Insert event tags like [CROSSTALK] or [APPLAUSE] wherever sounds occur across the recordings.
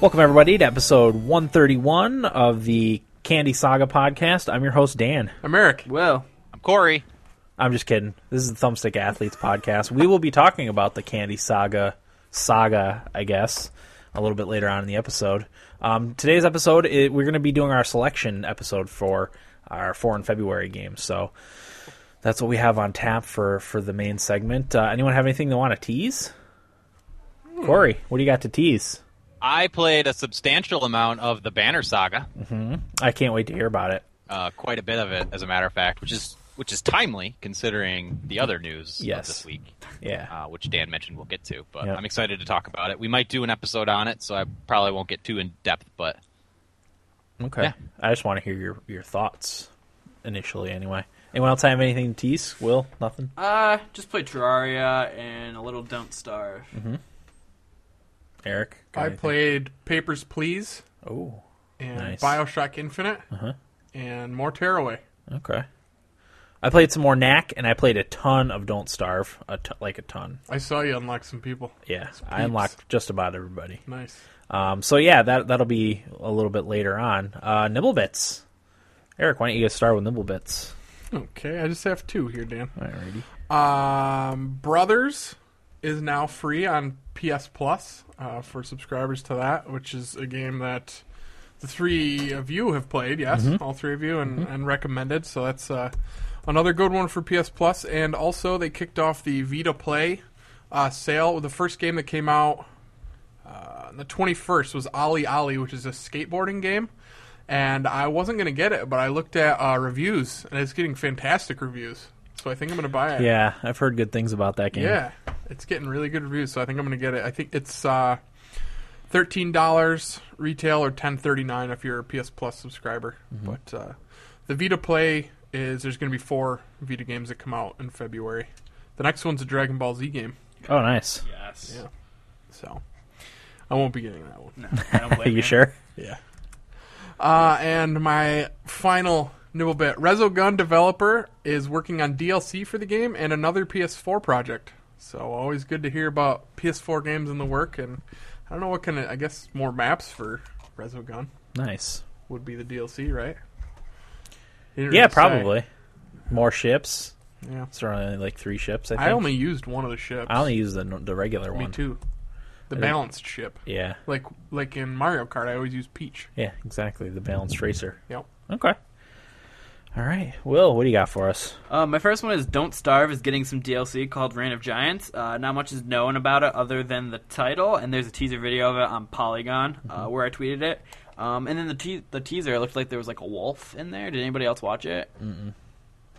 Welcome, everybody, to episode 131 of the Candy Saga podcast. I'm your host, Dan. I'm Eric. Well, I'm Corey. I'm just kidding. This is the Thumbstick Athletes podcast. We will be talking about the Candy Saga saga, I guess, a little bit later on in the episode. Um, today's episode, it, we're going to be doing our selection episode for our four in February games. So that's what we have on tap for for the main segment. Uh, anyone have anything they want to tease? Corey, what do you got to tease? I played a substantial amount of the Banner Saga, I can't wait to hear about it. uh, quite a bit of it, as a matter of fact, which is which is timely considering the other news of Yes. this week, Yeah, uh, which Dan mentioned we'll get to. But Yeah. I'm excited to talk about it. We might do an episode on it, so I probably won't get too in depth. But okay. yeah. I just want to hear your your thoughts initially. Anyway, anyone else have anything to tease? Will nothing? uh, just play Terraria and a little Don't Starve. Mm-hmm. Eric, got I anything? played Papers, Please Oh, and Nice. Uh-huh. Bioshock Infinite and more Tearaway. Okay. I played some more Knack, and I played a ton of Don't Starve, a t- like a ton. I saw you unlock some people. Yeah, It's I peeps. unlocked just about everybody. Nice. Um, so yeah, that that'll be a little bit later on. Uh, Nibblebits, Eric, why don't you get started with Nibblebits? Okay, I just have two here, Dan. Alrighty. Um, Brothers is now free on PS Plus uh, for subscribers to that, which is a game that the three of you have played, yes, all three of you, and, and recommended. So that's uh, another good one for PS Plus. And also, they kicked off the Vita Play uh, sale. The first game that came out uh, on the 21st was Ollie Ollie, which is a skateboarding game. And I wasn't going to get it, but I looked at uh, reviews, and it's getting fantastic reviews. So I think I'm going to buy it. Yeah, I've heard good things about that game. Yeah, it's getting really good reviews, so I think I'm gonna get it. I think it's uh, thirteen dollars retail or ten thirty nine if you're a PS Plus subscriber. But uh, the Vita Play is there's gonna be four Vita games that come out in February. The next one's a Dragon Ball Z game, Oh, nice. Yes. Yeah. so I won't be getting that one. No, I don't Are blame you sure? Yeah. Uh, and my final nibble bit Resogun developer is working on DLC for the game and another PS4 project. So always good to hear about PS4 games in the work. And I don't know what kind of, I guess, more maps for Resogun Nice. would be the DLC, right? He didn't Yeah, really say. probably. More ships. Yeah. It's only like three ships. I think. I only used one of the ships. I only use the the regular Me one. too. The I didn't- balanced ship. Yeah. Like like in Mario Kart, I always use Peach. Yeah. Exactly. The balanced racer. Yep. Okay. All right. Will, what do you got for us? Uh, my first one is Don't Starve is getting some DLC called Reign of Giants. Uh, not much is known about it other than the title, and there's a teaser video of it on Polygon uh, where I tweeted it. Um, and then the te- the teaser it looked like there was like a wolf in there. Did anybody else watch it? Mm-mm.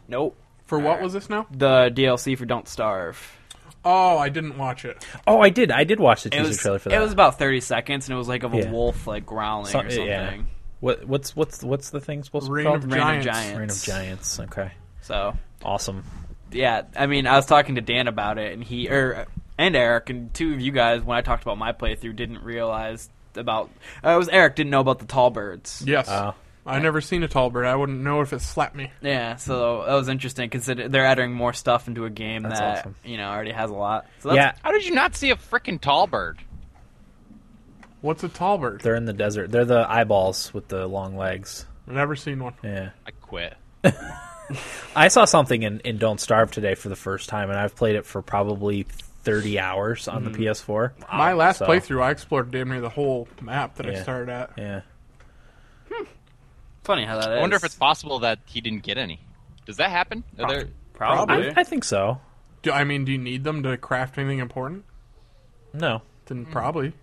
Nope. For what was this now? The DLC for Don't Starve. Oh, I didn't watch it. Oh, I did. I did watch the It teaser was, trailer for it that. was about 30 seconds, and it was like of a Yeah. wolf like growling So- or something. yeah. What, what's what's what's the thing supposed to be Reign called? of Reign Giants. of Giants. Reign of Giants. Okay. So Awesome. yeah, I mean, I was talking to Dan about it, and he or and Eric and two of you guys when I talked about my playthrough didn't realize about uh, it was Eric didn't know about the tall birds. Yes. Uh, I never seen a tall bird. I wouldn't know if it slapped me. Yeah, so that was interesting because they're adding more stuff into a game That's that awesome. you know already has a lot. So that's, yeah, how did you not see a freaking tall bird? What's a tall bird? they're in the desert. They're the eyeballs with the long legs. I've never seen one. Yeah. I quit. I saw something in, in Don't Starve today for the first time, and I've played it for probably 30 hours on Hmm. the PS4. My last so- playthrough, I explored damn near the whole map that I Yeah. started at. Yeah. funny how that is. I wonder if it's possible that he didn't get any. Does that happen? Are there- probably. I, I think so. Do, I mean, do you need them to craft anything important? No. Then probably.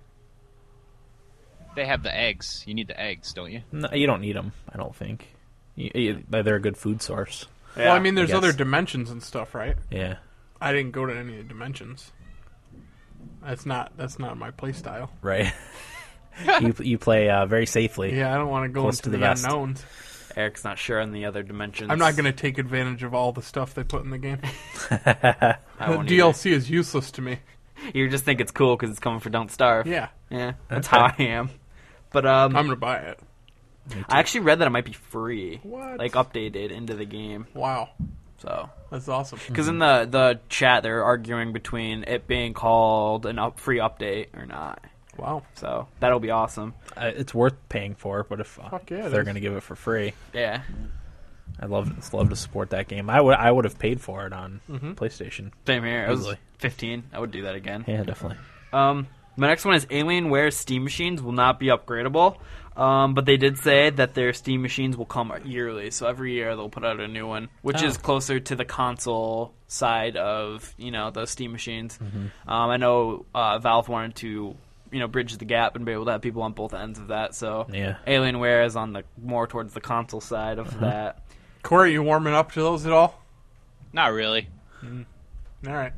they have the eggs. You need the eggs, don't you? no. You don't need them, I don't think. You- you- they're a good food source. Yeah. well, I mean, there's guess. other dimensions and stuff, right? Yeah. I didn't go to any of the dimensions. That's not that's not my play style. Right. [LAUGHS] you, you play uh, very safely. Yeah, I don't want to go Close into to the, the vest. unknowns. Eric's not sure on the other dimensions. I'm not going to take advantage of all the stuff they put in [LAUGHS] the game. I The [LAUGHS] won't either. DLC is useless to me. You just think it's cool because it's coming for Don't Starve. Yeah, Yeah, that's how I am. But um, I'm going to buy it. I actually read that it might be free, What? like updated into the game. Wow, So, [LAUGHS] that's awesome. because in the the chat they're arguing between it being called an up free update or not. Wow. So that'll be awesome. Uh, it's worth paying for, but if, uh, Fuck yeah, it if they're is. going to give it for free, Yeah. I'd love just love to support that game. I would I would have paid for it on Mm-hmm. PlayStation. Same here. I was Easily. 15. I would do that again. Yeah, definitely. Um, my next one is Alienware Steam machines will not be upgradable. Um, but they did say that their Steam machines will come yearly, so every year they'll put out a new one, which Oh. is closer to the console side of you know the Steam machines. Mm-hmm. Um, I know uh, Valve wanted to you know bridge the gap and be able to have people on both ends of that. So Yeah. Uh-huh. Alienware is on the more towards the console side of that. Corey, you warming up to those at all? Not really. All right.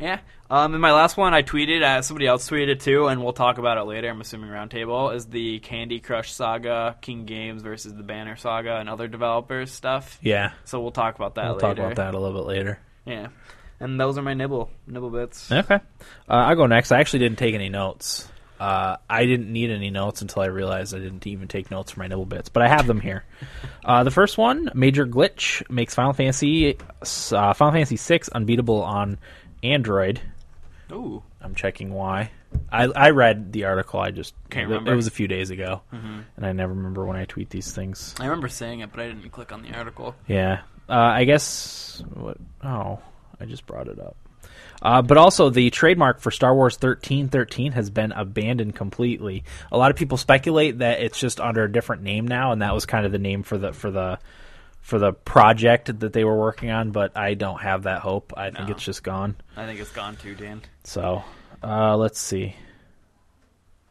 Yeah. Um, and my last one I tweeted, uh, somebody else tweeted it too, and we'll talk about it later, I'm assuming roundtable, is the Candy Crush saga, King Games versus the Banner saga, and other developers stuff. Yeah, So we'll talk about that we'll later. talk about that a little bit later. Yeah. And those are my nibble nibble bits. Okay, uh, I'll go next. I actually didn't take any notes. Uh, I didn't need any notes until I realized I didn't even take notes for my nibble bits, but I have them here. Uh, the first one, Major Glitch, makes Final Fantasy uh, Final Fantasy VI unbeatable on Android. Ooh. I'm checking why. I, I read the article. I just Can't it, remember. Mm-hmm. was a few days ago, and I never remember when I tweet these things. I remember saying it, but I didn't click on the article. Yeah, uh, I guess. What? Oh, I just brought it up. Uh, but also, the trademark for Star Wars thirteen thirteen has been abandoned completely. A lot of people speculate that it's just under a different name now, and that was kind of the name for the for the for the project that they were working on. But I don't have that hope. I think No. it's just gone. I think it's gone too, Dan. So, uh, let's see.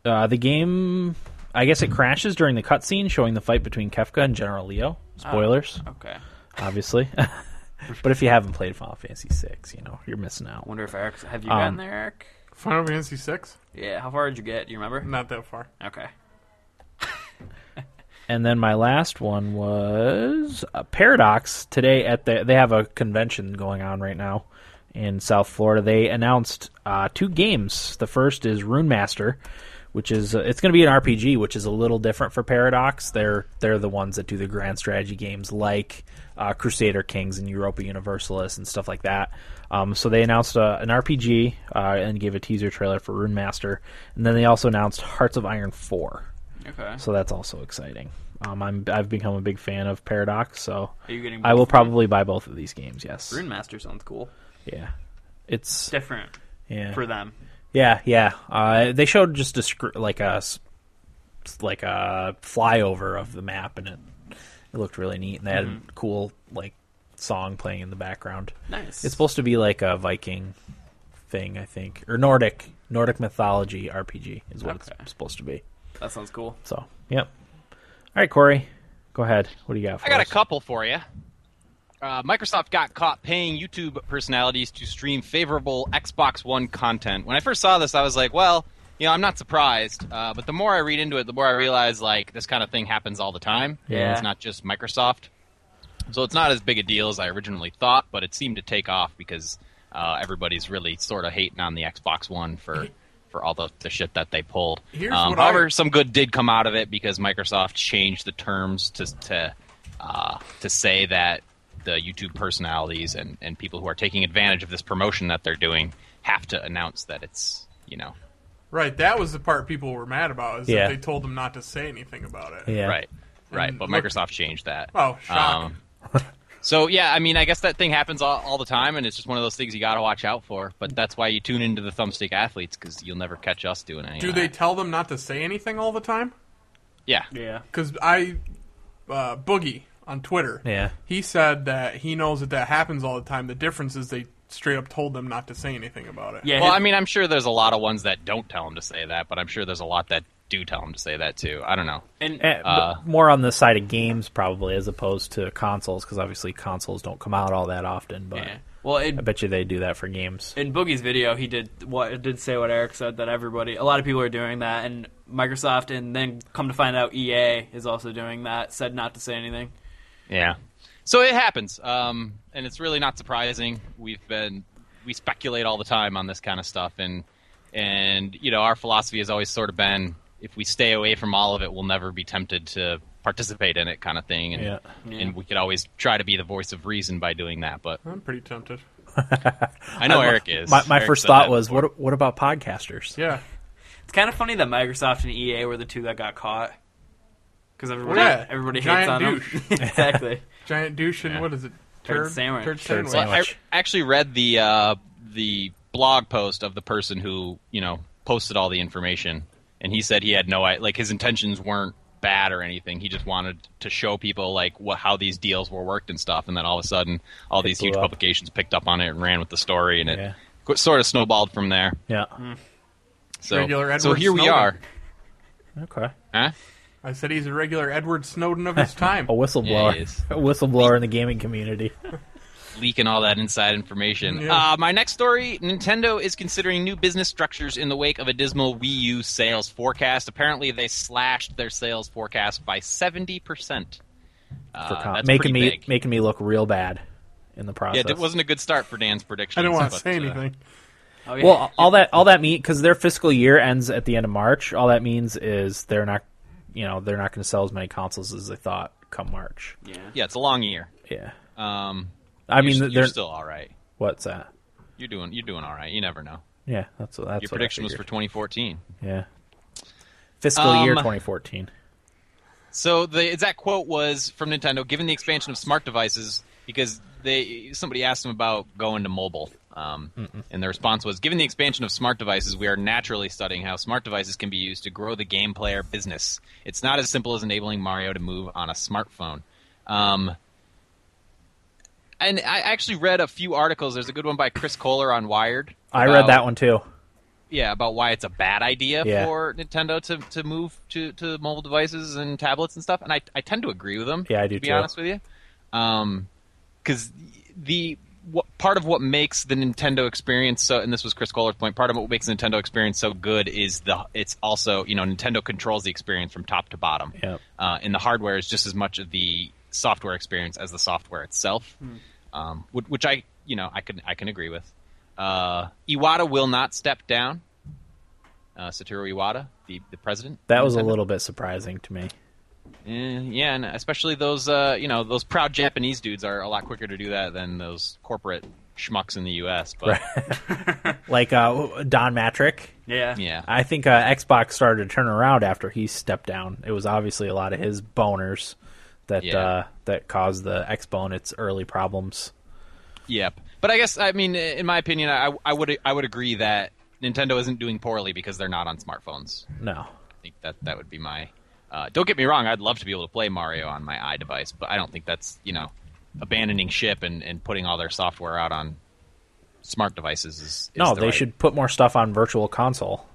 Uh, the game, I guess it crashes during the cutscene showing the fight between Kefka and General Leo. Spoilers, Okay. obviously. [LAUGHS] but if you haven't played Final Fantasy VI, you know you're missing out. I wonder if Eric's have you Um, gotten there, Eric? Final Fantasy six. Yeah, how far did you get? Do you remember? Not that far. Mm. Okay. And then my last one was uh, Paradox today at the they have a convention going on right now in South Florida. They announced uh, two games. The first is Runemaster, which is uh, it's going to be an RPG, which is a little different for Paradox. They're they're the ones that do the grand strategy games like uh, Crusader Kings and Europa Universalis and stuff like that. Um, so they announced uh, an RPG uh, and gave a teaser trailer for Runemaster, and then they also announced Hearts of Iron Four. Okay. So that's also exciting. Um, I'm I've become a big fan of Paradox, so Are you getting I will both of probably buy both of these games. Yes, them? Runemaster sounds cool. yeah, it's Different yeah, for them. yeah, yeah. Uh, they showed just a scr- like a s- like a flyover of the map, and it it looked really neat. And they had Mm-hmm. a cool like song playing in the background. Nice. It's supposed to be like a Viking thing, I think, or Nordic Nordic mythology RPG is what Okay. it's supposed to be. that sounds cool. So, yep. All right, Corey, go ahead. What do you got? For I got a us? couple for you. Uh, Microsoft got caught paying YouTube personalities to stream favorable Xbox One content. When I first saw this, I was like, well, you know, I'm not surprised. Uh, but the more I read into it, the more I realize, like, this kind of thing happens all the time. Yeah. It's not just Microsoft. So it's not as big a deal as I originally thought, but it seemed to take off because uh, everybody's really sort of hating on the Xbox [LAUGHS] One for. For all the, the shit that they pulled. Here's um, what I- however, some good did come out of it because Microsoft changed the terms to to uh, to say that the YouTube personalities and, and people who are taking advantage of this promotion that they're doing have to announce that it's you know Right. That was the part people were mad about. Is Yeah. that they told them not to say anything about it. Yeah. right right. But look- Microsoft changed that. Um, Oh, shock. so yeah, I mean, I guess that thing happens all, all the time, and it's just one of those things you got to watch out for. But that's why you tune into the Thumbstick Athletes because you'll never catch us doing anything. Do they tell them not to say anything all the time? yeah. Yeah. Because I, uh, Boogie on Twitter, Yeah. he said that he knows that that happens all the time. The difference is they straight up told them not to say anything about it. Yeah. Well, his- I mean, I'm sure there's a lot of ones that don't tell them to say that, but I'm sure there's a lot that do tell them to say that too. I don't know. and Eh, but Uh, more on the side of games probably as opposed to consoles because obviously consoles don't come out all that often. But yeah. well, I in, bet you they do that for games. in Boogie's video, he did what did say what Eric said that everybody, a lot of people are doing that, and Microsoft, and then come to find out, EA is also doing that. Said not to say anything. Yeah. So it happens, um, and it's really not surprising. We've been we speculate all the time on this kind of stuff, and and you know our philosophy has always sort of been if we stay away from all of it, we'll never be tempted to participate in it, kind of thing. And Yeah. Yeah. and we could always try to be the voice of reason by doing that. But I'm pretty tempted. I know Eric is. My, my Eric first said thought that was, before. what what about podcasters? Yeah. It's kind of funny that Microsoft and EA were the two that got caught because everybody Yeah. everybody hates Giant on douche. them. [LAUGHS] exactly. Giant douche and Yeah. what is it? Turd sandwich. Turd Turd sandwich. Well, I sandwich. actually read the uh, the blog post of the person who you know posted all the information, and he said he had no i- like his intentions weren't bad or anything. He just wanted to show people like what how these deals were worked and stuff, and then all of a sudden, all these blew huge up. publications picked up on it and ran with the story, and Yeah. it qu- sort of snowballed from there. Yeah. Mm-hmm. So Regular so Edward here we Snowden. are. Okay. Huh? I said he's a regular Edward Snowden [LAUGHS] of his time. A whistleblower. Yeah, he is. [LAUGHS] a whistleblower in the gaming community. leaking all that inside information. Yeah. Uh, my next story Nintendo is considering new business structures in the wake of a dismal Wii U sales forecast. Apparently, they slashed their sales forecast by 70%. Uh, For com- that's making pretty me big. making me look real bad in the Yeah, process. it wasn't a good start for Dan's prediction. uh, I don't want to say anything. Oh, yeah. Well, all that all that mean because their fiscal year ends at the end of March. All that means is they're not, you know, they're not going to sell as many consoles as they thought come March. yeah. Yeah, it's a long year. Yeah, Um, I you're mean, s- they're you're still all right. what's that? You're doing you're doing all right. You never know. Yeah, that's what that's Your what I prediction was for figured. 2014. yeah fiscal year Um, 2014. So the exact quote was from Nintendo: "Given the expansion of smart devices, because they somebody asked them about going to mobile, um, and the response was: Given the expansion of smart devices, we are naturally studying how smart devices can be used to grow the game player business. It's not as simple as enabling Mario to move on a smartphone." Um, and I actually read a few articles. There's a good one by Chris Kohler on Wired. I read about- that one too. yeah, about why it's a bad idea Yeah. for Nintendo to, to move to, to mobile devices and tablets and stuff. And I, I tend to agree with them. Yeah, I do To be too. honest with you, because the what, part of what makes the Nintendo experience so, and this was Chris Kohler's point, part of what makes the Nintendo experience so good is the it's also you know Nintendo controls the experience from top to bottom. Yep. Uh, and the hardware is just as much of the software experience as the software itself, Hmm. um, which, which I you know I can I can agree with. Uh, Iwata will not step down. Uh, Satoru Iwata, the, the president. That of was a Nintendo. little bit surprising to me. Eh, yeah, and especially those uh, you know those proud Japanese dudes are a lot quicker to do that than those corporate schmucks in the U.S. But Like uh, Don Matrick, Yeah. [LAUGHS] yeah, I think uh, Xbox started to turn around after he stepped down. It was obviously a lot of his boners that Yeah. uh, that caused the Xbone its early problems. Yep. But I guess I mean, in my opinion, I, I would I would agree that Nintendo isn't doing poorly because they're not on smartphones. No, I think that that would be my. Uh, don't get me wrong. I'd love to be able to play Mario on my iDevice, but I don't think that's you know abandoning ship and, and putting all their software out on smart devices is, is no, the they right- should put more stuff on Virtual Console.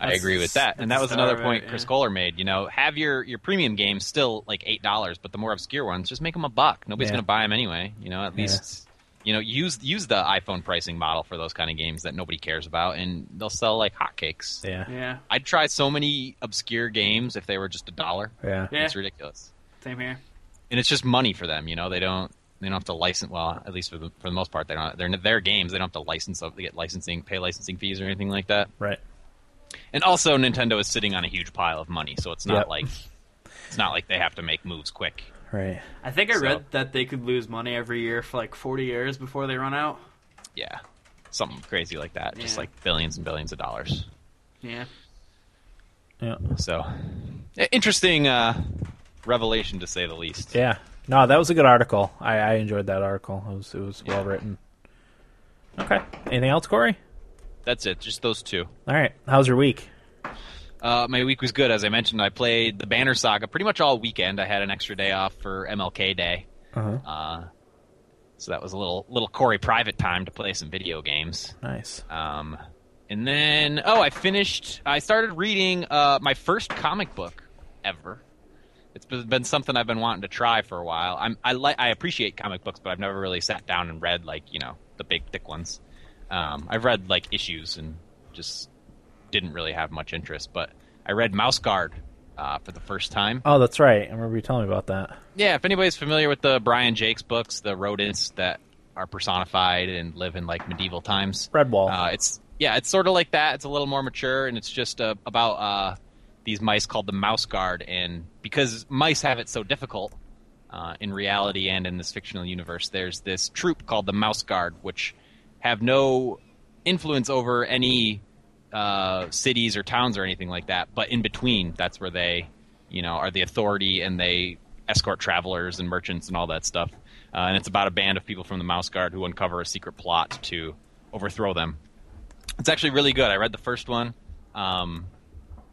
I agree with That's- that, and that's that was the another start of point it, Chris yeah. Kohler made. You know, have your your premium games still like eight dollars, but the more obscure ones, just make them a buck. Nobody's Yeah. going to buy them anyway. You know, at Yeah. least you know use use the iPhone pricing model for those kind of games that nobody cares about, and they'll sell like hotcakes. Yeah, yeah, Yeah. I'd try so many obscure games if they were just a dollar. Yeah. It's ridiculous, Same here. and it's just money for them. You know, they don't they don't have to license. Well, at least for the, for the most part, they don't. They're their games. They don't have to license. They get licensing, pay licensing fees or anything like that. right. And also, Nintendo is sitting on a huge pile of money, so it's not Yep. like it's not like they have to make moves quick. Right. I think I So- read that they could lose money every year for like 40 years before they run out. Yeah, something crazy like that, just Yeah. like billions and billions of dollars. Yeah. Yeah. So, i- interesting uh, revelation to say the least. Yeah. No, that was a good article. I, I enjoyed that article. It was it was well written. Okay. Anything else, Corey? That's it, just those two. All right. How's your week? Uh, my week was good, as I mentioned. I played the Banner Saga pretty much all weekend. I had an extra day off for MLK Day, Uh-huh. uh, so that was a little little Corey private time to play some video games. Nice. Um, and then, oh, I finished. I started reading uh, my first comic book ever. It's been, been something I've been wanting to try for a while. I'm, I like I appreciate comic books, but I've never really sat down and read like you know the big thick ones. Um, I've read like issues and just didn't really have much interest. But I read Mouse Guard uh, for the first time. Oh, that's right. I remember you telling me about that. Yeah, if anybody's familiar with the Brian Jakes books, the rodents that are personified and live in like medieval times, Redwall. Uh, it's yeah, it's sort of like that. It's a little more mature, and it's just uh, about uh, these mice called the Mouse Guard, and because mice have it so difficult uh, in reality and in this fictional universe, there's this troop called the Mouse Guard, which have no influence over any uh, cities or towns or anything like that. But in between, that's where they, you know, are the authority and they escort travelers and merchants and all that stuff. Uh, and it's about a band of people from the Mouse Guard who uncover a secret plot to overthrow them. It's actually really good. I read the first one, um,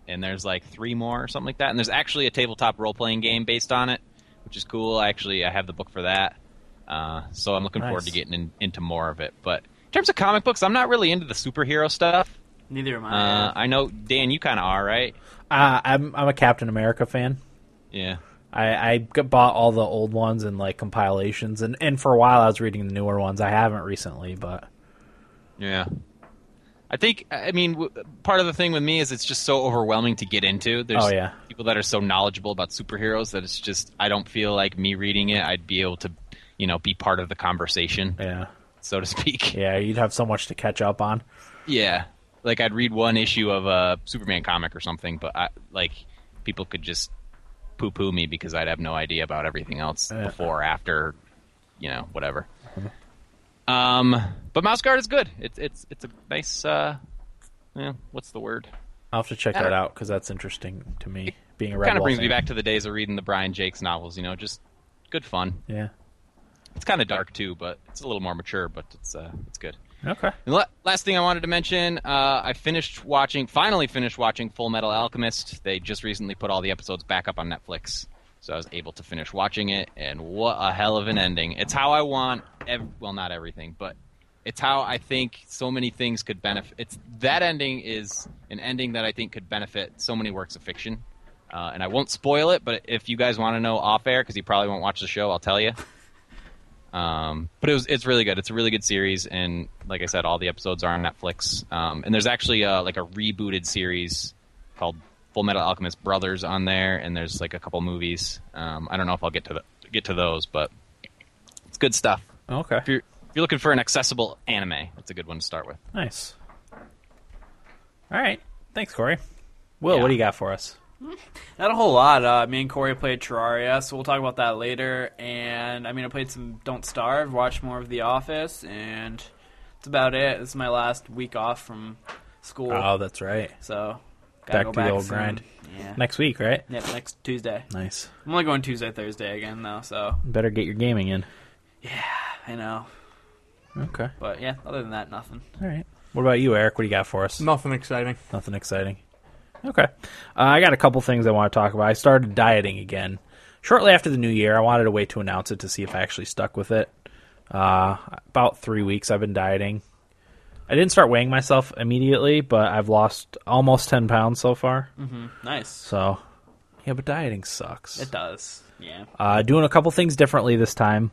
and there's like three more or something like that. And there's actually a tabletop role playing game based on it, which is cool. I actually I have the book for that, uh, so I'm looking forward Nice. to getting in, into more of it. But in terms of comic books, I'm not really into the superhero stuff. Neither am I. Uh, I know Dan, you kind of are, right? Uh, I'm I'm a Captain America fan. Yeah. I, I g- bought all the old ones and like compilations, and, and for a while I was reading the newer ones. I haven't recently, but Yeah. I think I mean w- part of the thing with me is it's just so overwhelming to get into. There's Oh, yeah. people that are so knowledgeable about superheroes that it's just I don't feel like me reading it. I'd be able to, you know, be part of the conversation, yeah, so to speak. yeah, you'd have so much to catch up on. Yeah. Like I'd read one issue of a Superman comic or something, but I like people could just poo poo me because I'd have no idea about everything else Yeah. before, after, you know, whatever. Um but Mouse Guard is good. It's it's it's a nice uh yeah, what's the word? I'll have to check I that don't- out because that's interesting to me. Being a Kind red of brings me back to the days of reading the Brian Jakes novels, you know, just good fun. Yeah. It's kind of dark too, but it's a little more mature, but it's uh it's good. Okay. And la- last thing I wanted to mention, uh, I finished watching, finally finished watching Full Metal Alchemist. They just recently put all the episodes back up on Netflix, so I was able to finish watching it. And what a hell of an ending! It's how I want, ev- well, not everything, but it's how I think so many things could benefit. It's that ending is an ending that I think could benefit so many works of fiction. Uh, and I won't spoil it, but if you guys want to know off air, because you probably won't watch the show, I'll tell you. Um, but it was it's really good. It's a really good series, and like I said, all the episodes are on Netflix. Um, and there's actually uh, like a rebooted series called Full Metal Alchemist Brothers on there, and there's like a couple movies. Um, I don't know if I'll get to the, get to those, but it's good stuff. Okay. If you're if you're looking for an accessible anime, it's a good one to start with. Nice. All right. Thanks, Corey. Will, Yeah. what do you got for us? Not a whole lot. Uh, me and Corey played Terraria, so we'll talk about that later. And I mean, I played some Don't Starve, watched more of The Office, and that's about it. This is my last week off from school, Oh, that's right. so gotta back go to the back old soon. grind. Yeah. Next week, right? Yep, next Tuesday. Nice. I'm only going Tuesday, Thursday again though, so Better get your gaming in. I know. Okay. But yeah, other than that, nothing. All right. What about you, Eric? What do you got for us? Nothing exciting. Nothing exciting. Okay. Uh, I got a couple things I want to talk about. I started dieting again shortly after the new year. I wanted to wait to announce it to see if I actually stuck with it. Uh, about three weeks I've been dieting. I didn't start weighing myself immediately, but I've lost almost 10 pounds so far. Nice. So, yeah, but dieting sucks. It does. Yeah. Uh, doing a couple things differently this time.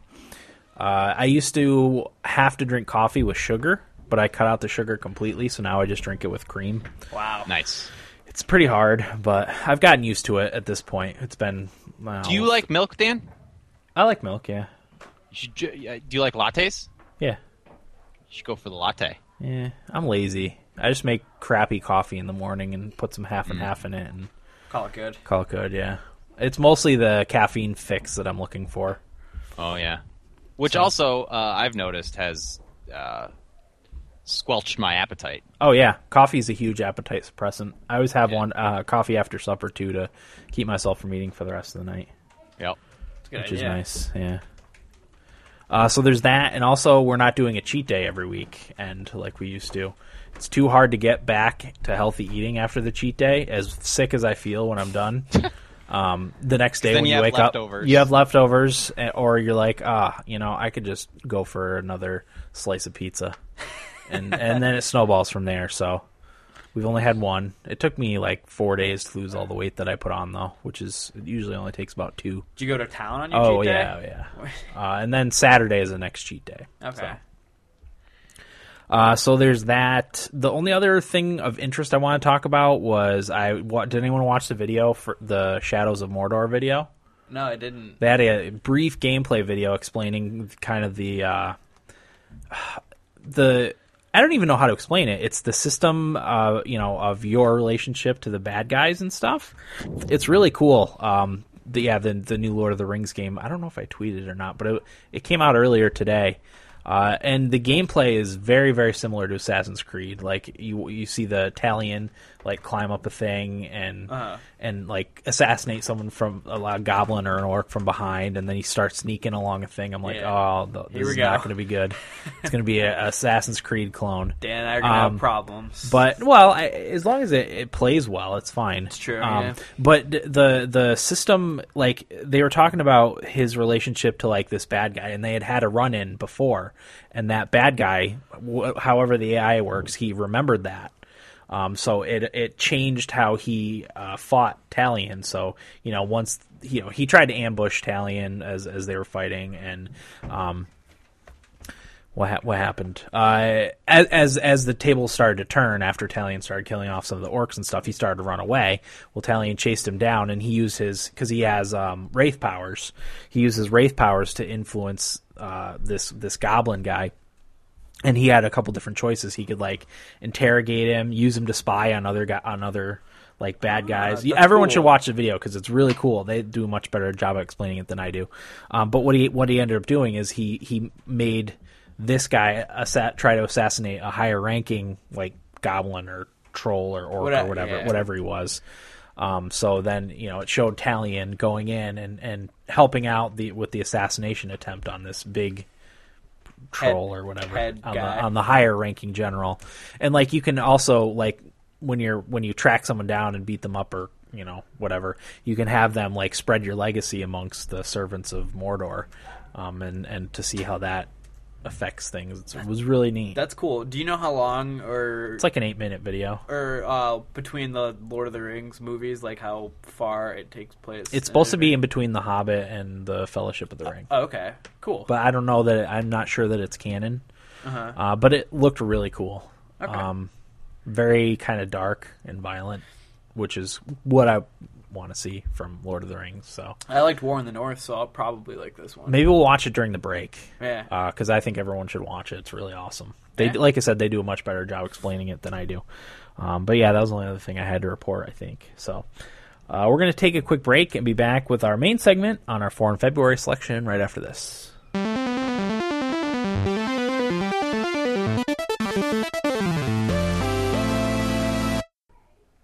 Uh, I used to have to drink coffee with sugar, but I cut out the sugar completely, so now I just drink it with cream Wow. Nice. it's pretty hard, but I've gotten used to it at this point. It's been. well, Do you like milk, Dan? I like milk. Yeah. You should, ju- uh, do you like lattes? Yeah. You should go for the latte. Yeah. I'm lazy. I just make crappy coffee in the morning and put some half Mm. and half in it and Call it good. call it good. Yeah. It's mostly the caffeine fix that I'm looking for. Oh yeah, which also uh, I've noticed has uh, squelched my appetite. Oh yeah, coffee's a huge appetite suppressant. I always have one uh, coffee after supper too to keep myself from eating for the rest of the night. Yep. It's a good which idea. is nice. Yeah. Uh, so there's that, and also we're not doing a cheat day every week, and like we used to, it's too hard to get back to healthy eating after the cheat day. As sick as I feel when I'm done, [LAUGHS] um, the next day then when you, you have wake up, leftovers. you have leftovers, and- or you're like, ah, you know, I could just go for another slice of pizza, [LAUGHS] and and then it snowballs from there. So we've only had one. It took me like four days to lose all the weight that I put on, though, which is it usually only takes about two. Did you go to town on your Oh cheat day? yeah, yeah. Uh, and then Saturday is the next cheat day. Okay. So. Uh, so there's that. The only other thing of interest I want to talk about was I wa did anyone watch the video for the Shadows of Mordor video? No, I didn't. They had a brief gameplay video explaining kind of the uh, the I don't even know how to explain it. It's the system, uh, you know, of your relationship to the bad guys and stuff. It's really cool. Um, the, yeah, the the new Lord of the Rings game. I don't know if I tweeted or not, but it, it came out earlier today. Uh, and the gameplay is very, very similar to Assassin's Creed. Like you, you see the Italian like climb up a thing and Uh-huh. and like assassinate someone from a lo- goblin or an orc from behind, and then he starts sneaking along a thing. I'm like, Yeah. oh, th- Here this we is go. not going to be [LAUGHS] good. It's going to be a Assassin's Creed clone. Dan and I are gonna Um, have problems. But well, I, as long as it, it plays well, it's fine. It's true, yeah. But th- the the system, like they were talking about his relationship to like this bad guy, and they had had a run in before, and that bad guy, wh- however the AI works, he remembered that. Um, so it it changed how he uh, fought Talion. So you know, once you know, he tried to ambush Talion as as they were fighting, and um, what ha- what happened? Uh, as as as the tables started to turn after Talion started killing off some of the orcs and stuff, he started to run away. Well, Talion chased him down, and he used his because he has um, wraith powers. He uses wraith powers to influence uh, this this goblin guy and he had a couple different choices. He could like interrogate him, use him to spy on other guy on other like bad guys. Ah, that's Everyone cool. should watch the video because it's really cool. They do a much better job of explaining it than I do. Um, but what he what he ended up doing is he he made this guy assa- try to assassinate a higher ranking like goblin or troll or orc Whata- or whatever yeah. whatever he was. Um, so then you know it showed Talion going in and and helping out the with the assassination attempt on this big troll or whatever head on, guy. The, on the higher ranking general and like you can also like when you're when you track someone down and beat them up or you know whatever you can have them like spread your legacy amongst the servants of mordor um, and and to see how that affects things It's- it was really neat That's cool. Do you know how long or it's like an eight minute video or uh, between the Lord of the Rings movies, like how far it takes place? it's supposed to be in between the hobbit and the fellowship of the ring Oh, okay, cool. but i don't know that it, i'm not sure that it's canon uh-huh. uh, but it looked really cool. Okay. Um, very kind of dark and violent, which is what I want to see from Lord of the Rings. So I liked War in the North, so I'll probably like this one. maybe we'll watch it during the break Yeah. because I think everyone should watch it. It's really awesome. They, Yeah. like I said, they do a much better job explaining it than I do. Um, but yeah, that was the only other thing I had to report. I think so. Uh, we're going to take a quick break and be back with our main segment on our foreign February selection right after this.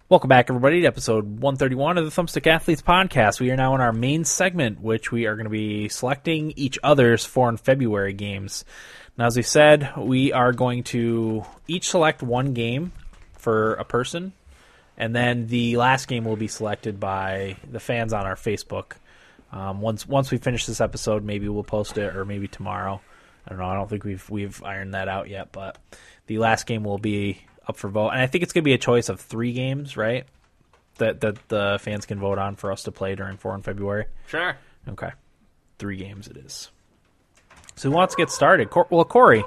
Welcome back, everybody, to episode 131 of the Thumbstick Athletes podcast. We are now in our main segment, which we are going to be selecting each other's foreign February games. Now, as we said, we are going to each select one game for a person, and then the last game will be selected by the fans on our Facebook. Um, once once we finish this episode, maybe we'll post it, or maybe tomorrow. I don't know. I don't think we've we've ironed that out yet, but the last game will be up for vote, and I think it's going to be a choice of three games, right? That that the fans can vote on for us to play during four in February. sure. Okay, three games it is. So who wants to get started? Cor- well, Corey,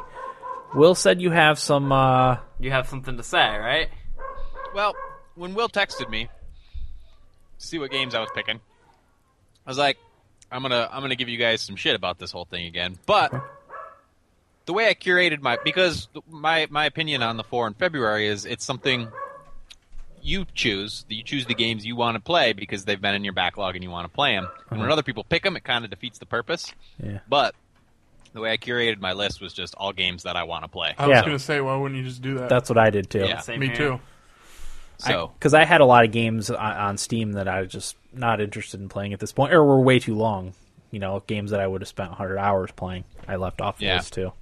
Will said you have some. Uh, You have something to say, right? Well, when Will texted me to see what games I was picking, I was like, I'm gonna I'm gonna give you guys some shit about this whole thing again. But the way I curated my because my my opinion on the four in February is it's something you choose. You choose the games you want to play because they've been in your backlog and you want to play them. And when other people pick them, it kind of defeats the purpose. yeah. But the way I curated my list was just all games that I want to play. I was Yeah. gonna say, why wouldn't you just do that? That's what I did too. Yeah. Same me here. too. So because I, had a lot of games on, on Steam that I was just not interested in playing at this point, or were way too long. You know, games that I would have spent 100 hours playing, I left off the Yeah. list too.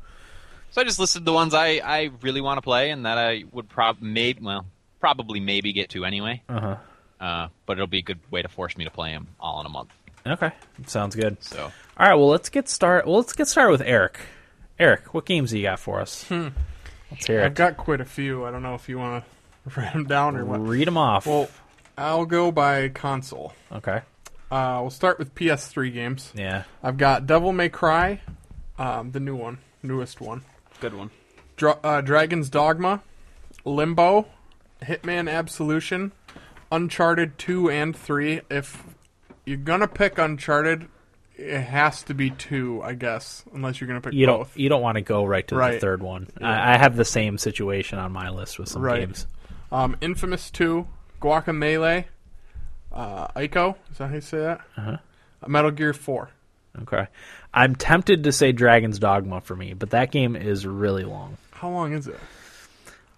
So I just listed the ones I, I really want to play and that I would prob maybe well probably maybe get to anyway. Uh-huh. Uh, but it'll be a good way to force me to play them all in a month. Okay, sounds good. So All right, well let's get start. Well, let's get started with Eric. Eric, what games do you got for us? Let's hear I've it. Hmm. got quite a few. I don't know if you want to [LAUGHS] write them down or what. Read them off. Well, I'll go by console. okay. Uh, we'll start with PS3 games. Yeah. I've got Devil May Cry, um, the new one, newest one. Good one. Dra- uh, Dragon's Dogma, Limbo, Hitman Absolution, Uncharted 2 and 3. If you're going to pick Uncharted, it has to be 2, I guess, unless you're going to pick You don't both. you don't want to go right to the Right. third one. I, I have the same situation on my list with some Right. games. Um, Infamous 2, Guacamelee, uh, Ico, is that how you say that? Uh-huh. Metal Uh, Gear 4. Okay. I'm tempted to say Dragon's Dogma for me, but that game is really long. How long is it?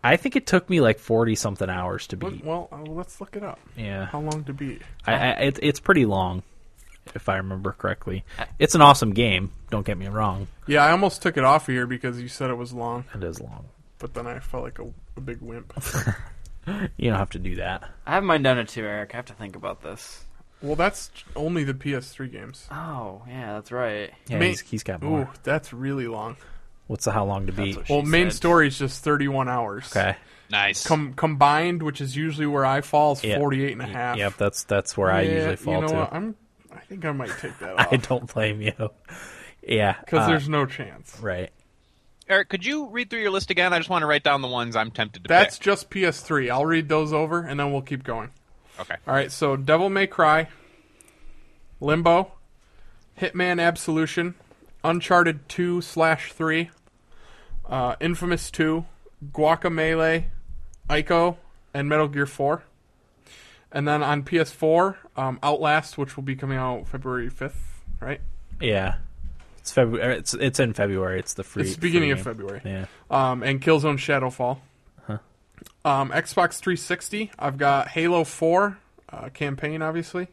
I think it took me like 40 something hours to What, beat. well, uh, let's look it up. Yeah. How long to beat? I, I, it, it's pretty long, if I remember correctly. Uh, It's an awesome game. Don't get me wrong. Yeah, I almost took it off of here because you said it was long, It is long. but then I felt like a, a big [LAUGHS] wimp. You don't have to do that. I have mine down to two, Eric. I have to think about this. Well, that's only the PS3 games. Oh, yeah, that's right. Yeah, Main- he's, he's got more. Ooh, that's really long. What's the how long to beat? what she Well, main said. story's just 31 hours. Okay. Nice. Com- combined, which is usually where I fall, is Yeah. 48 and a half. Yep, that's that's where I Yeah, usually fall you know to. What? I'm, I think I might take that [LAUGHS] I off don't blame you. Yeah. because uh, there's no chance. right. Eric, could you read through your list again? I just want to write down the ones I'm tempted to That's just PS3. I'll read those over and then we'll keep going. pick. Okay. All right, so Devil May Cry, Limbo, Hitman Absolution, Uncharted 2 slash 3, uh, Infamous 2, Guacamelee, Ico, and Metal Gear 4. And then on PS4, um, Outlast, which will be coming out February 5th, right? Yeah. It's February. It's it's in February. It's the free. It's the beginning free of game. February. Yeah. um, and Killzone Shadowfall. Um, Xbox 360. I've got Halo 4 uh, campaign, obviously.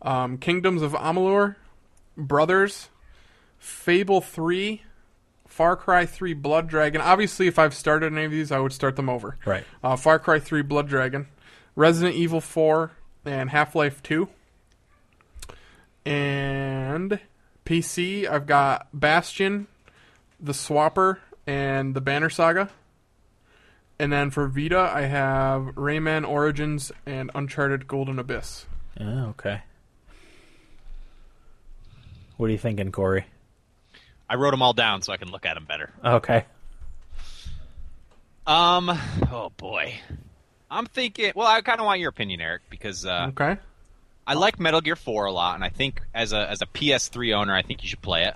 Um, Kingdoms of Amalur, Brothers, Fable 3, Far Cry 3, Blood Dragon. Obviously, if I've started any of these, I would start them over. Right. Uh, Far Cry 3, Blood Dragon, Resident Evil 4, and Half Life 2. And PC, I've got Bastion, The Swapper, and The Banner Saga. And then for Vita, I have Rayman Origins and Uncharted Golden Abyss. Yeah, Oh, okay. What are you thinking, Corey? I wrote them all down so I can look at them better. Okay. Um. Oh boy. I'm thinking. Well, I kind of want your opinion, Eric, because uh, Okay. I like Metal Gear 4 a lot, and I think as a as a PS3 owner, I think you should play it.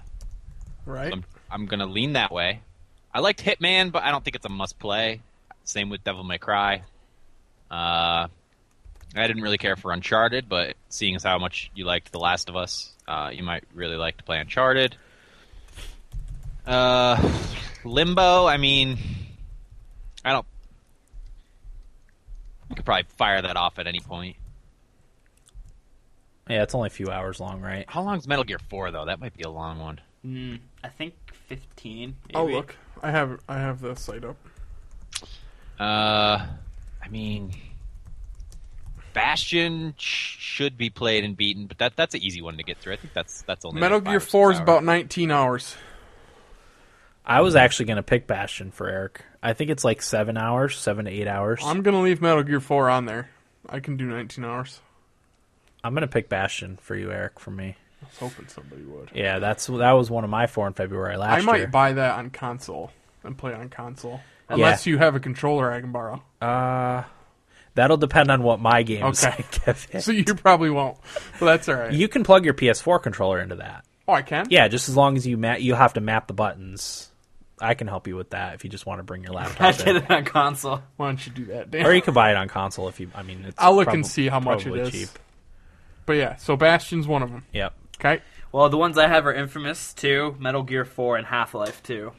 Right. I'm, I'm gonna lean that way. I liked Hitman, but I don't think it's a must play. Same with Devil May Cry. Uh, I didn't really care for Uncharted, but seeing as how much you liked The Last of Us, uh, you might really like to play Uncharted. Uh, Limbo. I mean, I don't. You could probably fire that off at any point. Yeah, it's only a few hours long, right? How long's Metal Gear Four though? That might be a long one. Mm, I think 15. Maybe. Oh look, I have I have the site up. Uh, I mean, Bastion sh- should be played and beaten, but that that's an easy one to get through. I think that's that's only Metal like five Gear or six 4 is hours. about 19 hours. I was actually going to pick Bastion for Eric. I think it's like seven hours, seven to eight hours. I'm, I'm gonna leave Metal Gear 4 on there. I can do 19 hours. going to pick Bastion for you, Eric, for me. I was hoping somebody would. Yeah, that's that was one of my four in February last I might year. buy that on console and play on console. Unless you have a controller I can borrow. [LAUGHS] uh, that'll depend on what my games [LAUGHS] Okay. I give it. So you probably won't. But that's all right. You can plug your PS4 controller into that. oh, I can? Yeah, just as long as you ma- you have to map the buttons. I can help you with that if you just want to bring your I laptop. did in. it on console. Why don't you do that, Dan? Or you can buy it on console if you. I mean, it's [LAUGHS] I'll look prob- and see how much it probably is. Cheap. But yeah, so Bastion's one of them. Yep. Okay? Well, the ones I have are Infamous 2, Metal Gear 4, and Half Life 2.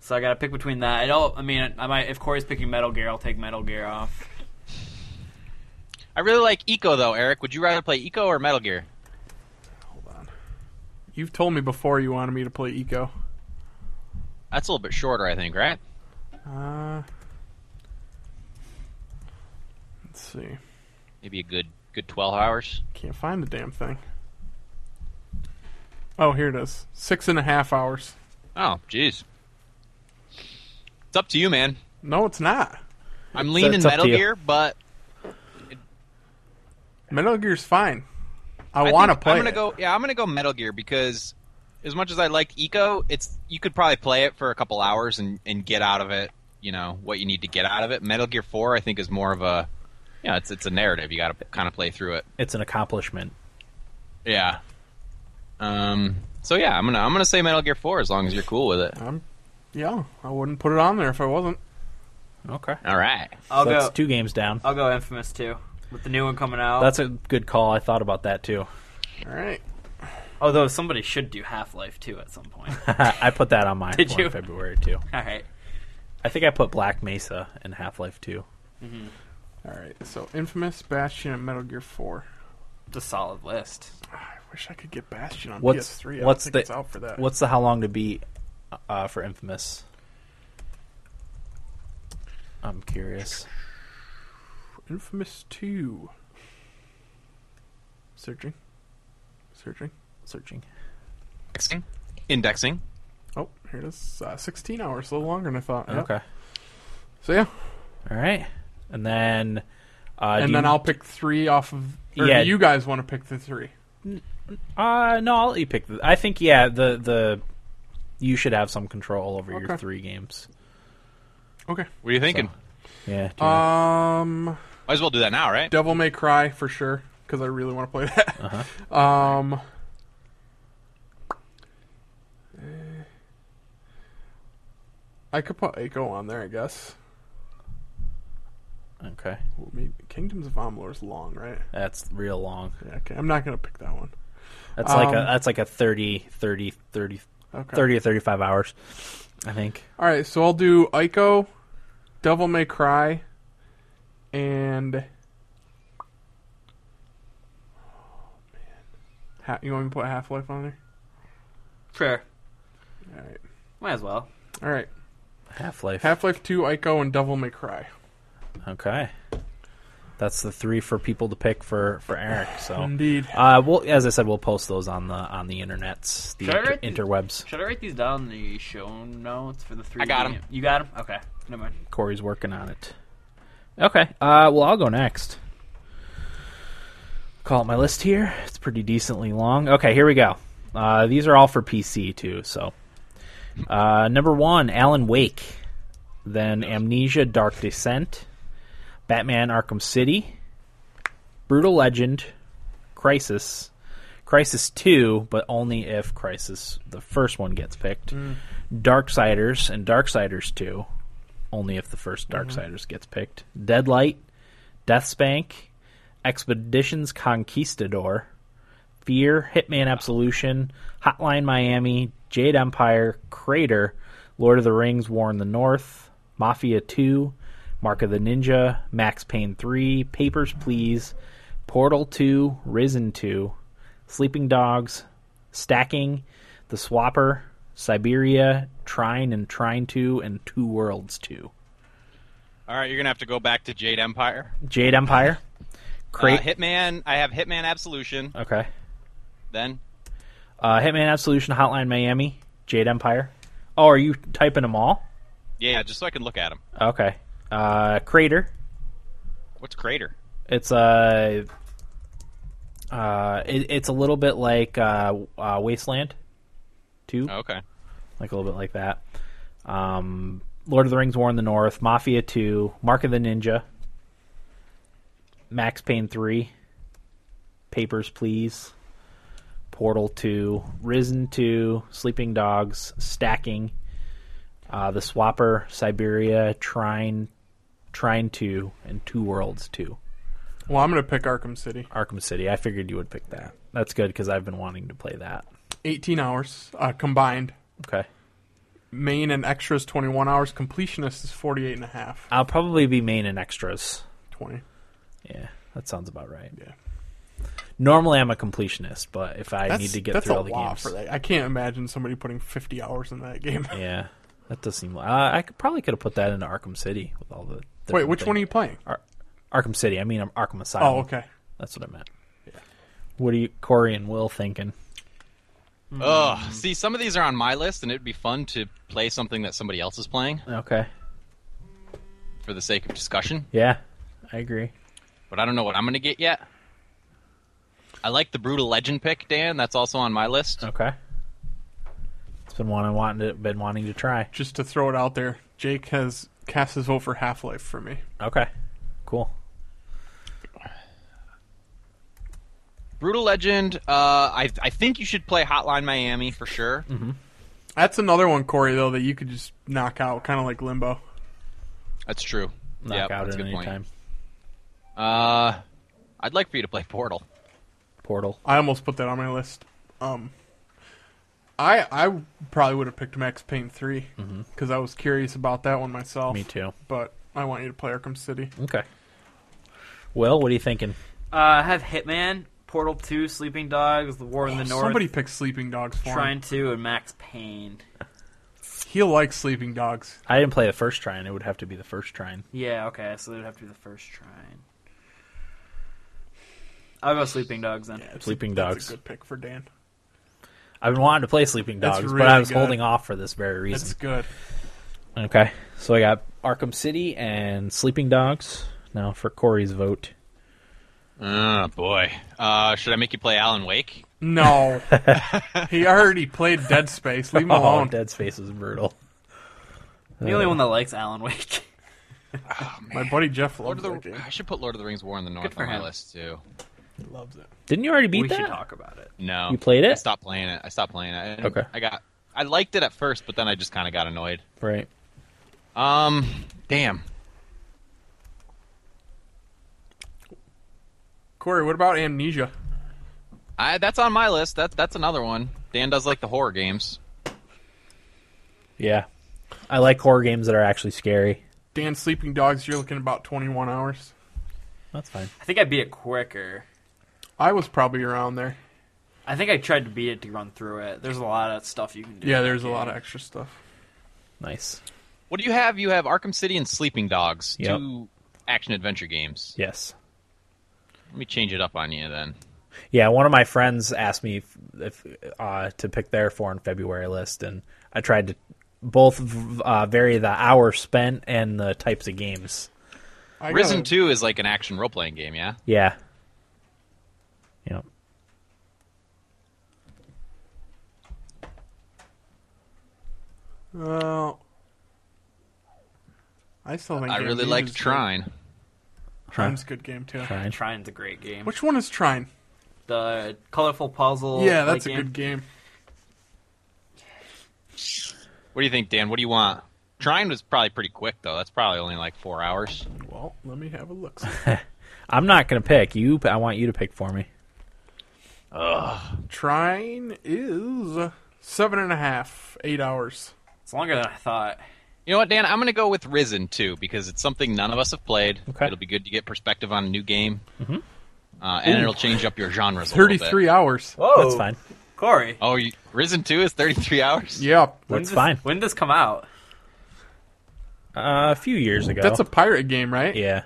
So I gotta pick between that. I don't. I mean, I might. If Corey's picking Metal Gear, I'll take Metal Gear off. I really like Eco though, Eric. Would you rather play Eco or Metal Gear? Hold on. You've told me before you wanted me to play Eco. That's a little bit shorter, I think, right? Uh, let's see. Maybe a good good twelve hours. Can't find the damn thing. Oh, here it is. Six and a half hours. Oh, jeez. It's up to you, man. No, it's not. I'm leaning it's up Metal to you. Gear, but Metal Gear's fine. I, I want to think play. I'm gonna it. go. Yeah, I'm gonna go Metal Gear because as much as I liked Eco, it's you could probably play it for a couple hours and and get out of it. You know what you need to get out of it. Metal Gear Four, I think, is more of a yeah, it's it's a narrative. You got to kind of play through it. It's an accomplishment. Yeah. Um. So yeah, I'm gonna I'm gonna say Metal Gear Four as long as you're cool with it. I'm, yeah, I wouldn't put it on there if I wasn't. Okay. All right. I'll so that's go. two games down. I'll go Infamous 2 with the new one coming out. That's a good call. I thought about that too. All right. Although somebody should do Half Life 2 at some point. [LAUGHS] I put that on my Did for you? February too. All right. I think I put Black Mesa and Half Life Two. All right, so Infamous, Bastion, and Metal Gear Four. It's a solid list. I wish I could get Bastion on What's- PS3. I don't what's think the- it's out for that. What's the how long to beat uh, for Infamous? I'm curious. Infamous Two? Searching, searching. Searching. Indexing. Indexing. Oh, here it is. Uh, 16 hours, a little longer than I thought. Yep. Okay. So yeah, All right. And then. Uh, do and then you- I'll pick three off of. Or Yeah. do you guys want to pick the three? Uh, no, I'll let you pick. The, I think yeah, the the you should have some control over your Okay. Uh, three games. Okay. What are you thinking? Yeah. do that. Um, Might as well do that now, right? Devil May Cry for sure because I really want to play [LAUGHS] that. Uh-huh. Um. eh, I could put Echo on there, I guess. okay. Well, maybe Kingdoms of Amalur is long, right? That's real long. Yeah, okay. I'm not gonna pick that one. That's like a Um, that's like a 30, 30, 30, Okay. 30 or thirty five hours. I think. All right, so I'll do Ico, Devil May Cry, and oh man, ha- you want me to put Half Life on there? Sure. All right, Might as well. all right. Half Life. Half Life Two, Ico, and Devil May Cry. Okay. That's the three for people to pick for for Eric. So. Indeed. Uh, we'll, as I said, we'll post those on the on the internets, the Should I write inter- interwebs. Should I write these down in the show notes for the three? I got 'em. game- You got them? Okay. Never mind. Corey's working on it. Okay. Uh, well, I'll go next. Call it my list here. It's pretty decently long. Okay, here we go. Uh, these are all for PC too. So, uh, number one, Alan Wake, then Amnesia: Dark Descent, Batman: Arkham City, Brutal Legend, Crisis, Crisis Two, but only if Crisis the first one gets picked. Darksiders and Darksiders Two, only if the first Darksiders gets picked. Deadlight, Deathspank, Expeditions Conquistador, Fear, Hitman Absolution, Hotline Miami, Jade Empire, Crater, Lord of the Rings, War in the North, Mafia 2, Mark of the Ninja, Max Payne 3, Papers, Please, Portal 2, Risen 2, Sleeping Dogs, Stacking, The Swapper, Siberia, Trine and Trine 2, and Two Worlds 2. All right, you're gonna have to go back to Jade Empire. Jade Empire. Crate. Uh, Hitman. I have Hitman Absolution. okay. Then Uh, Hitman Absolution, Hotline Miami, Jade Empire. Oh, are you typing them all? yeah, just so I can look at them. Okay. Uh, Crater. What's Crater? It's a. Uh, it, it's a little bit like uh, uh, Wasteland, too. Oh, okay. Like a little bit like that. Um, Lord of the Rings: War in the North, Mafia Two, Mark of the Ninja, Max Payne Three, Papers Please, Portal Two, Risen Two, Sleeping Dogs, Stacking, uh, The Swapper, Siberia, Trine, Trine Two, and Two Worlds Two. Well, I'm gonna pick Arkham City. Arkham City. I figured you would pick that. That's good because I've been wanting to play that. 18 hours uh, combined. Okay. Main and extras 21 hours. Completionist is 48 and a half. I'll probably be main and extras. 20. Yeah, that sounds about right. Yeah. Normally, I'm a completionist, but if I That's, need to get that's through a all the lot games, for that. I can't imagine somebody putting 50 hours in that [LAUGHS] game. yeah, that does seem. Uh, I could, probably could have put that into Arkham City with all the. Wait, different which one are things. you playing? Ar- Arkham City. I mean, I'm Arkham Asylum. Oh, okay. That's what I meant. What are you, Corey and Will, thinking? Ugh. See, some of these are on my list, and it'd be fun to play something that somebody else is playing Okay. for the sake of discussion. Yeah, I agree. But I don't know what I'm gonna get yet. I like the brutal legend pick, Dan. That's also on my list. Okay. It's been one I wanting to, been wanting to try. Just to throw it out there, Jake has cast his vote for Half Life for me. Okay. Cool. Brutal Legend. Uh, I I think you should play Hotline Miami for sure. Mm-hmm. That's another one, Corey, though, that you could just knock out, kind of like Limbo. That's true. Knock Yep, out that's at a any good point. time. Uh, I'd like for you to play Portal. Portal. I almost put that on my list. Um, I I probably would have picked Max Payne three because I was curious about that one Mm-hmm. myself. Me too. But I want you to play Arkham City. Okay. Well, what are you thinking? Uh, I have Hitman, Portal 2, Sleeping Dogs, The War in the North, Oh, Somebody picked Sleeping Dogs for him. Trine 2, and Max Payne. He likes Sleeping Dogs. I didn't play the first try, and it would have to be the first try. Yeah, okay, so it'd have to be the first Trine. I'll go Sleeping Dogs then. Yeah, it's a- Sleeping that's Dogs. a good pick for Dan. I've been wanting to play Sleeping That's Dogs, but really I was good. holding off for this very It's reason. good. Okay, so I got Arkham City and Sleeping Dogs. Now for Corey's vote. Oh boy. Uh, should I make you play Alan Wake? [LAUGHS] No, he already played Dead Space. Leave [LAUGHS] him Oh, alone. Dead Space is brutal. The only one that likes Alan Wake. [LAUGHS] My buddy Jeff Lord loves of the that game. I should put Lord of the Rings War in the North for on my him. list too. He loves it. Didn't you already beat we that? should talk about it. No. You played it? I stopped playing it. I stopped playing it. I didn't- Okay. I got I liked it at first, but then I just kinda got annoyed. Right. Um damn. Corey, what about Amnesia? I that's on my list. That that's another one. Dan does like the horror games. Yeah. I like horror games that are actually scary. Dan Sleeping Dogs. You're looking about 21 hours. That's fine. I think I beat it quicker. I was probably around there. I think I tried to beat it to run through it. There's a lot of stuff you can do. Yeah, in that there's a lot game. of extra stuff. Nice. What do you have? You have Arkham City and Sleeping Dogs, Yep. two action adventure games. Yes. Let me change it up on you then. Yeah, one of my friends asked me if, if uh, to pick their four in February list, and I tried to both v- uh, vary the hour spent and the types of games. I Risen gotta- 2 is like an action role playing game, yeah? Yeah. Yeah. Uh, I still think I really Amnesia's liked good. Trine. Trine's a good game too. Trying. Trine's a great game. Which one is Trine? the colorful puzzle. yeah, like, that's a game. good game. What do you think, Dan? What do you want? Trine was probably pretty quick though. That's probably only like four hours. Well, let me have a look. [LAUGHS] I'm not gonna pick you. I want you to pick for me. Trine is seven and a half, eight hours. It's longer than I thought. You know what, Dan? I'm going to go with Risen too because it's something none of us have played. Okay. It'll be good to get perspective on a new game, mm-hmm. uh, and Ooh. it'll change up your genres. a little bit. Thirty-three hours. Whoa, That's fine. Corey. Oh, you, Risen Two is 33 hours. Yeah, when That's does- fine. When did this come out? Uh, a few years ago. that's a pirate game, right? yeah.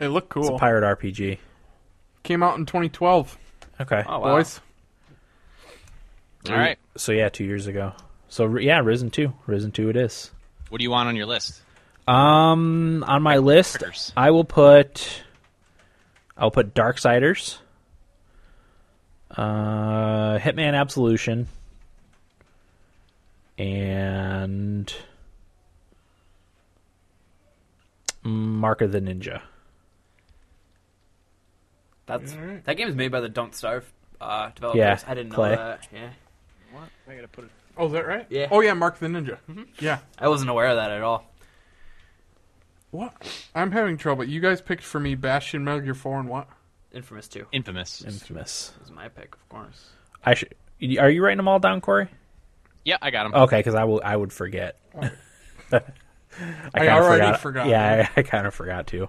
It looked It's cool. a pirate RPG. Came out in 2012. Okay. Oh wow. Boys, All right. So yeah, two years ago. So r- yeah, Risen two. Risen two. It is. What do you want on your list? Um, on my list, Darksiders. I will put. I'll put Darksiders. Uh, Hitman Absolution. And. Mark of the Ninja. That's Alright. that game is made by the Don't Starve uh, developers. Yeah, I didn't know Clay. that. Yeah, I gotta put it. Oh, is that right? Yeah. Mm-hmm. Oh, yeah, Mark the Ninja. Yeah. I wasn't aware of that at all. What? I'm having trouble. You guys picked for me Bastion, Metal Gear 4, and what? Infamous Two Infamous. Infamous. was my pick, of course. I should. Are you writing them all down, Corey? yeah, I got him. Okay, because I will. I would forget. [LAUGHS] kinda already forgot. Yeah, I, I kind of forgot to.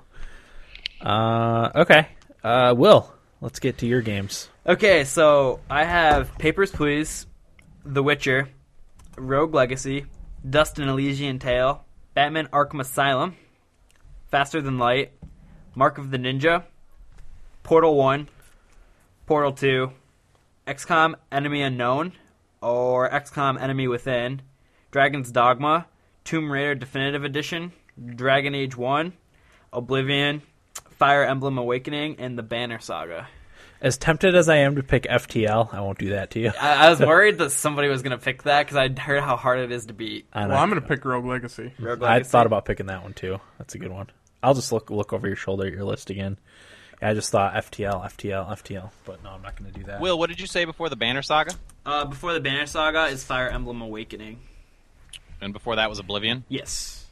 Uh, okay. Uh, Will, let's get to your games. Okay, so I have Papers, Please, The Witcher, Rogue Legacy, Dust and Elysian Tale, Batman Arkham Asylum, Faster Than Light, Mark of the Ninja, Portal 1, Portal 2, XCOM Enemy Unknown, or XCOM Enemy Within, Dragon's Dogma, Tomb Raider Definitive Edition, Dragon Age 1, Oblivion, Fire Emblem Awakening, and The Banner Saga. As tempted as I am to pick FTL, I won't do that to you. I, I was worried that somebody was going to pick that because I'd heard how hard it is to beat. And Well, I, I'm going to pick Rogue Legacy. Rogue I Legacy. thought about picking that one too. That's a good one. I'll just look look over your shoulder at your list again. Yeah, I just thought FTL, FTL, FTL, but no, I'm not going to do that. Will, what did you say before the Banner Saga? Uh, before the Banner Saga is Fire Emblem Awakening. And before that was Oblivion, Yes.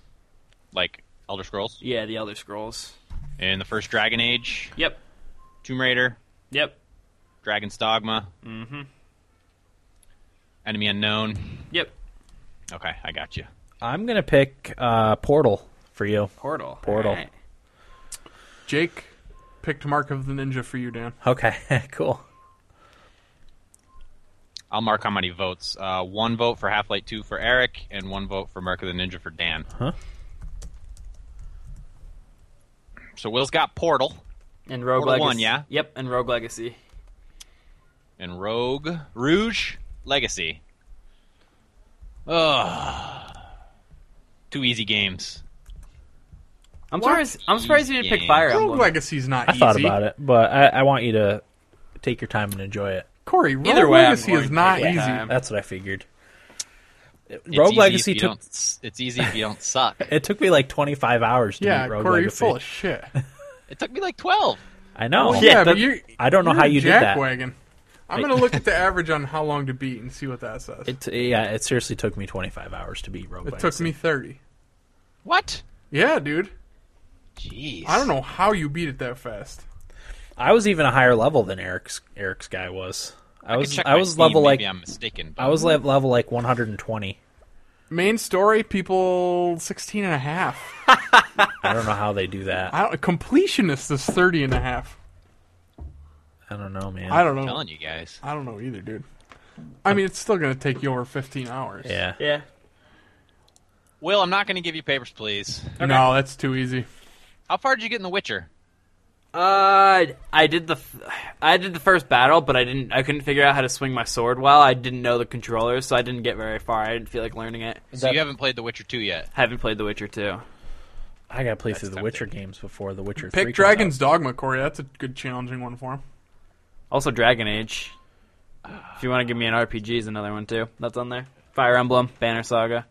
like Elder Scrolls, Yeah, the Elder Scrolls. and the first Dragon Age, Yep. Tomb Raider, Yep. Dragon's Dogma, mm-hmm. Enemy Unknown. Yep. Okay, I got you. I'm gonna pick uh, Portal for you. Portal. Portal. All right. Jake picked Mark of the Ninja for you, Dan. Okay, [LAUGHS] cool. I'll mark how many votes. Uh, one vote for Half Life 2 for Eric, and one vote for Mark of the Ninja for Dan. Huh. So Will's got Portal And Rogue Portal Legacy. one, yeah? Yep. And Rogue Legacy. and Rogue Rouge Legacy. Ugh. Two easy games. I'm What? surprised. I'm surprised you didn't pick Games. Fire Rogue Emblem. Legacy's not I easy. thought about it, but I, I want you to take your time and enjoy it. Corey, Rogue Either way, I'm Legacy going is to not take easy. my time. That's what I figured. It's Rogue easy if Legacy you took don't s- It's easy if you don't suck. it took me like 25 hours to Yeah, beat Rogue Corey, you're Legacy. full [LAUGHS] of shit. It took me like 12. I know. Well, yeah, but That- you I don't know you're how a you did that. jackwagon. I'm gonna look at the average on how long to beat and see what that says. It, It, yeah, it seriously took me 25 hours to beat Rogue Legacy. took me 30. What? Yeah, dude. Jeez. I don't know how you beat it that fast. I was even a higher level than Eric's Eric's guy was. I I, was check I, my was Steam, level like Maybe I'm mistaken. But I was like level like 120. Main story, people 16 and a half. I don't know how they do that. I don't, completionist is 30 and a half. I don't know, man. I don't I'm know. telling you guys. I don't know either, dude. I mean, it's still gonna take you over 15 hours. yeah. Yeah. Will, I'm not going to give you papers, please. No, that's too easy. How far did you get in The Witcher? Uh, I did the, f- I did the first battle, but I didn't. I couldn't figure out how to swing my sword well. I didn't know the controllers, so I didn't get very far. I didn't feel like learning it. So you haven't played The Witcher 2 yet. Haven't played The Witcher 2. I got to play through the tempting. Witcher games before the Witcher 3. Pick comes Dragon's Dogma, Corey. That's a good challenging one for him. Also, Dragon Age. If you want to give me an RPG, is another one too. That's on there. Fire Emblem, Banner Saga,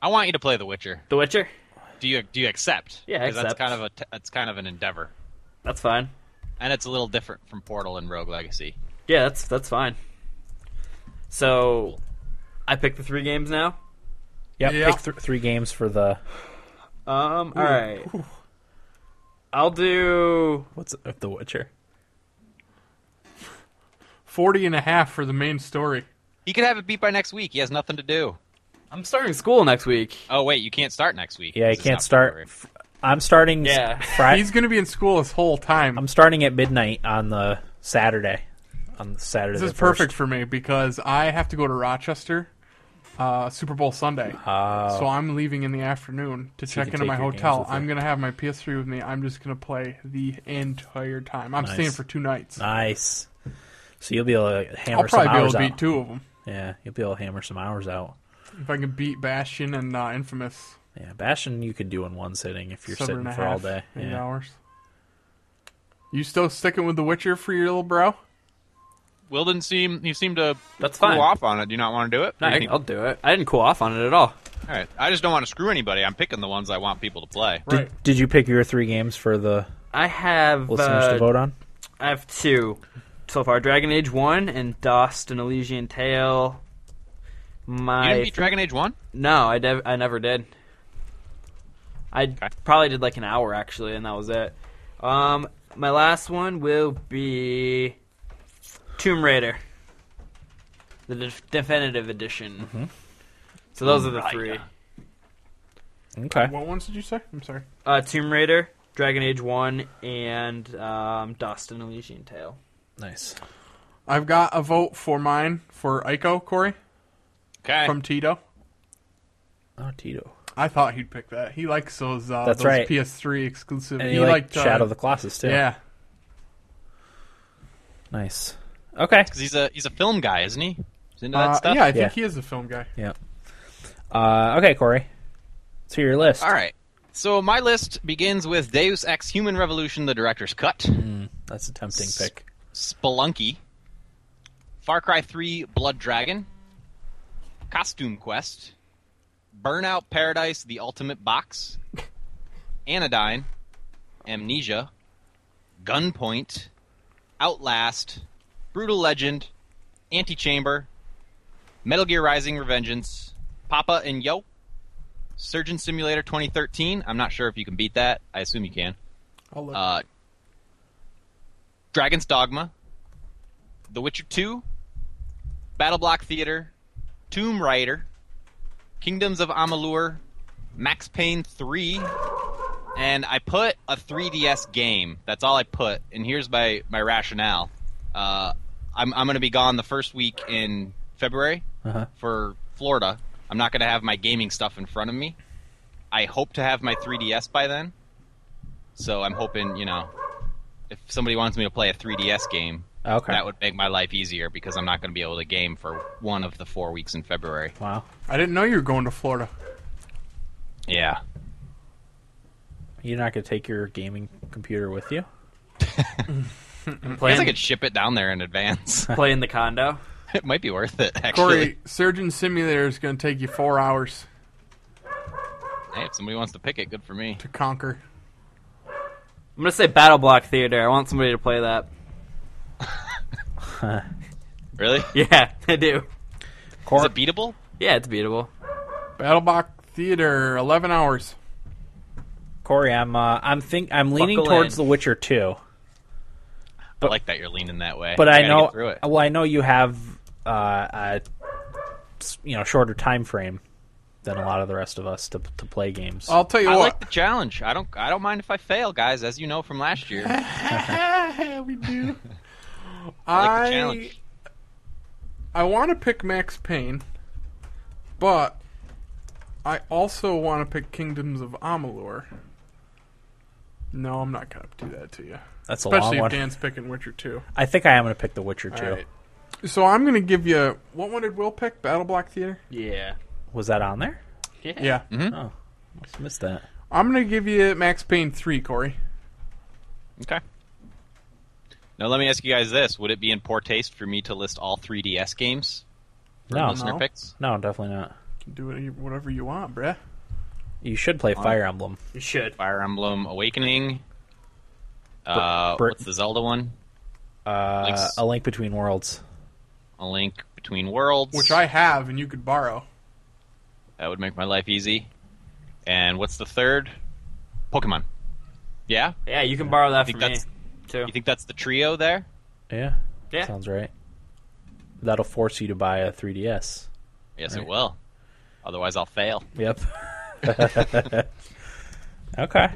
I want you to play The Witcher. The Witcher. Do you do you accept? Yeah, I 'Cause That's accept. kind of a t- that's kind of an endeavor, That's fine. and it's a little different from Portal and Rogue Legacy. Yeah, that's that's fine. So, I picked the three games now. Yep, Yeah. pick th- 3 games for the Um, all right. I'll do. what's uh, the Witcher. 40 and a half for the main story. He could have it beat by next week. He has nothing to do. I'm starting school next week. Oh wait, you can't start next week. Yeah, you because it's can't not start. February. f- I'm starting Yeah. Friday. He's gonna be in school this whole time. I'm starting at midnight on the Saturday. On the Saturday. This is the first. perfect for me because I have to go to Rochester uh, Super Bowl Sunday. so I'm leaving in the afternoon to check Oh. can into take my your games hotel. with you. I'm going to have my PS3 with me. I'm just going to play the entire time. I'm Nice. staying for two nights. Nice. So you'll be able to I'll hammer some probably be able hours to beat out. two of them Yeah, you'll be able to hammer some hours out. if I can beat Bastion and uh, Infamous. Yeah, Bastion you could do in one sitting if you're seven sitting and a for all half, day. eight Yeah. hours. You still sticking with The Witcher for your little bro? Will didn't seem you seemed to That's cool fine. off on it. Do you not want to do it? No, Or you I, think- will do it. I didn't cool off on it at all. all right. I just don't want to screw anybody. I'm picking the ones I want people to play. Did, Right. did you pick your three games for the I have listeners uh, to vote on? I have two so far: Dragon Age One and Dust and Elysian Tale. You My didn't beat Dragon Age One. no, I dev- I never did. I probably did like an hour actually, and that was it. Um, my last one will be Tomb Raider, the def- definitive edition. So those are the three: Okay. What ones did you say? I'm sorry. uh, Tomb Raider, Dragon Age One, and um, Dust and Elysian Tale. Nice. I've got a vote for mine for Ico, Corey, Okay. from Tito. Oh, Tito. I thought he'd pick that. He likes those. Uh, That's those right. PS3 exclusive. And you like uh, Shadow of the Colossus too. Yeah. Nice. Okay. Because he's a he's a film guy, isn't he? He's into that Uh, stuff. yeah, I think Yeah. he is a film guy. Yeah. Uh, okay, Corey. To your list. All right. So my list begins with Deus Ex: Human Revolution, the director's cut. That's a tempting S- pick. Spelunky, Far Cry 3 Blood Dragon, Costume Quest, Burnout Paradise The Ultimate Box, Anodyne, Amnesia, Gunpoint, Outlast, Brutal Legend, Antichamber, Metal Gear Rising Revengeance, Papa and Yo, Surgeon Simulator 2013. I'm not sure if you can beat that. I assume you can I'll look. uh, Dragon's Dogma, The Witcher 2, Battle Block Theater, Tomb Raider, Kingdoms of Amalur, Max Payne 3, and I put a 3DS game. That's all I put. And here's my, my rationale. Uh, I'm, I'm going to be gone the first week in February Uh-huh. for Florida. I'm not going to have my gaming stuff in front of me. I hope to have my 3DS by then. So I'm hoping, you know, if somebody wants me to play a 3DS game, Okay. that would make my life easier because I'm not going to be able to game for one of the four weeks in February. wow. I didn't know you were going to Florida. Yeah. You're not going to take your gaming computer with you? I Play guess I in, could ship it down there in advance. play in the condo. it might be worth it, actually. Corey, Surgeon Simulator is going to take you four hours Hey, if somebody wants to pick it, good for me. to conquer. I'm gonna say Battle Block Theater. I want somebody to play that. Really? Yeah, [LAUGHS] I do. Is Cor- it beatable? Yeah, it's beatable. Battlebach Theater, 11 hours. Corey, I'm uh, I'm think I'm leaning Buckle towards in. The Witcher 2. I like that you're leaning that way. But You I gotta know get through it. well I know you have uh, a s- you know shorter time frame than a lot of the rest of us to to play games. I'll tell you I what. like the challenge. I don't. I don't mind if I fail, guys. As you know from last year, I we do. like the I challenge. I want to pick Max Payne, but I also want to pick Kingdoms of Amalur. No, I'm not gonna do that to you, That's a long especially if one. Dan's picking Witcher Two. I think I am going to pick The Witcher 2. Alright. So I'm gonna give you what one did Will pick? Battle Block Theater. Yeah. Was that on there? Yeah, Hmm? Oh, I missed that. I'm gonna give you Max Payne Three, Corey. Okay. Now let me ask you guys this: Would it be in poor taste for me to list all 3DS games for Oh, No. listener No. picks? No, definitely not. Do what you- whatever you want, bruh. You should play Fire Emblem. You should. Fire Emblem Awakening. Uh, Bert- what's the Zelda one? Uh, Link's- a Link Between Worlds. A Link Between Worlds. Which I have, and you could borrow. that would make my life easy. And what's the third? Pokemon. Yeah, Yeah, you can borrow that think from me that's- too. you think that's the trio there? Yeah, Yeah. sounds right. That'll force you to buy a 3DS. Yes, Right. it will. Otherwise, I'll fail. Yep. [LAUGHS] okay.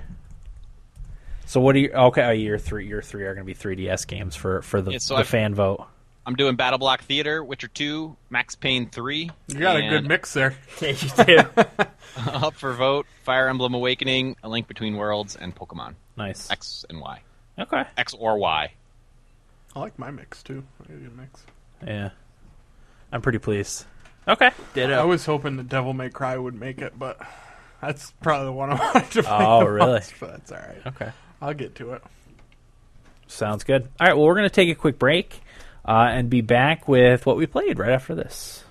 So what do you? Okay, oh, your three, your three are going to be 3DS games for for the, Yeah, so the I've- fan vote. I'm doing Battle Block Theater, Witcher 2, Max Payne 3. You got a and good mix there. [LAUGHS] yeah, you do. [LAUGHS] Up for vote, Fire Emblem Awakening, A Link Between Worlds, and Pokemon. Nice. X and Y. Okay. X or Y. I like my mix too. I got a good mix. Yeah, I'm pretty pleased. Okay. I Ditto. was hoping the Devil May Cry would make it, but that's probably the one I wanted to play. [LAUGHS] Oh, the really? most, but that's all right. Okay. I'll get to it. Sounds good. All right. Well, we're going to take a quick break uh, and be back with what we played right after this.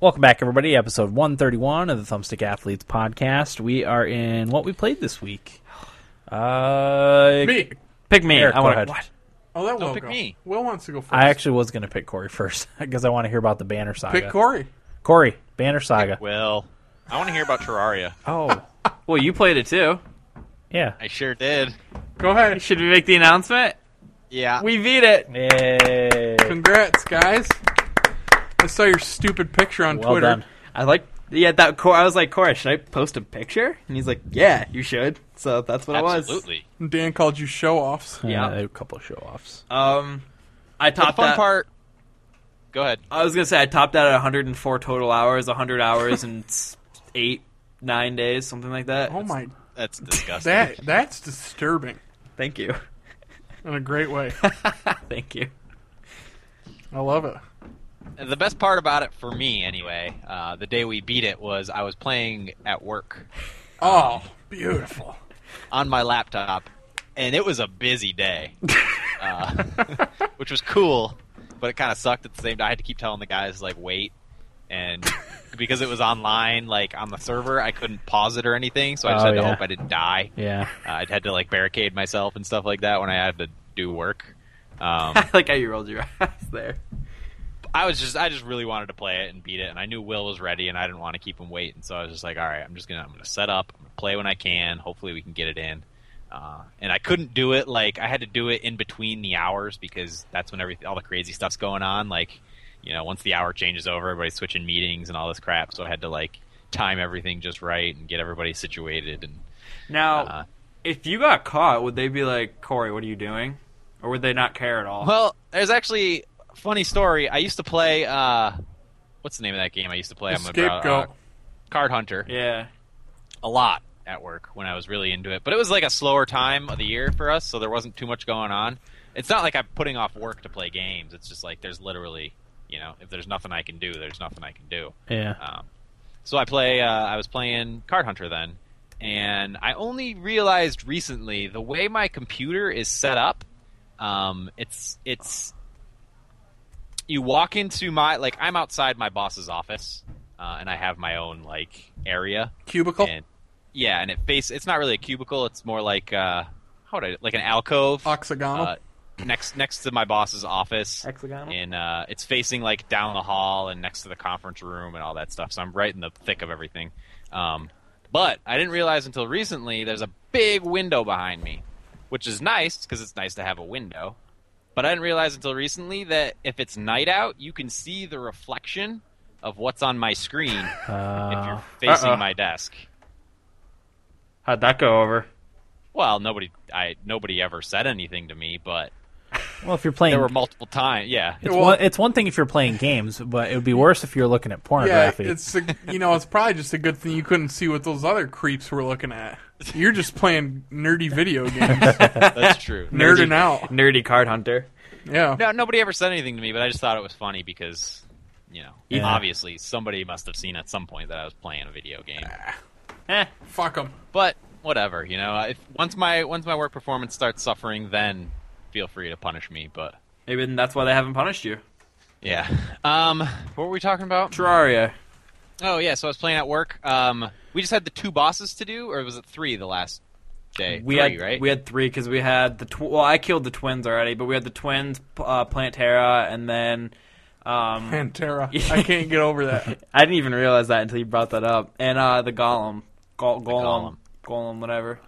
Welcome back, everybody. Episode 131 of the Thumbstick Athletes podcast. We are in what we played this week. Uh, Me. Pick me. Eric, I go want ahead. to. Oh, that Don't will pick go. me. Will wants to go first. I actually was going to pick Corey [LAUGHS] first because I want to hear about the Banner Saga. pick Corey. Corey, Banner Saga. Well, I want to hear about Terraria. Oh, Well, you played it too. yeah. I sure did. Go ahead. Should we make the announcement? Yeah. We beat it. Yay. Congrats, guys. I saw your stupid picture on Well Twitter. done. I like. Yeah, that. Cor- I was like, Cora, should I post a picture? And he's like, Yeah, you should. So that's what it was. Absolutely. And Dan called you show offs. Yeah. Uh, a couple of show offs. Um, I The topped fun that. part. Go ahead. I was gonna say I topped out at 104 total hours, 100 hours and eight, nine days, something like that. Oh my, That's disgusting. that that's disturbing Thank you, [LAUGHS] in a great way. thank you. [LAUGHS] I love [LAUGHS] it. The best part about it, for me anyway, uh, the day we beat it was I was playing at work Oh, beautiful. on my laptop, and it was a [LAUGHS] busy day, uh, [LAUGHS] which was cool, but it kind of sucked at the same time. I had to keep telling the guys like wait, [LAUGHS] and because it was online, like on the server, I couldn't pause it or anything, so I just Oh, had to yeah. hope I didn't die. [LAUGHS] Yeah. Uh, I'd had to like barricade myself and stuff like that when I had to do work. Um, [LAUGHS] I like how you rolled your eyes there. I was just I just really wanted to play it and beat it, and I knew Will was ready, and I didn't want to keep him waiting, so I was just like, all right, I'm just gonna I'm gonna set up, I'm gonna play when I can. Hopefully, we can get it in. Uh, and I couldn't do it like I had to do it in between the hours because that's when everything all the crazy stuff's going on. Like, you know, once the hour changes over, everybody's switching meetings and all this crap. So I had to like time everything just right and get everybody situated. And Now, Uh. if you got caught, would they be like, Corey, what are you doing? Or would they not care at all? well, there's actually a funny story. I used to play. Uh, what's the name of that game I used to play? The on my brow- scapegoat. uh, Card Hunter. yeah. a lot at work when I was really into it. But it was like a slower time of the year for us, so there wasn't too much going on. It's not like I'm putting off work to play games. It's just like there's literally, you know, if there's nothing I can do, there's nothing I can do. Yeah. Um, so I play. Uh, I was playing Card Hunter then, and I only realized recently the way my computer is set up. Um, it's it's you walk into my like I'm outside my boss's office, uh, and I have my own like area Cubicle. and yeah, and it face it's not really a cubicle, it's more like uh how would I like an alcove Oxagonal. uh, next next to my boss's office. Hexagonal? And uh it's facing like down the hall and next to the conference room and all that stuff. So I'm right in the thick of everything. Um but I didn't realize until recently there's a big window behind me, which is nice because it's nice to have a window. But I didn't realize until recently that if it's night out, you can see the reflection of what's on my [LAUGHS] screen if Uh, you're facing Uh-uh. my desk. How'd that go over? Well, nobody, I nobody ever said anything to me, but well, if you're playing, there were multiple times. Yeah, it's, Well- one, it's one thing if you're playing games, but it would be worse if you're looking at yeah, pornography. it's a, you know it's probably just a good thing you couldn't see what those other creeps were looking at. You're just playing nerdy video games, that's true. nerding out. Nerdy card hunter. Yeah, [LAUGHS] No, nobody ever said anything to me, but I just thought it was funny because, you know, Yeah. obviously somebody must have seen at some point that I was playing a video game. Eh. fuck them. But whatever, you know, if once my once my work performance starts suffering, then feel free to punish me. But Maybe then that's why they haven't punished you. yeah, um, what were we talking about? Terraria. Oh yeah, so I was playing at work. Um, we just had the two bosses to do, or was it three the last day? We three, had right. we had three because we had the tw- well I killed the twins already, but we had the twins, p- uh, Plantera, and then um, Pantera. I can't get over that. I didn't even realize that until you brought that up, and uh, the golem, Gol- golem, golem. golem, whatever.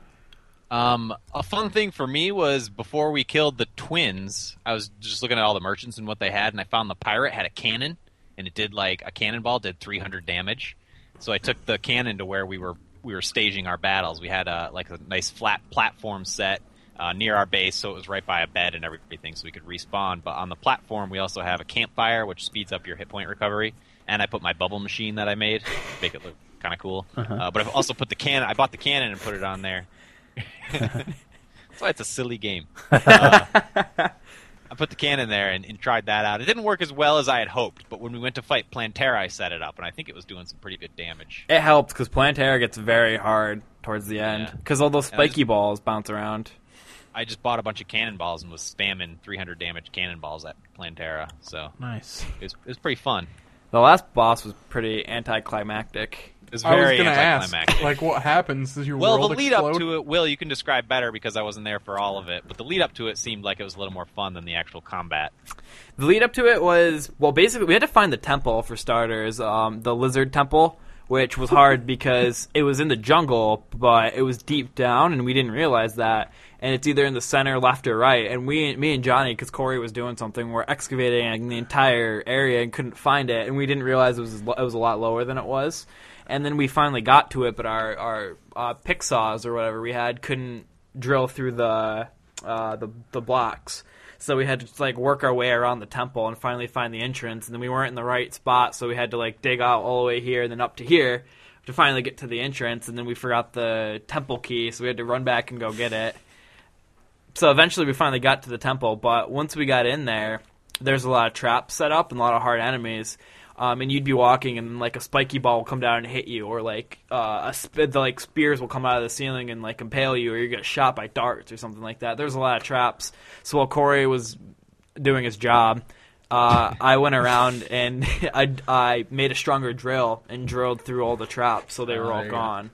Um, a fun thing for me was before we killed the twins, I was just looking at all the merchants and what they had, and I found the pirate had a cannon, and it did like a cannonball did 300 damage. So I took the cannon to where we were we were staging our battles. We had a like a nice flat platform set uh, near our base, so it was right by a bed and everything, so we could respawn. But on the platform, we also have a campfire, which speeds up your hit point recovery. And I put my bubble machine that I made, make it look kind of cool. Uh, but I also put the cannon. I bought the cannon and put it on there. That's why it's a silly game. Uh, I put the cannon there and, and tried that out. It didn't work as well as I had hoped, but when we went to fight Plantera, I set it up, and I think it was doing some pretty good damage. It helped because Plantera gets very hard towards the end Yeah. because all those And I spiky balls bounce around. I just bought a bunch of cannonballs and was spamming 300 damage cannonballs at Plantera, so nice. it was, it was pretty fun. The last boss was pretty anticlimactic. It was I was very gonna ask, anticlimactic. like, what happens? Does your well, the world lead explode? up to it, Will, you can describe better because I wasn't there for all of it, but the lead up to it seemed like it was a little more fun than the actual combat. The lead up to it was well, basically we had to find the temple for starters, um, the lizard temple, which was hard because it was in the jungle, but it was deep down, and we didn't realize that. And it's either in the center, left, or right. And we, me and Johnny, because Corey was doing something, were excavating the entire area and couldn't find it, and we didn't realize it was it was a lot lower than it was. And then we finally got to it, but our our uh, pick saws or whatever we had couldn't drill through the uh, the the blocks. So we had to like work our way around the temple and finally find the entrance. And then we weren't in the right spot, so we had to like dig out all the way here and then up to here to finally get to the entrance. And then we forgot the temple key, so we had to run back and go get it. So eventually we finally got to the temple, but once we got in there, there's a lot of traps set up and a lot of hard enemies. Um, and you'd be walking, and like a spiky ball will come down and hit you, or like uh, a sp- the, like spears will come out of the ceiling and like impale you, or you get shot by darts or something like that. There's a lot of traps. So while Corey was doing his job, uh, I went around and [LAUGHS] I, I made a stronger drill and drilled through all the traps, so they Oh, were there all you go. gone.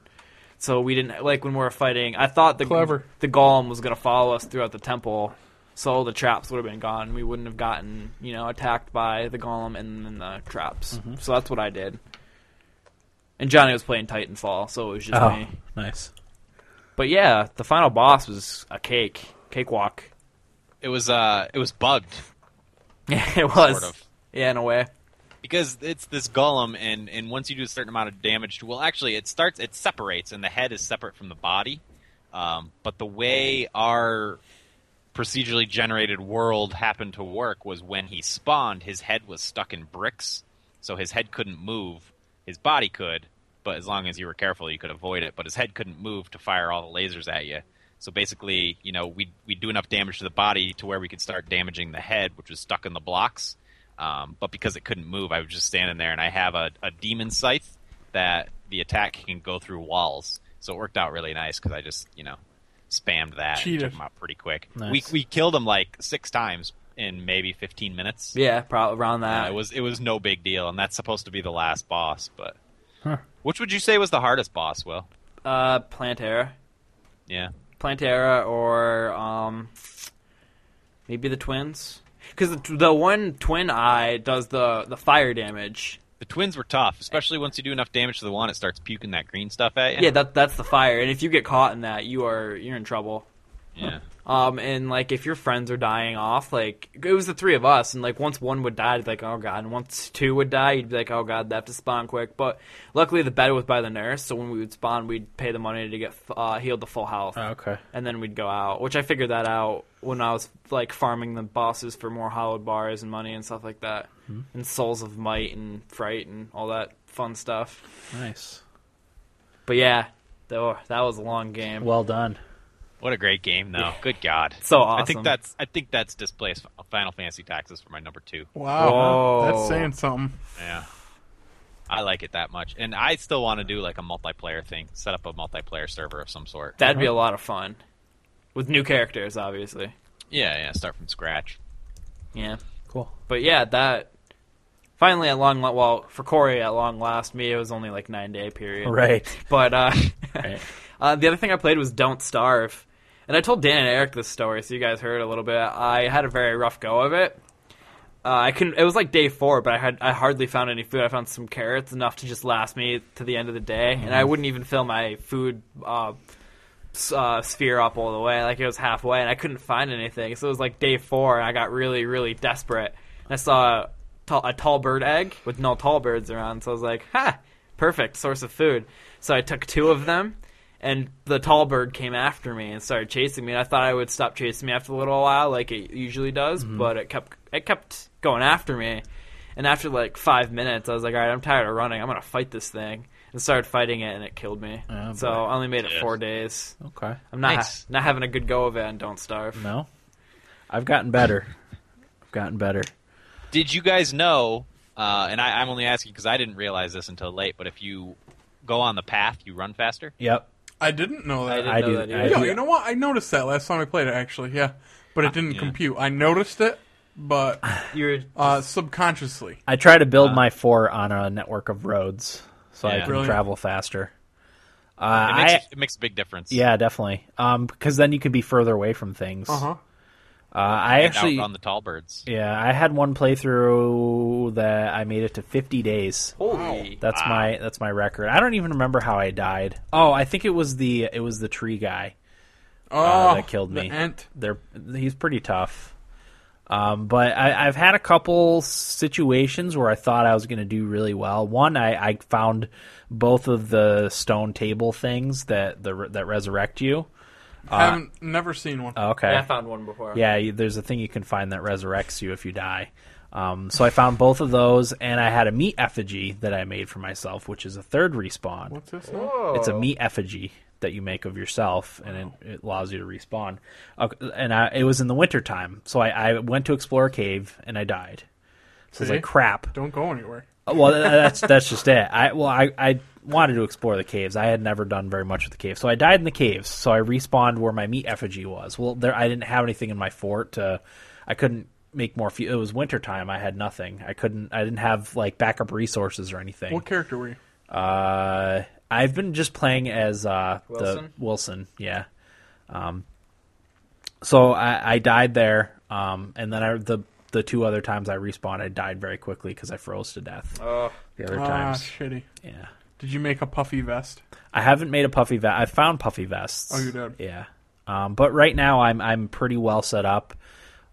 So we didn't like when we were fighting. I thought the Clever. the golem was gonna follow us throughout the temple, so the traps would have been gone. We wouldn't have gotten you know attacked by the golem and then the traps. Mm-hmm. So that's what I did. And Johnny was playing Titanfall, so it was just Oh, me. nice. But yeah, the final boss was a cake, cakewalk. [LAUGHS] It was uh, it was bugged Yeah, it was. Sort of. Yeah, in a way. because it's this golem, and and once you do a certain amount of damage, to, well, actually, it starts it separates, and the head is separate from the body. Um, but the way our procedurally generated world happened to work was when he spawned, his head was stuck in bricks, so his head couldn't move. His body could, but as long as you were careful, you could avoid it. But his head couldn't move to fire all the lasers at you. So basically, you know, we we do enough damage to the body to where we could start damaging the head, which was stuck in the blocks. Um, but because it couldn't move, I was just standing there, and I have a, a demon scythe that the attack can go through walls. So it worked out really nice because I just, you know, spammed that and Cheated. took him out pretty quick. We Nice. we killed him like six times in maybe 15 minutes. Yeah, probably around Uh, that. it was it was no big deal, and that's supposed to be the last boss. But Huh. which would you say was the hardest boss? Will uh, Plantera, yeah, Plantera, or um, maybe the twins. Because the, the one twin eye does the the fire damage. the twins were tough, especially once you do enough damage to the one, it starts puking that green stuff at you. Yeah, that that's the fire, and if you get caught in that, you are you're in trouble. yeah. Um, and like if your friends are dying off, like it was the three of us, and like once one would die, it's like oh god, and once two would die, you'd be like oh god, they have to spawn quick. But luckily, the bed was by the nurse, so when we would spawn, we'd pay the money to get uh, healed to full health, Oh, okay. and then we'd go out. Which I figured that out when I was like farming the bosses for more hollowed bars and money and stuff like that, and souls of might and fright and all that fun stuff. Nice. But yeah, that wa- that was a long game. Well done. What a great game, though. Good God, so awesome. I think that's I think that's displaced Final Fantasy Tactics for my number two. Wow, Whoa. that's saying something. Yeah. I like it that much, and I still want to do like a multiplayer thing. Set up a multiplayer server of some sort. That'd be a lot of fun. With new characters, obviously. yeah, yeah. Start from scratch. Yeah. Cool. But yeah, that. Finally, at long la- well for Corey at long last, me it was only like nine day period. Right. But uh, Right. [LAUGHS] uh, the other thing I played was Don't Starve, and I told Dan and Eric this story, so you guys heard a little bit. I had a very rough go of it. Uh, I couldn't. It was like day four, but I had I hardly found any food. I found some carrots, enough to just last me to the end of the day, and I wouldn't even fill my food uh, s- uh, sphere up all the way. Like it was halfway, and I couldn't find anything. So it was like day four, and I got really, really desperate. And I saw a tall, a tall bird egg with no tall birds around, so I was like, "Ha, perfect source of food." So I took two of them, and the tall bird came after me and started chasing me. And I thought I would stop chasing me after a little while, like it usually does, Mm-hmm. but it kept it kept going after me. And after like five minutes, I was like, "All right, I'm tired of running. I'm gonna fight this thing." And started fighting it, and it killed me. Oh, so boy. I only made it Yes. four days. Okay. I'm not Nice. not having a good go of it and don't starve. No, I've gotten better. I've gotten better. Did you guys know? Uh, and I, I'm only asking because I didn't realize this until late. But if you go on the path, you run faster. Yep. I didn't know that. didn't I know do. that I either. Yo, do- you know what? I noticed that last time I played it, actually. Yeah, but it didn't yeah. compute. I noticed it, but You're uh, subconsciously. I try to build my four on a network of roads so I Yeah. can Brilliant. travel faster. Uh, It makes, I, it makes a big difference. yeah, definitely. Um, because then you could be further away from things. Uh huh. Uh, I And actually, out on the tall birds. yeah, I had one playthrough that I made it to 50 days. holy. That's Wow. my that's my record. I don't even remember how I died. Oh, I think it was the it was the tree guy. Oh, that killed me. The ant. they're he's pretty tough. Um, but I, I've had a couple situations where I thought I was going to do really well. One, I, I found both of the stone table things that the that resurrect you. I haven't never seen one. Okay, Yeah, I found one before. yeah, you- there's a thing you can find that resurrects you if you die. Um, so I found both of those, and I had a meat effigy that I made for myself, which is a third respawn. What's this now? It's a meat effigy that you make of yourself, and it, it allows you to respawn. Uh, and I, it was in the wintertime, so I, I went to explore a cave and I died. So it's See? like crap. Don't go anywhere. Uh, Well, th- that's that's just it. I well, I, I wanted to explore the caves. I had never done very much with the caves, so I died in the caves. So I respawned where my meat effigy was. Well, there I didn't have anything in my fort. To, I couldn't make more. Fu- it was wintertime. I had nothing. I couldn't. I didn't have like backup resources or anything. What character were you? Uh, I've been just playing as uh, Wilson? the Wilson. Yeah. Um, so I, I died there, um, and then I, the the two other times I respawned, I died very quickly because I froze to death. Oh, The other Ah, times, shitty. yeah. Did you make a puffy vest? I haven't made a puffy vest. I found puffy vests. Oh, you did? Yeah. Um, but right now I'm I'm pretty well set up.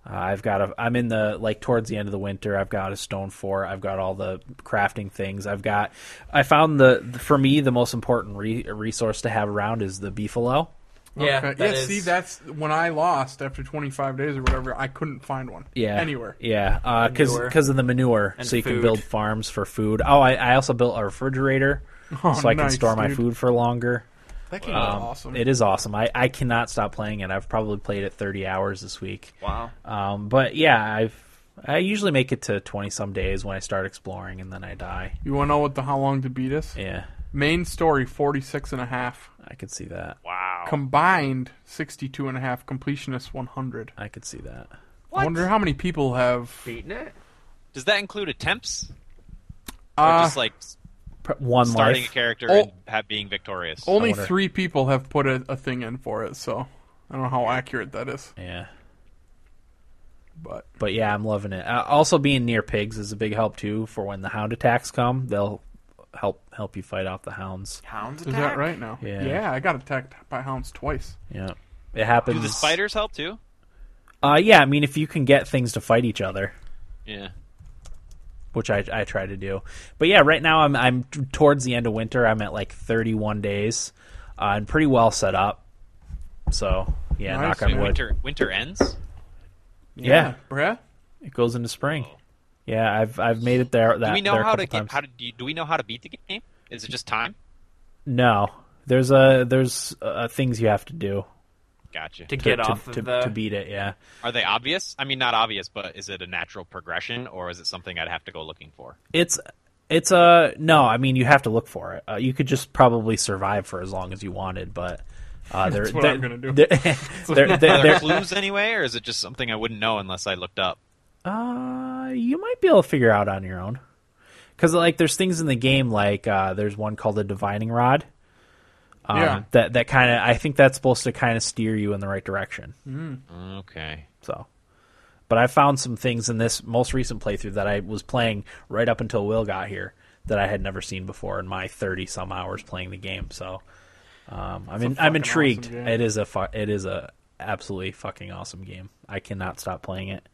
Uh, I've got a I'm in the like towards the end of the winter. I've got a stone fort. I've got all the crafting things. I've got I found the, the- for me the most important re- resource to have around is the beefalo. yeah. Okay. that yeah. is- See, that's when I lost after 25 days or whatever. I couldn't find one. Yeah. Anywhere. Yeah. Because Manure. of the manure, And so you can food. build farms for food. Oh, I, I also built a refrigerator. Oh, so I can nice, store my dude. food for longer. That game Um, is awesome. It is awesome. I, I cannot stop playing it. I've probably played it 30 hours this week. Wow. Um, but yeah, I've I usually make it to twenty some days when I start exploring, and then I die. You want to know what the how long to beat us? Yeah, Main story 46 and a half. I could see that. Wow. Combined 62 and a half. Completionist 100. I could see that. I wonder how many people have. Beating it? Does that include attempts? Or Uh, just like Pr- One starting life. Oh. a character Oh. and have, being victorious? only wonder- three people have put a, a thing in for it, so I don't know how accurate that is. Yeah, But but yeah, I'm loving it. Uh, also, being near pigs is a big help too. For when the hound attacks come, they'll help help you fight off the hounds. Hounds is that right now? Yeah. I got attacked by hounds twice. Yeah, it happens. Do the spiders help too? Uh, yeah, I mean, if you can get things to fight each other. Yeah. which I, I try to do. But yeah, right now I'm I'm t- towards the end of winter. I'm at like 31 days. Uh, I'm pretty well set up. So yeah, Nice, knock on man. wood. Winter winter ends. Yeah. Bruh? It goes into spring. Yeah, I've I've made it there. That do we know there a how to couple get, times. how to do, you- do we know how to beat the game? Is it just time? No, there's a there's uh, things you have to do Gotcha. To to, get to, off to, of the. to beat it. Yeah. Are they obvious? I mean, not obvious, but is it a natural progression, or is it something I'd have to go looking for? It's it's a no. I mean, you have to look for it. Uh, you could just probably survive for as long as you wanted, but uh, there, what there- I'm gonna do. There, [LAUGHS] there, Are there, there there- clues anyway, or is it just something I wouldn't know unless I looked up? uh, you might be able to figure out on your own. Because like, there's things in the game like uh, there's one called the divining rod. Um, Yeah. That that kind of I think that's supposed to kind of steer you in the right direction. Okay. So, but I found some things in this most recent playthrough that I was playing right up until Will got here that I had never seen before in my thirty some hours playing the game. So, um, I'm in, I'm fucking intrigued. awesome game. it is a fu- it is a absolutely fucking awesome game. I cannot stop playing it.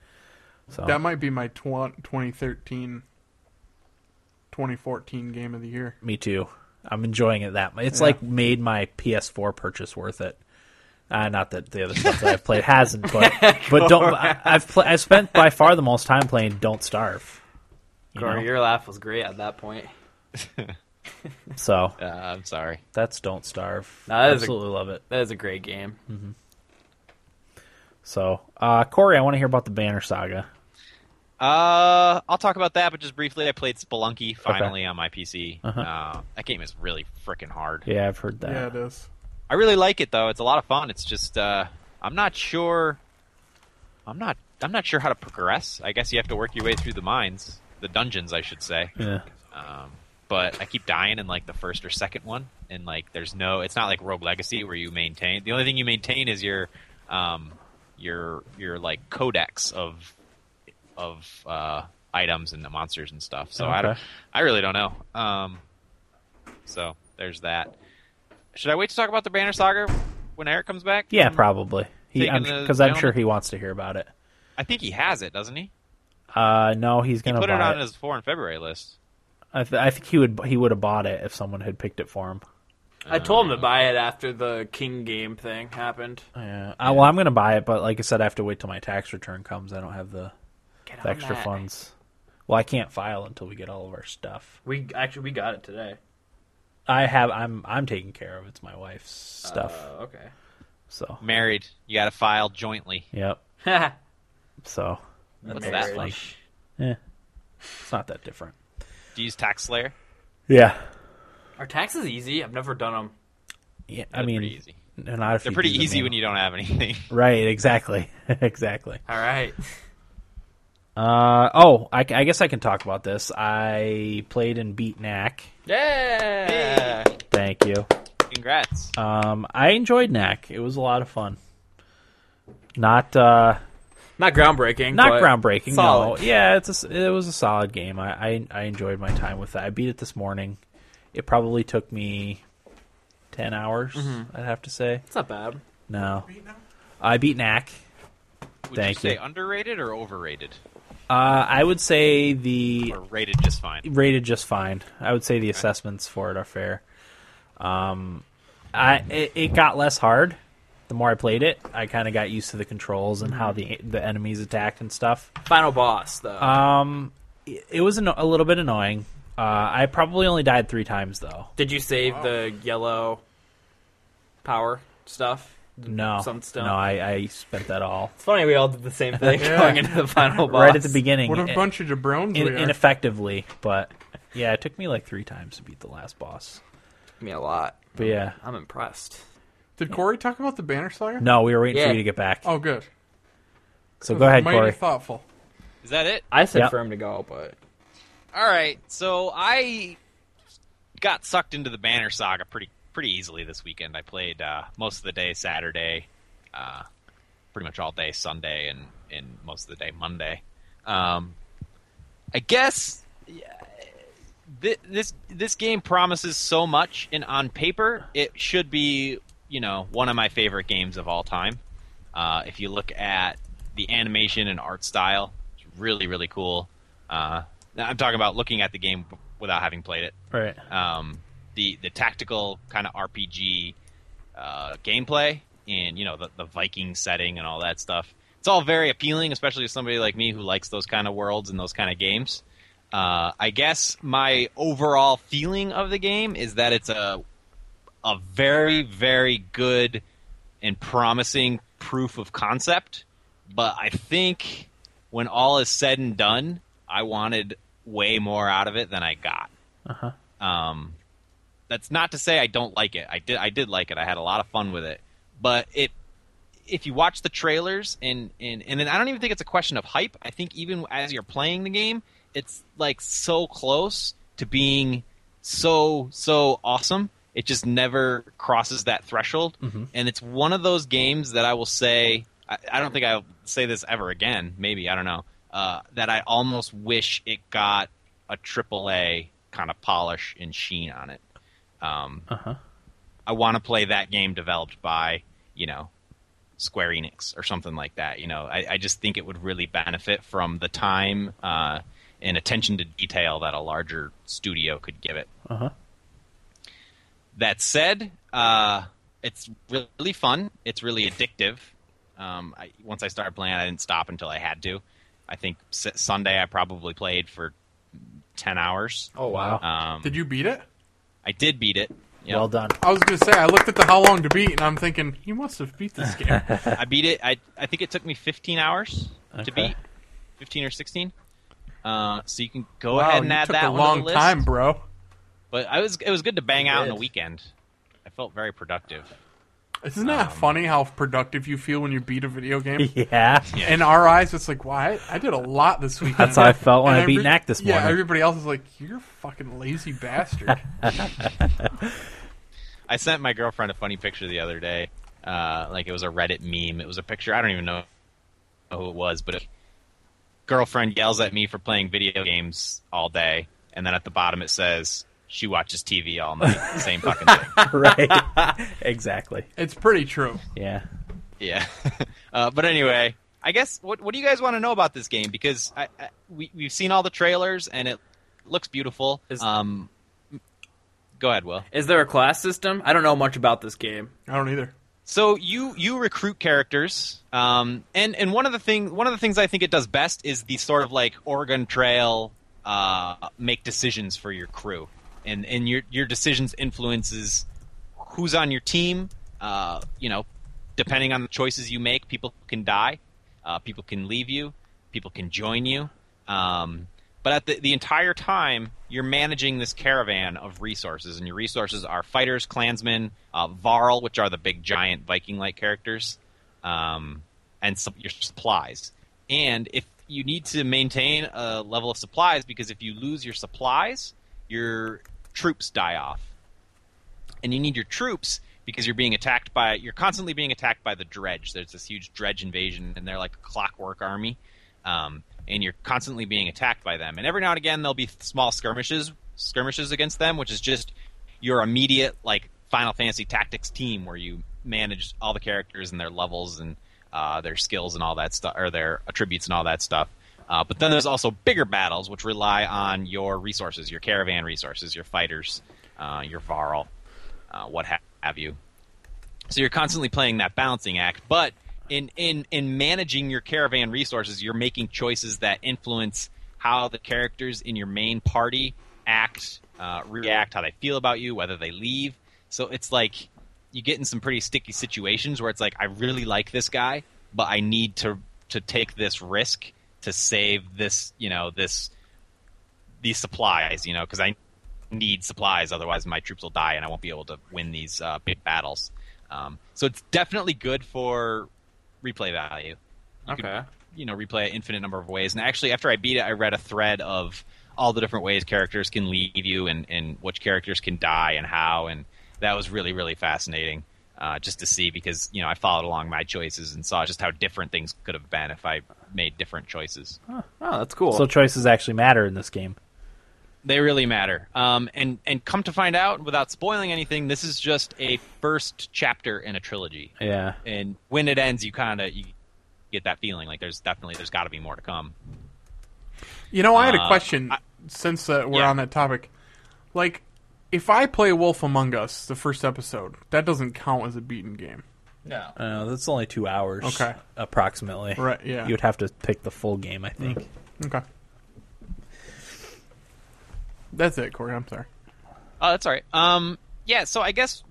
So That might be my tw- 2013 2014 game of the year. me too. I'm enjoying it that much. It's Yeah. like made my PS4 purchase worth it. Uh, not that the other stuff that I've played hasn't, but but don't. I, I've pl- I've spent by far the most time playing Don't Starve. you Corey, know? your laugh was great at that point. So Uh, I'm sorry. That's Don't Starve. No, that is a- Absolutely love it. That is a great game. So, uh, Corey, I want to hear about the Banner Saga. Uh, I'll talk about that, but just briefly. I played Spelunky finally on my PC. uh that game is really freaking hard. Yeah, I've heard that. Yeah, it is. I really like it though. It's a lot of fun. It's just uh, I'm not sure. I'm not. I'm not sure how to progress. I guess you have to work your way through the mines, the dungeons, I should say. Yeah. Um, but I keep dying in like the first or second one, and like there's no. It's not like Rogue Legacy where you maintain. The only thing you maintain is your, um, your your like codex of, of uh, items and the monsters and stuff. So I don't. Okay. I really don't know. Um, so there's that. Should I wait to talk about the Banner Saga when Eric comes back? Um, Yeah, probably. He, Taking I'm, the because I'm gentleman- sure he wants to hear about it. I think he has it, doesn't he? Uh, no, he's He gonna put buy it on his four in February list. I, th- I think he would. He would have bought it if someone had picked it for him. Mm-hmm. I told him to buy it after the King game thing happened. Yeah. Uh, well, I'm gonna buy it, but like I said, I have to wait till my tax return comes. I don't have the, Get the Oh, on extra that. funds. Well, I can't file until we get all of our stuff. We actually we got it today. I have. I'm. I'm taking care of. It's my wife's stuff. Uh, okay. [LAUGHS] so. Married. You got to file jointly. Yep. So. What's That's that fun. like? Yeah. It's not that different. Do you use Tax Slayer? Yeah. Are taxes easy? I've never done them. Yeah, I They're mean, pretty easy. they're not. If They're you pretty do them easy when manually. you don't have anything. [LAUGHS] Right. Exactly. exactly. [LAUGHS] All right. Uh, oh, I, I guess I can talk about this. I played and beat Knack. Yeah. Thank you. Congrats. Uh, Um, I enjoyed Knack. It was a lot of fun. Not uh, Not groundbreaking. not but groundbreaking. solid. No, yeah, it's a s it was a solid game. I, I I enjoyed my time with it. I beat it this morning. It probably took me ten hours. Mm-hmm. I'd have to say. It's not bad. No, I beat Knack. Would Thank you say you. underrated or overrated? Uh, I would say the Or rated just fine? rated just fine. I would say the assessments for it are fair. Um, I it, it got less hard the more I played it. I kind of got used to the controls and how the Mm-hmm. the enemies attacked and stuff. Final boss though. Um, it, it was anno- a little bit annoying. Uh, I probably only died three times though. Did you save the yellow power stuff? No, Some stone. no, I, I spent that all It's funny we all did the same thing Yeah. going into the final boss. right at the beginning. What a i- bunch of jabrones in- we are. ineffectively, but yeah, it took me like three times to beat the last boss. Took Me a lot. But yeah, I'm impressed. Did Corey talk about the Banner Saga? no, we were waiting Yeah. for you to get back. Oh, good. so go ahead, Mighty Corey. thoughtful. Is that it? I said Yep. for him to go, but All right, so I got sucked into the Banner Saga pretty pretty easily this weekend. I played uh, most of the day Saturday, uh, pretty much all day Sunday, and and most of the day Monday. Um, I guess th- this this game promises so much, and on paper, it should be you know one of my favorite games of all time. Uh, if you look at the animation and art style, it's really really cool. Uh, now I'm talking about looking at the game without having played it Right. um, the the tactical kind of RPG uh, gameplay and you know the, the Viking setting and all that stuff. It's all very appealing, especially to somebody like me who likes those kind of worlds and those kind of games. Uh, I guess my overall feeling of the game is that it's a a very very good and promising proof of concept, but I think when all is said and done, I wanted way more out of it than I got. Um, that's not to say I don't like it. I did. I did like it. I had a lot of fun with it. But it, if you watch the trailers and and and then I don't even think it's a question of hype. I think even as you're playing the game, it's like so close to being so so awesome. It just never crosses that threshold, and it's one of those games that I will say. I, I don't think I'll say this ever again. Maybe I don't know. Uh, that I almost wish it got a triple A kind of polish and sheen on it. Um, I want to play that game developed by you know Square Enix or something like that. You know, I, I just think it would really benefit from the time uh, and attention to detail that a larger studio could give it. That said, uh, it's really fun. It's really addictive. Um, I, once I started playing, I didn't stop until I had to. I think S- Sunday I probably played for ten hours. oh wow. Uh, Um, Did you beat it? I did beat it. Yep. Well done. [LAUGHS] I was going to say, I looked at the how long to beat, and I'm thinking, you must have beat this [LAUGHS] game. I beat it. I I think it took me 15 hours to Okay. beat, 15 or 16. Uh, so you can go wow, ahead and you add took that a one long to the list. time, bro. But I was it was good to bang out in did. the weekend. I felt very productive. Isn't that Um, funny how productive you feel when you beat a [LAUGHS] video game? Yeah. Yeah. In our eyes, it's like, why? I did a lot this weekend. That's how I felt when I beat Knack this Yeah, morning. everybody else is like, you're a fucking [LAUGHS] lazy bastard. I sent my girlfriend a funny picture the other day. Uh, like it was a Reddit meme. It was a picture. I don't even know who it was, but it, girlfriend yells at me for playing video games all day, and then at the bottom it says she watches TV all night. Same fucking thing. [LAUGHS] right. exactly. it's pretty true. Yeah. Yeah. [LAUGHS] uh, but anyway, I guess what what do you guys want to know about this game? Because I, I we we've seen all the trailers and it looks beautiful. Is- um, go ahead, Will. Is there a class system? I don't know much about this game. I don't either. So you you recruit characters, um, and and one of the thing one of the things I think it does best is the sort of like Oregon Trail uh, make decisions for your crew, and and your your decisions influences who's on your team. Uh, you know, depending on the choices you make, people can die, uh, people can leave you, people can join you. Um, but at the, the entire time, you're managing this caravan of resources, and your resources are fighters, clansmen, uh, Varl, which are the big giant Viking-like characters, um, and sup- your supplies. And if you need to maintain a level of supplies, because if you lose your supplies, your troops die off and you need your troops because you're being attacked by you're constantly being attacked by the dredge. There's this huge dredge invasion, and they're like a clockwork army, um, and you're constantly being attacked by them. And every now and again, there'll be small skirmishes skirmishes against them, which is just your immediate like Final Fantasy Tactics team where you manage all the characters and their levels and uh, their skills and all that stuff, or their attributes and all that stuff. Uh, but then there's also bigger battles which rely on your resources, your caravan resources, your fighters, uh, your varl, uh, what ha- have you. So you're constantly playing that balancing act, but in in in managing your caravan resources, you're making choices that influence how the characters in your main party act, uh, react, how they feel about you, whether they leave. So it's like you get in some pretty sticky situations where it's like I really like this guy, but I need to to take this risk to save this, you know, this these supplies, you know, because I need supplies. Otherwise, my troops will die, and I won't be able to win these uh, big battles. Um, so it's definitely good for replay value. You could, Okay. you know, replay an infinite number of ways. And actually, after I beat it, I read a thread of all the different ways characters can leave you, and and which characters can die, and how. And that was really really fascinating. Uh, just to see because you know I followed along my choices and saw just how different things could have been if I made different choices. Oh, that's cool. So choices actually matter in this game. They really matter. Um, and and come to find out, without spoiling anything, this is just a first chapter in a trilogy. Yeah. And when it ends, you kind of you get that feeling like there's definitely there's got to be more to come. You know, I had a Uh, question since uh, we're Yeah. on that topic. Like, if I play Wolf Among Us, the first episode, that doesn't count as a beaten game. no. Uh, that's only two hours, Okay. approximately. Right, yeah. You'd have to pick the full game, I think. Okay. That's it, Corey. I'm sorry. Oh, that's all right. Um, yeah. So I guess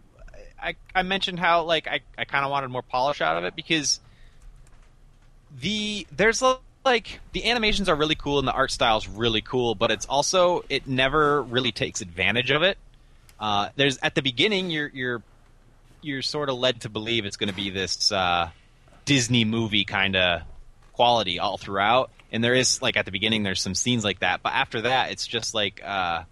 I I mentioned how like I I kind of wanted more polish out of it because the there's l- like the animations are really cool and the art style's really cool, but it's also it never really takes advantage of it. Uh, there's at the beginning you're you're you're sort of led to believe it's going to be this uh, Disney movie kind of quality all throughout, and there is like at the beginning there's some scenes like that, but after that it's just like uh,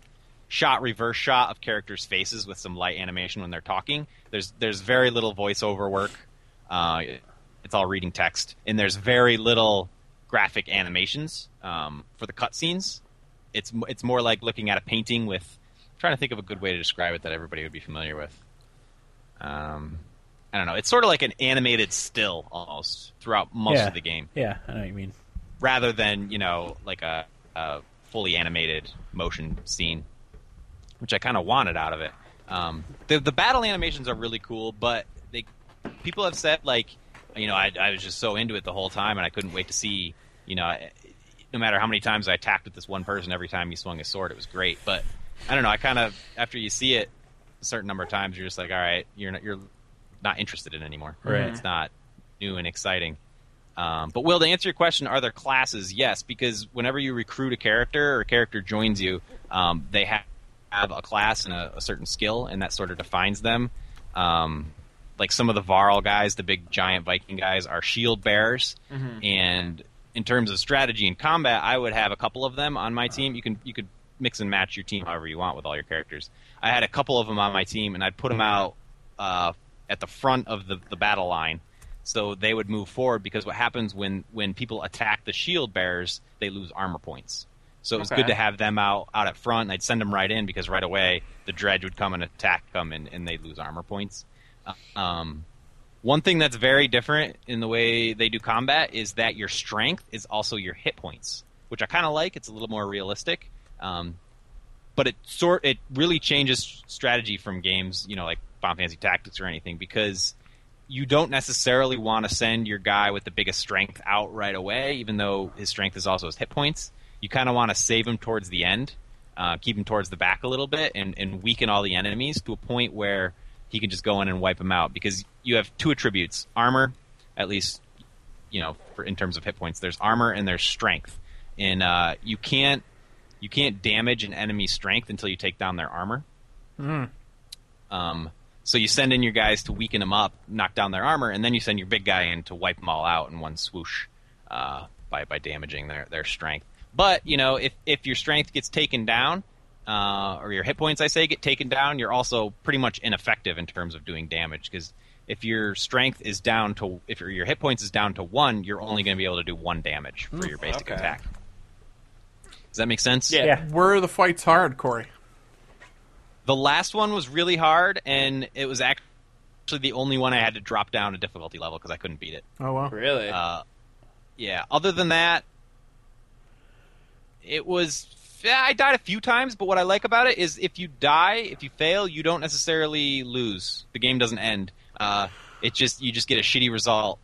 shot reverse shot of characters' faces with some light animation when they're talking. There's there's very little voiceover work. Uh, it's all reading text, and there's very little graphic animations um, for the cutscenes. It's m- it's more like looking at a painting with. I'm trying to think of a good way to describe it that everybody would be familiar with. Um, I don't know. It's sort of like an animated still almost throughout most Yeah. of the game Yeah, I know what you mean. rather than you know like a, a fully animated motion scene, which I kind of wanted out of it. Um, the the battle animations are really cool, but they people have said like you know I, I was just so into it the whole time and I couldn't wait to see you know I- no matter how many times I attacked with this one person every time he swung his sword it was great, but I don't know I kind of after you see it a certain number of times you're just like all right you're not you're not interested in it anymore Right. it's not new and exciting um, but Will, to answer your question, are there classes? Yes, because whenever you recruit a character or a character joins you, um, they have, have a class and a, a certain skill, and that sort of defines them. Um, like some of the Varl guys, the big giant Viking guys, are shield bearers, and in terms of strategy and combat, I would have a couple of them on my team. You can you could mix and match your team however you want with all your characters. I had a couple of them on my team, and I'd put them out uh, at the front of the, the battle line, so they would move forward. Because what happens when when people attack the shield bearers, they lose armor points. So it was Okay. good to have them out out at front, and I'd send them right in because right away the dredge would come and attack them, and, and they lose armor points. Um, one thing that's very different in the way they do combat is that your strength is also your hit points, which I kind of like. It's a little more realistic, um, but it sort it really changes strategy from games, you know, like Final Fantasy Tactics or anything, because you don't necessarily want to send your guy with the biggest strength out right away, even though his strength is also his hit points. You kind of want to save him towards the end, uh, keep him towards the back a little bit, and, and weaken all the enemies to a point where he can just go in and wipe them out. Because you have two attributes armor, at least you know, for, in terms of hit points, there's armor and there's strength, and uh, you can't you can't damage an enemy's strength until you take down their armor. Hmm. Um, so you send in your guys to weaken them up, knock down their armor, and then you send your big guy in to wipe them all out in one swoosh uh, by by damaging their their strength. But you know, if if your strength gets taken down, uh, or your hit points, I say, get taken down, you're also pretty much ineffective in terms of doing damage because if your strength is down to if your, your hit points is down to one, you're only going to be able to do one damage for your basic Hmm, okay. attack. Does that make sense? Yeah. Yeah. Where are the fights hard, Corey? The last one was really hard, and it was act- actually the only one I had to drop down a difficulty level because I couldn't beat it. Oh well. Really? Uh, yeah. Other than that, it was. yeah, I died a few times, but what I like about it is if you die, if you fail, you don't necessarily lose. The game doesn't end. Uh, it just you just get a shitty result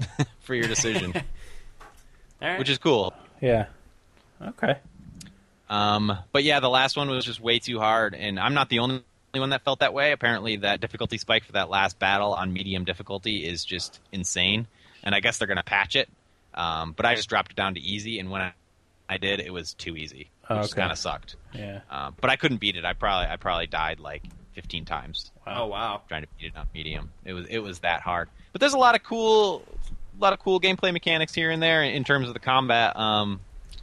[LAUGHS] for your decision, [LAUGHS] All right. which is cool. Yeah. Okay. Um, but yeah, the last one was just way too hard, and I'm not the only one that felt that way. Apparently, that difficulty spike for that last battle on medium difficulty is just insane, and I guess they're gonna patch it. Um, but I just dropped it down to easy, and when I, I did, it was too easy, which Okay. kind of sucked. Yeah. Um, but I couldn't beat it. I probably I probably died like 15 times oh wow. trying to beat it on medium. It was it was that hard. But there's a lot of cool, a lot of cool gameplay mechanics here and there in, in terms of the combat. Um,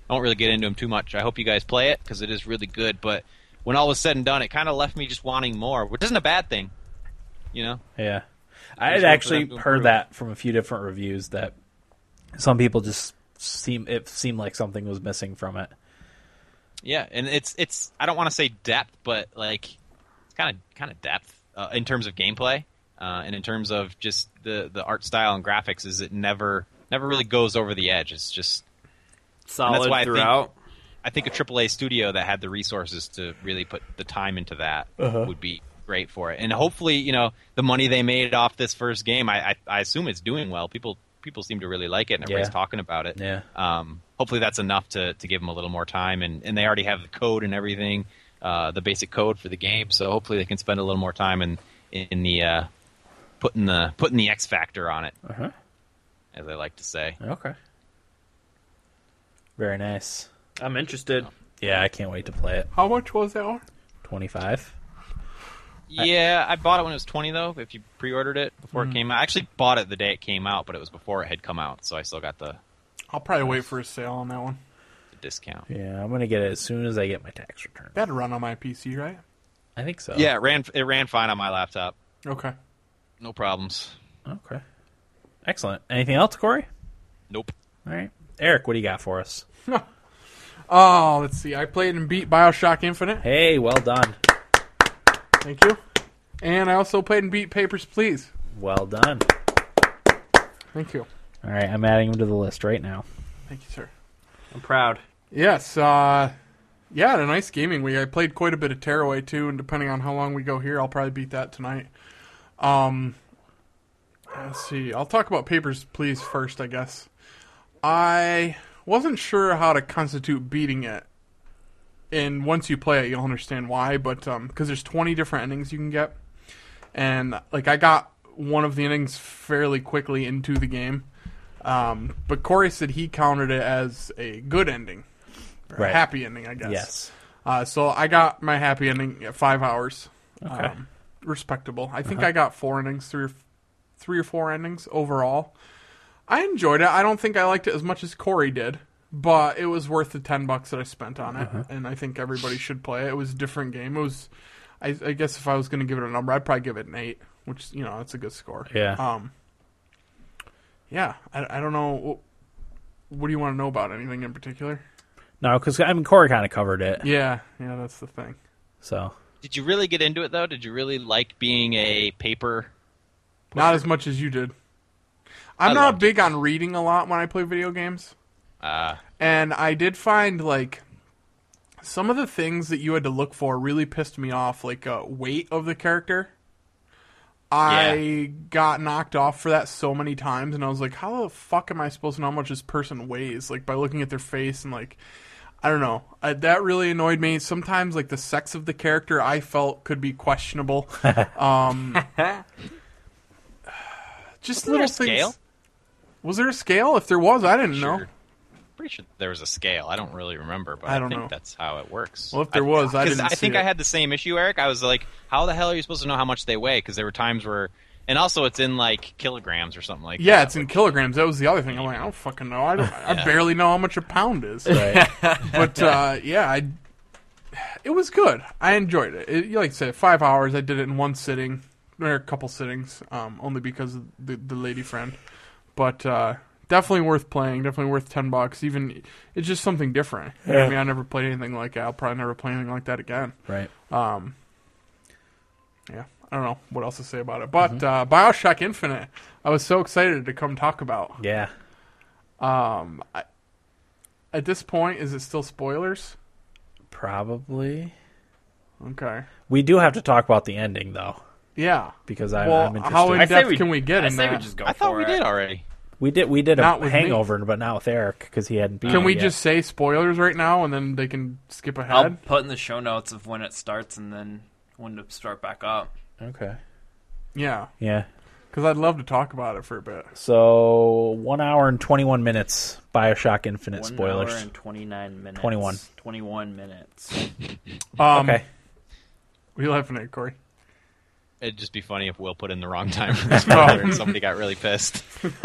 I won't really get into them too much. I hope you guys play it because it is really good. But when all was said and done, it kind of left me just wanting more, which isn't a bad thing, you know. Yeah. I had There's room for actually them to improve. heard that from a few different reviews that some people just seem it seemed like something was missing from it. Yeah, and it's it's I don't want to say depth, but like kind of kind of depth uh, in terms of gameplay uh, and in terms of just the the art style and graphics. Is it never never really goes over the edge? It's just Solid why I think- throughout. I think a AAA studio that had the resources to really put the time into that would be great for it. And hopefully, you know, the money they made off this first game, I, I, I assume it's doing well. People people seem to really like it, and everybody's Yeah. talking about it. Yeah. Um, hopefully, that's enough to, to give them a little more time. And, and they already have the code and everything, uh, the basic code for the game. So hopefully, they can spend a little more time in in the uh, putting the putting the X factor on it, Uh-huh. as I like to say. Okay. Very nice. I'm interested. Yeah, I can't wait to play it. How much was that one? 25. Yeah, I bought it when it was twenty though. If you pre-ordered it before it came out, I actually bought it the day it came out, but it was before it had come out, so I still got the, I'll probably wait for a sale on that one. the discount. Yeah, I'm going to get it as soon as I get my tax return. That'd run on my PC, right? I think so. Yeah, it ran it ran fine on my laptop, Okay. no problems. Okay. Excellent. Anything else, Corey? Nope. All right. Eric, what do you got for us? Oh, let's see. I played and beat Bioshock Infinite. Hey, well done. Thank you. And I also played and beat Papers, Please. Well done. Thank you. All right, I'm adding him to the list right now. Thank you, sir. I'm proud. Yes. Uh, yeah, had a nice gaming week. I played quite a bit of Tearaway too, and depending on how long we go here, I'll probably beat that tonight. Um, let's see. I'll talk about Papers, Please first, I guess. I wasn't sure how to constitute beating it, and once you play it, you'll understand why. But um, because there's 20 different endings you can get, and like I got one of the endings fairly quickly into the game. Um, but Corey said he counted it as a good ending, or Right. a happy ending, I guess. Yes. Uh, so I got my happy ending at five hours. Okay. Uh-huh. Um, respectable. I think I got four endings, three or f- three or four endings overall. I enjoyed it. I don't think I liked it as much as Corey did, but it was worth the ten bucks that I spent on Uh-huh. it, and I think everybody should play it. It was a different game. It was, I, I guess, if I was going to give it a number, I'd probably give it an eight, which you know that's a good score. Yeah. Um. Yeah, I, I don't know. What do you want to know about anything in particular? No, because I mean Corey kind of covered it. Yeah, yeah, that's the thing. So Did you really get into it though? Did you really like being a paper? Not as much as you did. I'm I not loved big on reading a lot when I play video games, Uh, and I did find like some of the things that you had to look for really pissed me off, like uh, weight of the character. I got knocked off for that so many times, and I was like, "How the fuck am I supposed to know how much this person weighs?" Like by looking at their face and like, I don't know. I, that really annoyed me. Sometimes like the sex of the character I felt could be [LAUGHS] questionable. um, just Wasn't there little a scale? things. Was there a scale? If there was, I didn't know. Sure. Pretty sure there was a scale. I don't really remember, but I I, don't think know. that's how it works. Well, if there was, I 'cause didn't I see think it. I had the same issue, Eric. I was like, "How the hell are you supposed to know how much they weigh?" Because there were times where, and also it's in like kilograms or something like Yeah, that. it's in kilograms. That was the other thing. I'm like, I don't fucking know. I, don't, I barely know how much a pound is. right. But uh, yeah, I it was good. I enjoyed it. it like I said, five hours. I did it in one sitting or a couple sittings, um, only because of the, the lady friend. But uh, definitely worth playing. Definitely worth ten bucks. Even it's just something different. You know what I Yeah. mean, I never played anything like that. I'll probably never play anything like that again. Right. Um, yeah, I don't know what else to say about it. But uh, Bioshock Infinite, I was so excited to come talk about. Yeah. Um, I, at this point, is it still spoilers? Probably. Okay. We do have to talk about the ending though, Yeah. because I, well, I'm interested. how in I say depth we- can we get I in say we that? just go I thought for we it. did already. we did we did a Not with me. hangover, but not with Eric because he hadn't beat. Can it we yet. just say spoilers right now and then they can skip I'll ahead? put in the show notes of when it starts and then when to start back up. Okay. Yeah, Yeah. because I'd love to talk about it for a bit. So one hour and twenty one minutes. Bioshock Infinite One spoilers. hour and 29 minutes. 21. 21 minutes. Um, okay. We laughing at Corey. It'd just be funny if Will put in [LAUGHS] the wrong time for this No. and somebody got [LAUGHS] really pissed.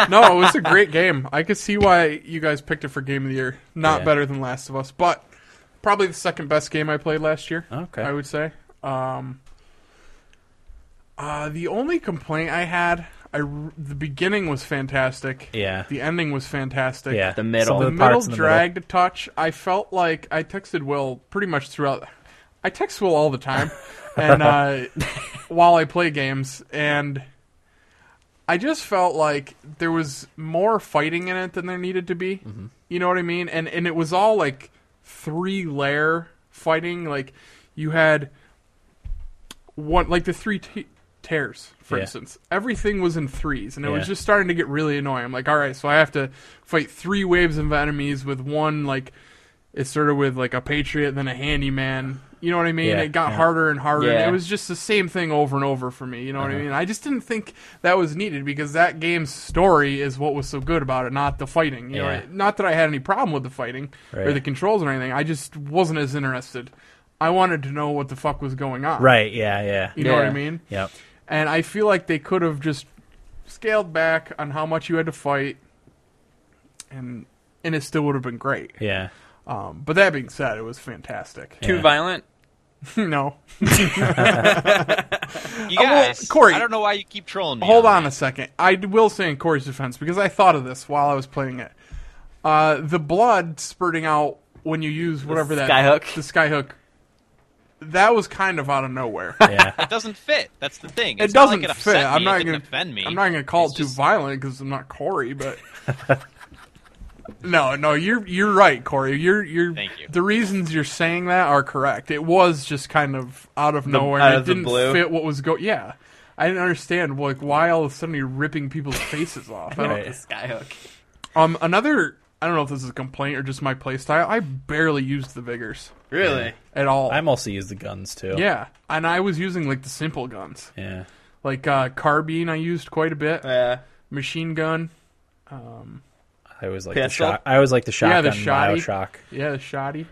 No, it was a great [LAUGHS] game. I could see why you guys picked it for Game of the Year. Not Yeah. better than Last of Us, but probably the second best game I played last year. Oh, Okay. I would say. Um, uh, the only complaint I had, I r- the beginning was fantastic. yeah. The ending was fantastic. yeah. The middle. Some The of the middle parts in the dragged a touch. I felt like I texted Will pretty much throughout. I text Will all the [LAUGHS] time, and uh, while I play games, and I just felt like there was more fighting in it than there needed to be. Mm-hmm. You know what I mean? And and it was all like three layer fighting. Like you had one, like the three t- tears, for Yeah. instance. Everything was in threes, and it Yeah. was just starting to get really annoying. I'm like, all right, so I have to fight three waves of enemies with one like it started with like a patriot, then a handyman. You know what I mean? Yeah, it got yeah. Uh-huh. harder and harder. and Yeah. it was just the same thing over and over for me. You know what I mean? I just didn't think that was needed because that game's story is what was so good about it, not the fighting. You know, Yeah. not that I had any problem with the fighting or Right. the controls or anything. I just wasn't as interested. I wanted to know what the fuck was going on. middle. Right. Yeah. Yeah. You know what I Yeah. mean? Yep. And I feel like they could have just scaled back on how much you had to fight, and and it still would have been great. Yeah. [LAUGHS] Um, but that being said, it was fantastic. [LAUGHS] Yeah. [LAUGHS] Too violent? no, You Uh, well, guys, Corey- I don't know why you keep trolling me. hold on a that. second. I d- will say in Corey's defense because I thought of this while I was playing it. Uh, the blood spurting out when you use whatever that skyhook? the skyhook, that was kind of out of nowhere. Yeah. It doesn't fit. That's the thing. it It's not doesn't like it fit. upset me. I'm It not didn't gonna offend me. I'm not gonna call It's it too just- violent because I'm not Corey, but. [LAUGHS] No, no, you're you're right, Corey. You're you're. Thank you. The reasons you're saying that are correct. It was just kind of out of nowhere. out and of it the didn't blue. fit what was going. Yeah, I didn't understand like why all of a sudden you're ripping people's faces off. I don't- Right. Skyhook. Um, another. I don't know if this is a complaint or just my playstyle. I barely used the vigors Really? at all. I mostly use the guns too. yeah, and I was using like the simple guns, Yeah. like uh, carbine. I used quite a bit. Yeah. Machine gun. I always like the Pistol? shot. I always like the shotgun. Yeah, the shotty. Bioshock. Yeah, the shoddy.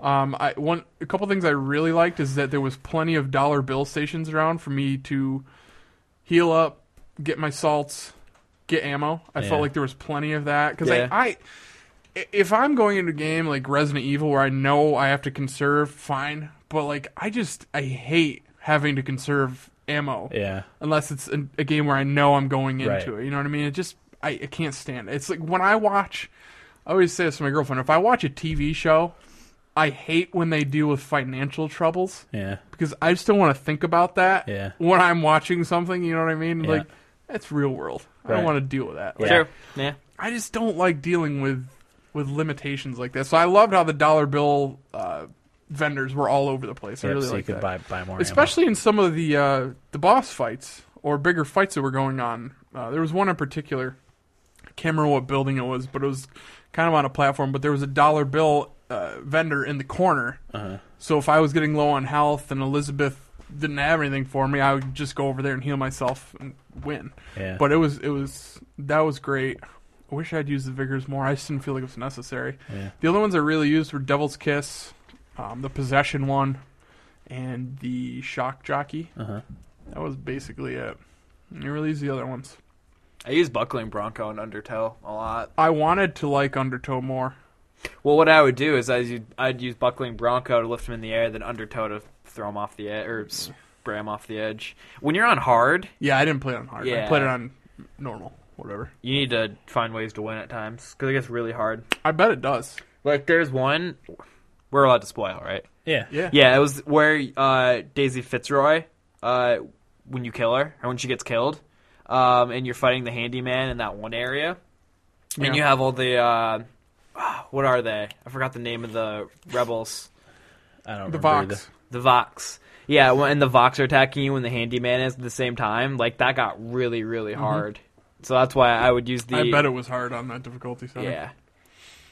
Um, I one a couple things I really liked is that there was plenty of dollar bill stations around for me to heal up, get my salts, get ammo. I Yeah. felt like there was plenty of that because Yeah. I, I, if I'm going into a game like Resident Evil where I know I have to conserve, fine. But like I just I hate having to conserve ammo Yeah. unless it's a, a game where I know I'm going into Right. it. You know what I mean? It just I, I can't stand it. It's like when I watch. I always say this to my girlfriend: if I watch a TV show, I hate when they deal with financial troubles Yeah. because I just don't want to think about that Yeah. when I'm watching something. You know what I mean? Yeah. Like that's real world. I Right. don't want to deal with that. Like, Yeah. True. Yeah. I just don't like dealing with with limitations like that. So I loved how the dollar bill uh, vendors were all over the place. I Yep, really so you like could that buy buy more. ammo. especially in some of the uh, the boss fights or bigger fights that were going on. Uh, there was one in particular. I can't remember what building it was, but it was kind of on a platform. But there was a dollar bill uh, vendor in the corner. Uh-huh. So if I was getting low on health and Elizabeth didn't have anything for me, I would just go over there and heal myself and win. Yeah. But it was it was that was great. I wish I'd used the vigors more. I just didn't feel like it was necessary. Yeah. The other ones I really used were Devil's Kiss, um, the Possession one, and the Shock Jockey. Uh-huh. That was basically it. I didn't really use the other ones. I use Buckling Bronco and Undertow a lot. I wanted to like Undertow more. Well, what I would do is I'd, I'd use buckling Bronco to lift him in the air, then undertow to throw him off the edge or spray him off the edge. When you're on hard, Yeah, I didn't play it on hard. I Yeah. played it on normal, whatever. you need to find ways to win at times because it gets really hard. I bet it does. Like there's one we're allowed to spoil, right? Yeah. Yeah. Yeah, it was where uh, Daisy Fitzroy, uh, when you kill her or when she gets killed, um, and you're fighting the handyman in that one area, Yeah. and you have all the uh, [SIGHS] what are they? I forgot the name of the rebels. I don't The remember either. box. The Vox. Yeah, when the Vox are attacking you and the handyman is at the same time, like that got really, really hard. So that's why I would use the. Mm-hmm. I bet it was hard on that difficulty setting. Yeah.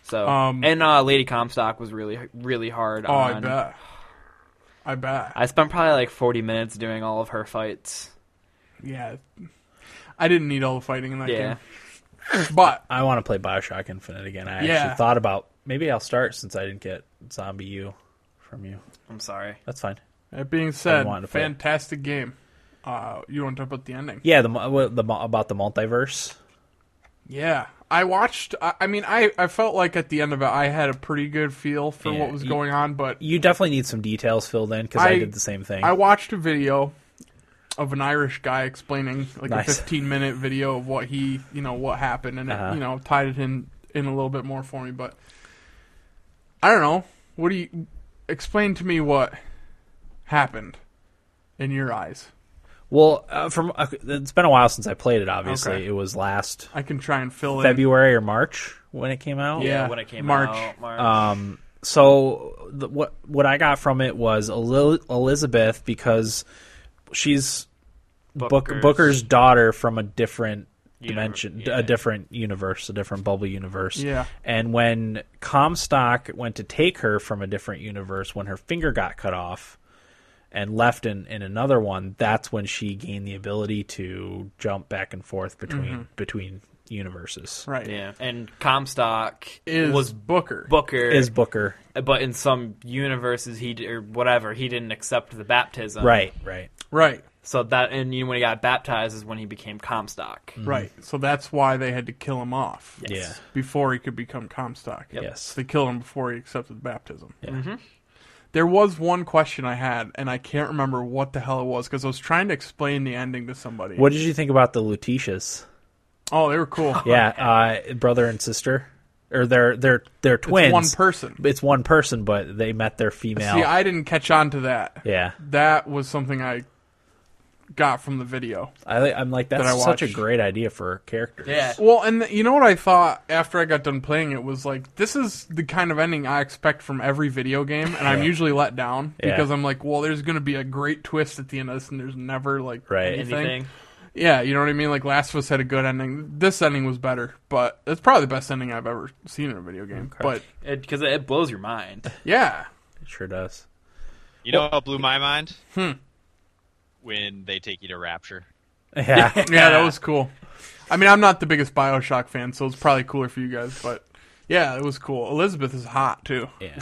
So Um, and uh, Lady Comstock was really, really hard. Oh, on, I bet. I bet. I spent probably like forty minutes doing all of her fights. Yeah. I didn't need all the fighting in that Yeah. game. But I want to play Bioshock Infinite again. I Yeah. actually thought about maybe I'll start since I didn't get Zombie U from you. I'm sorry. That's fine. that being I said, wanted to play it. fantastic game. Uh, you want to talk about the ending? Yeah, the mu- what- the mu- about the multiverse. Yeah. I watched. I, I mean, I, I felt like at the end of it, I had a pretty good feel for Yeah, what was you- going on, but You definitely need some details filled in because I, I- did the same thing. I watched a video of an Irish guy explaining like a Nice. 15 minute video of what he, you know, what happened and Uh-huh. it, you know, tied it in in a little bit more for me, but I don't know. What do you explain to me what happened in your eyes? well, uh, from uh, it's been a while since I played it. Obviously, Okay. it was last I can try and fill in February or March when it came out. Yeah, when it came March. out, March. Um, so the, what what I got from it was Eli- Elizabeth because she's Book, Booker's daughter from a different dimension, Univer- yeah. a different universe, a different bubble universe. Yeah. And when Comstock went to take her from a different universe, when her finger got cut off and left in, in another one, that's when she gained the ability to jump back and forth between Mm-hmm. between universes. right. Yeah, and Comstock Is was Booker. Booker, Is Booker but in some universes he d- or whatever he didn't accept the baptism. right? Right. right. So that and you know, when he got baptized is when he became Comstock. Right. So that's why they had to kill him off Yeah. before he could become Comstock. Yes. So they killed him before he accepted baptism. There was one question I had, and I can't remember what the hell it was because I was trying to explain the ending to somebody. What did you think about the Lutetias? Oh, they were cool. Yeah, uh, brother and sister, or they're they're they're twins. one person. It's one person, but they met their female. See, I didn't catch on to that. yeah, That was something I got from the video. I, li- I'm like that's That I such a watched. great idea for characters. Yeah. Well, and you know what I thought after I got done playing it was like, this is the kind of ending I expect from every video game, and I'm usually let down Yeah. because I'm like, well, there's going to be a great twist at the end of this, and there's never like Right. Anything? Yeah, you know what I mean? Like Last of Us had a good ending. This ending was better, but it's probably the best ending I've ever seen in a video game. But Because it, it blows your mind. yeah. It sure does. [LAUGHS] You know what blew my mind? Hmm. When they take you to Rapture. Yeah, Yeah, that was cool. I mean, I'm not the biggest BioShock fan, so it's probably cooler for you guys, but yeah, it was cool. Elizabeth is hot too. yeah.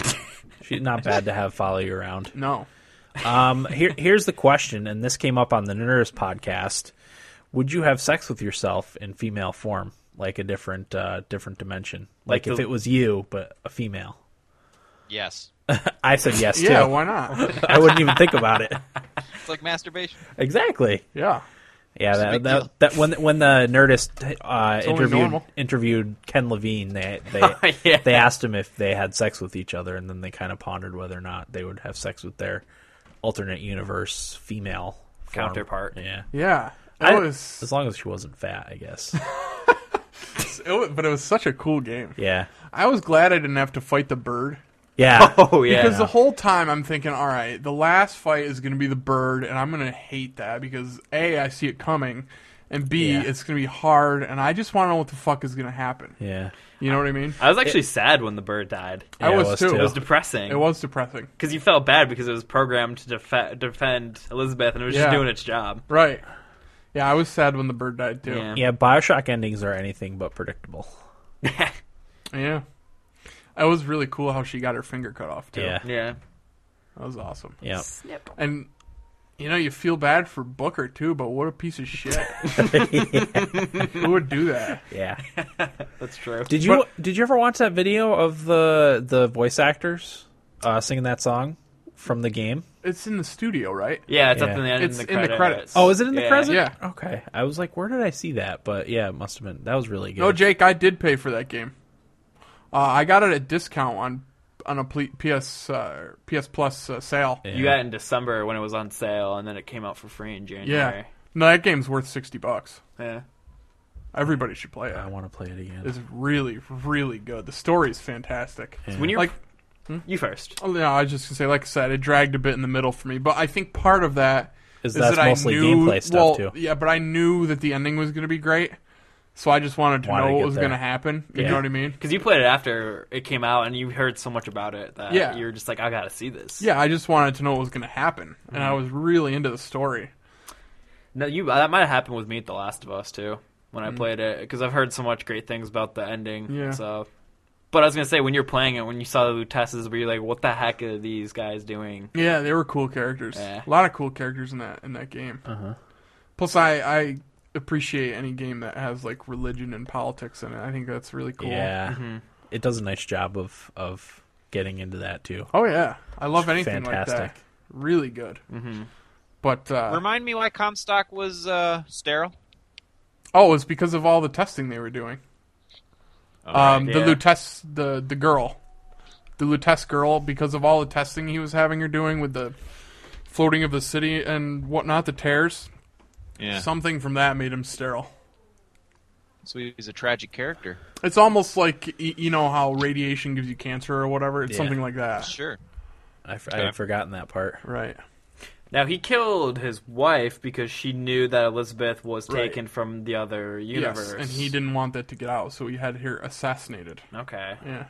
She's not bad to have follow you [LAUGHS] around. No. Um, Mm. here here's the question, and this came up on the Nerdist podcast. Would you have sex with yourself in female form, like a different uh, different dimension, like, Like if the- it was you but a female? [LAUGHS] Yes. I said yes too. Yeah, why not? [LAUGHS] [LAUGHS] I wouldn't even think about it. It's like masturbation. Exactly. Yeah. Yeah, a that, big that, deal. that when when the Nerdist uh, only interviewed normal. interviewed Ken Levine, they they [LAUGHS] Yeah. they asked him if they had sex with each other, and then they kind of pondered whether or not they would have sex with their alternate universe female form. Counterpart. Yeah, Yeah. It I- was, as long as she wasn't fat, I [LAUGHS] guess. it was, but it was such a cool game. [LAUGHS] Yeah, I was glad I didn't have to fight the bird. yeah. Oh yeah. Because the whole time I'm thinking, all right, the last fight is going to be the bird, and I'm going to hate that because A, I see it coming, and B, Yeah. it's going to be hard, and I just want to know what the fuck is going to happen. yeah, You know what I mean? I was actually sad when the bird died. Yeah, I it was, was too. too. It was depressing. It was depressing. because you felt bad because it was programmed to def- defend Elizabeth and it was Yeah. just doing its job. Right. Yeah, I was sad when the bird died too. Yeah. yeah. Bioshock endings are anything but predictable. Yeah. It was really cool how she got her finger cut off too. Yeah, Yeah. That was awesome. yeah. Snip. And You know, you feel bad for Booker too, but what a piece of [LAUGHS] shit! Who would do that? [LAUGHS] Yeah. That's true. Did you did you ever watch that video of the the voice actors uh, singing that song from the game? It's in the studio, right? Yeah, it's Yeah. up in the, in It's the in the credits. credits. Oh, is it in the Yeah. present? Yeah. Okay. I was like, where did I see that? But yeah, it must have been. That was really good. No, Jake, I did pay for that game. Uh, I got it at discount on on a ple- PS uh, PS Plus uh, sale. Yeah. You got it in December when it was on sale, and then it came out for free in Yeah. January. no, that game's worth sixty bucks. Yeah. Everybody should play I it. want to play it again. It's really, really good. The story's fantastic. Yeah. When you're Like, you first. oh, no, I was just gonna say, like I said, it dragged a bit in the middle for me, but I think part of that Is is that's that mostly I knew, gameplay stuff well, too. Yeah, but I knew that the ending was going to be great, so I just wanted to Wanted to know get what was there. going to happen. You Yeah. know what I mean? Because you played it after it came out, and you heard so much about it that Yeah. you were just like, I gotta see this. Yeah, I just wanted to know what was going to happen, and Mm-hmm. I was really into the story. No, you that might have happened with me at The Last of Us too when I played it because I've heard so much great things about the ending. Mm. Yeah. So, but I was gonna say when you're playing it, when you saw the Lutesses, were you like, what the heck are these guys doing? Yeah, they were cool characters. Yeah. A lot of cool characters in that in that game. Uh-huh. Plus, I I appreciate any game that has like religion and politics in it. I think that's really cool. Yeah. Mm-hmm. It does a nice job of of getting into that too. Oh yeah, I love anything like that. Fantastic. Really good. Mm-hmm. But uh, Remind me why Comstock was uh, sterile. oh, it's because of all the testing they were doing. Oh, um, the yeah. Lutes, the the girl, the Lutes girl, because of all the testing he was having her doing with the floating of the city and whatnot, the tears. Yeah. Something from that made him sterile. So he was a tragic character. It's almost like y- you know how radiation gives you cancer or whatever. It's Yeah. something like that, Sure. I, f- I had forgotten that part. right? Now he killed his wife because she knew that Elizabeth was Right. taken from the other universe, Yes, and he didn't want that to get out, so he had her assassinated. Okay, Yeah,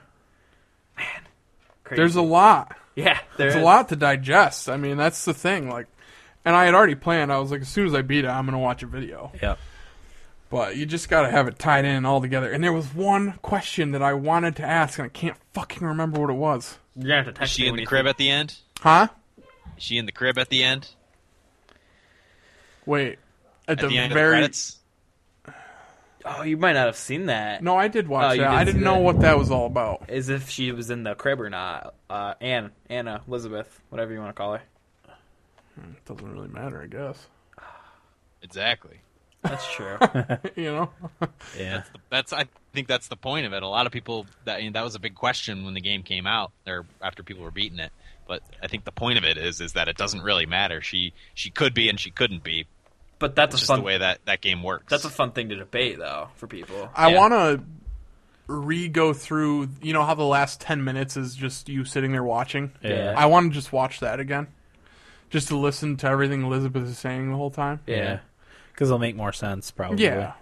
Crazy. there's a lot. [LAUGHS] yeah, There's a lot to digest. I mean, that's the thing. Like, and I had already planned. I was like, as soon as I beat it, I'm gonna watch a video. Yep. But you just gotta have it tied in all together. And there was one question that I wanted to ask, and I can't fucking remember what it was. You're gonna have to Is text she me in when the you crib think- at the end? Huh? Is she in the crib at the end? Wait. At, At the, end of the very credits? Oh, you might not have seen that. no, I did watch Oh, you that. did I see didn't know that. what that was all about. As if she was in the crib or not. Uh, Anne, Anna, Elizabeth, whatever you want to call her. It doesn't really matter, I guess. [LAUGHS] Exactly. That's true. you know? Yeah. That's I think that's the point of it. A lot of people that that was a big question when the game came out, or after people were beating it. But I think the point of it is is that it doesn't really matter. She she could be and she couldn't be. [LAUGHS] But that's It's a just fun. the way that that game works. That's a fun thing to debate, though, for people. I Yeah. wanna re go through you know how the last ten minutes is just you sitting there watching? Yeah. I wanna just watch that again. Just to listen to everything Elizabeth is saying the whole time. Yeah. Because it'll make more sense probably. Yeah.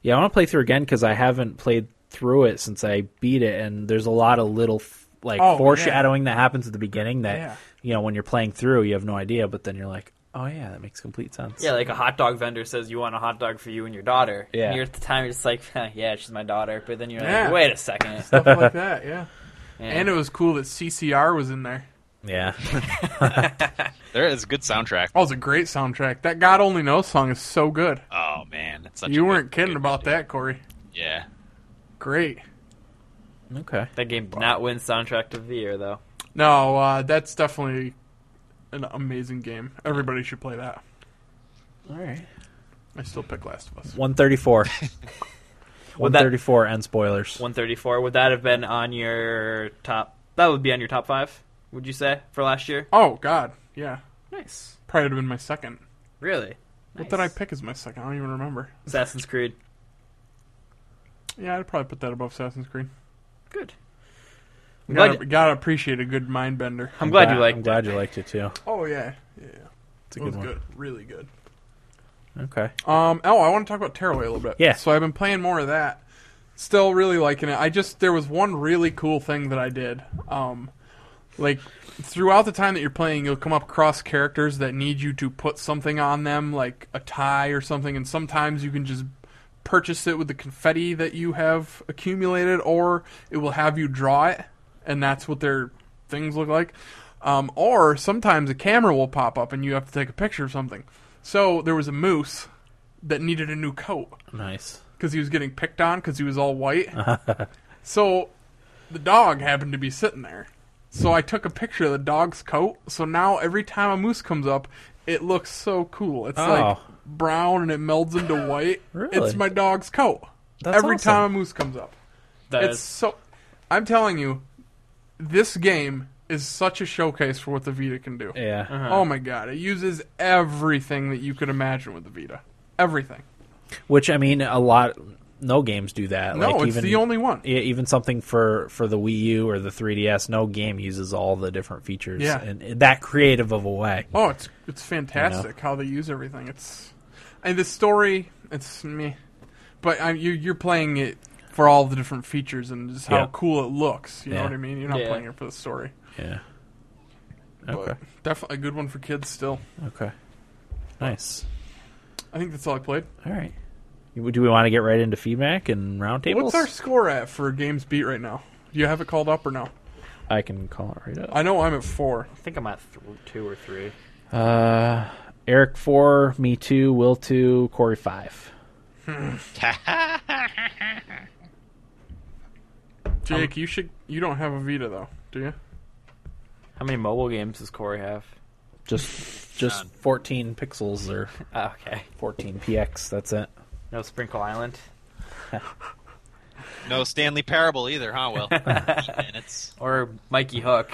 Yeah, I want to play through again because I haven't played through it since I beat it, and there's a lot of little like Oh, yeah. foreshadowing that happens at the beginning that Yeah. you know when you're playing through you have no idea, but then you're like, oh yeah, that makes complete sense. Yeah, like a hot dog vendor says you want a hot dog for you and your daughter. Yeah. And you're at the time you're just like, [LAUGHS] "Huh, yeah, she's my daughter. But then you're like, Yeah. wait [LAUGHS] a second. Stuff like that, yeah. Yeah. And it was cool that CCR was in there. [LAUGHS] yeah, there is a good soundtrack. Oh, it's a great soundtrack. That God Only Knows song is so good. Oh man, it's such a you good- weren't kidding good- about that, Corey. Yeah. Great. okay. that game did not win soundtrack of the year though. No, uh, that's definitely an amazing game. Everybody should play that. All right, I still pick Last of Us. one thirty [LAUGHS] four. One Would that- thirty four and spoilers. 134. Would that have been on your top? That would be on your top five. Would you say for last year? Oh God, yeah. Nice. Probably would have been my second. Really. What did I pick as my second? I don't even remember. Assassin's Creed. Yeah, I'd probably put that above Assassin's Creed. Good. I'm glad, Gotta, gotta appreciate a good mind bender. I'm glad you liked I'm it. glad you liked it too. Oh yeah, yeah. It's a It good was one. good, really good. Okay. Um, oh, I want to talk about Tearaway a little bit. Yeah. So I've been playing more of that. Still really liking it. I just there was one really cool thing that I did. Um, like throughout the time that you're playing, you'll come up across characters that need you to put something on them, like a tie or something. And sometimes you can just purchase it with the confetti that you have accumulated, or it will have you draw it, and that's what their things look like. Um, or sometimes a camera will pop up and you have to take a picture of something. So there was a moose that needed a new coat Nice. because he was getting picked on because he was [LAUGHS] all white. so the dog happened to be sitting there. So I took a picture of the dog's coat. So now every time a moose comes up, it looks so cool. It's like Oh. brown and it melds into white. Really? It's my dog's coat. That's every awesome. time a moose comes up. That it's is- so I'm telling you, this game is such a showcase for what the Vita can do. Yeah. Uh-huh. Oh my god, it uses everything that you could imagine with the Vita. Everything. Which I mean, a lot. No games do that. No, like, it's even, the only one. e- even something for for the Wii U or the 3DS. No game uses all the different features. Yeah. and in that creative of a way. Oh, it's it's fantastic how they use everything. It's and the story, it's me, but I, you you're playing it for all the different features and just how Yeah. cool it looks. You Yeah. know what I mean? You're not Yeah. playing it for the story. Yeah. Okay. But definitely a good one for kids. Still, Okay. Nice. I think that's all I played. All right. You- Do we want to get right into feedback and roundtables? What's our score at for games beat right now? Do you have it called up or no? I can call it right up. I know I'm at four. Um, I think I'm at th- two or three. Uh, Eric four, me two, Will two, Corey five. Jake, you should. You don't have a Vita though, do you? How many mobile games does Corey have? Just just fourteen pixels or Ah, okay, fourteen px. That's it. no Sprinkle Island. No Stanley Parable either, huh? [LAUGHS] Will? minutes. or Mikey Hook.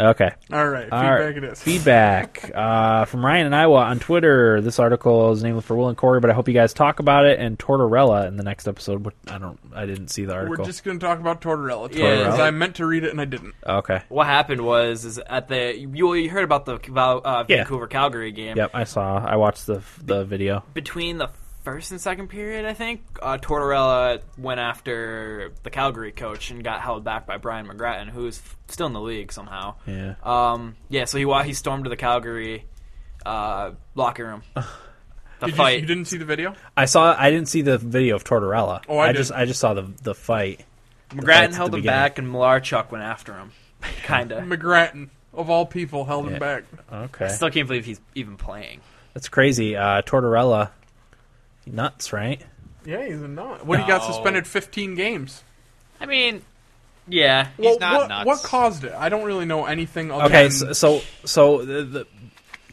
Okay. All right, All feedback right. it is. Feedback uh, from Ryan and Iowa on Twitter. This article is named for Will and Corey, but I hope you guys talk about it and Tortorella in the next episode. What I don't, I didn't see the We're article. just going to talk about Tortorella Yeah. because I meant to read it and I didn't. Okay. What happened was is at the you, you heard about the Val- uh, Yeah. Vancouver Calgary game. Yep, I saw. I watched the the video. Between the first and second period, I think uh, Tortorella went after the Calgary coach and got held back by Brian McGrattan, who's f- still in the league somehow. Yeah. Um, yeah. So he wa- he stormed to the Calgary uh, locker room. The Did you, fight. you didn't see the video? I saw. I didn't see the video of Tortorella. Oh, I did. just I just saw the the fight. fights at McGrattan the held him beginning. back, and Malarchuk went after [LAUGHS] him. Kinda. McGrattan, of all people, held Yeah. him back. Okay, Still can't believe he's even playing. that's crazy. Uh, Tortorella, nuts, right? Yeah, he's a nut. What, he got No. suspended 15 games? I mean, yeah. He's well, not what, nuts. what caused it? I don't really know anything other Okay, than... so so, so the, the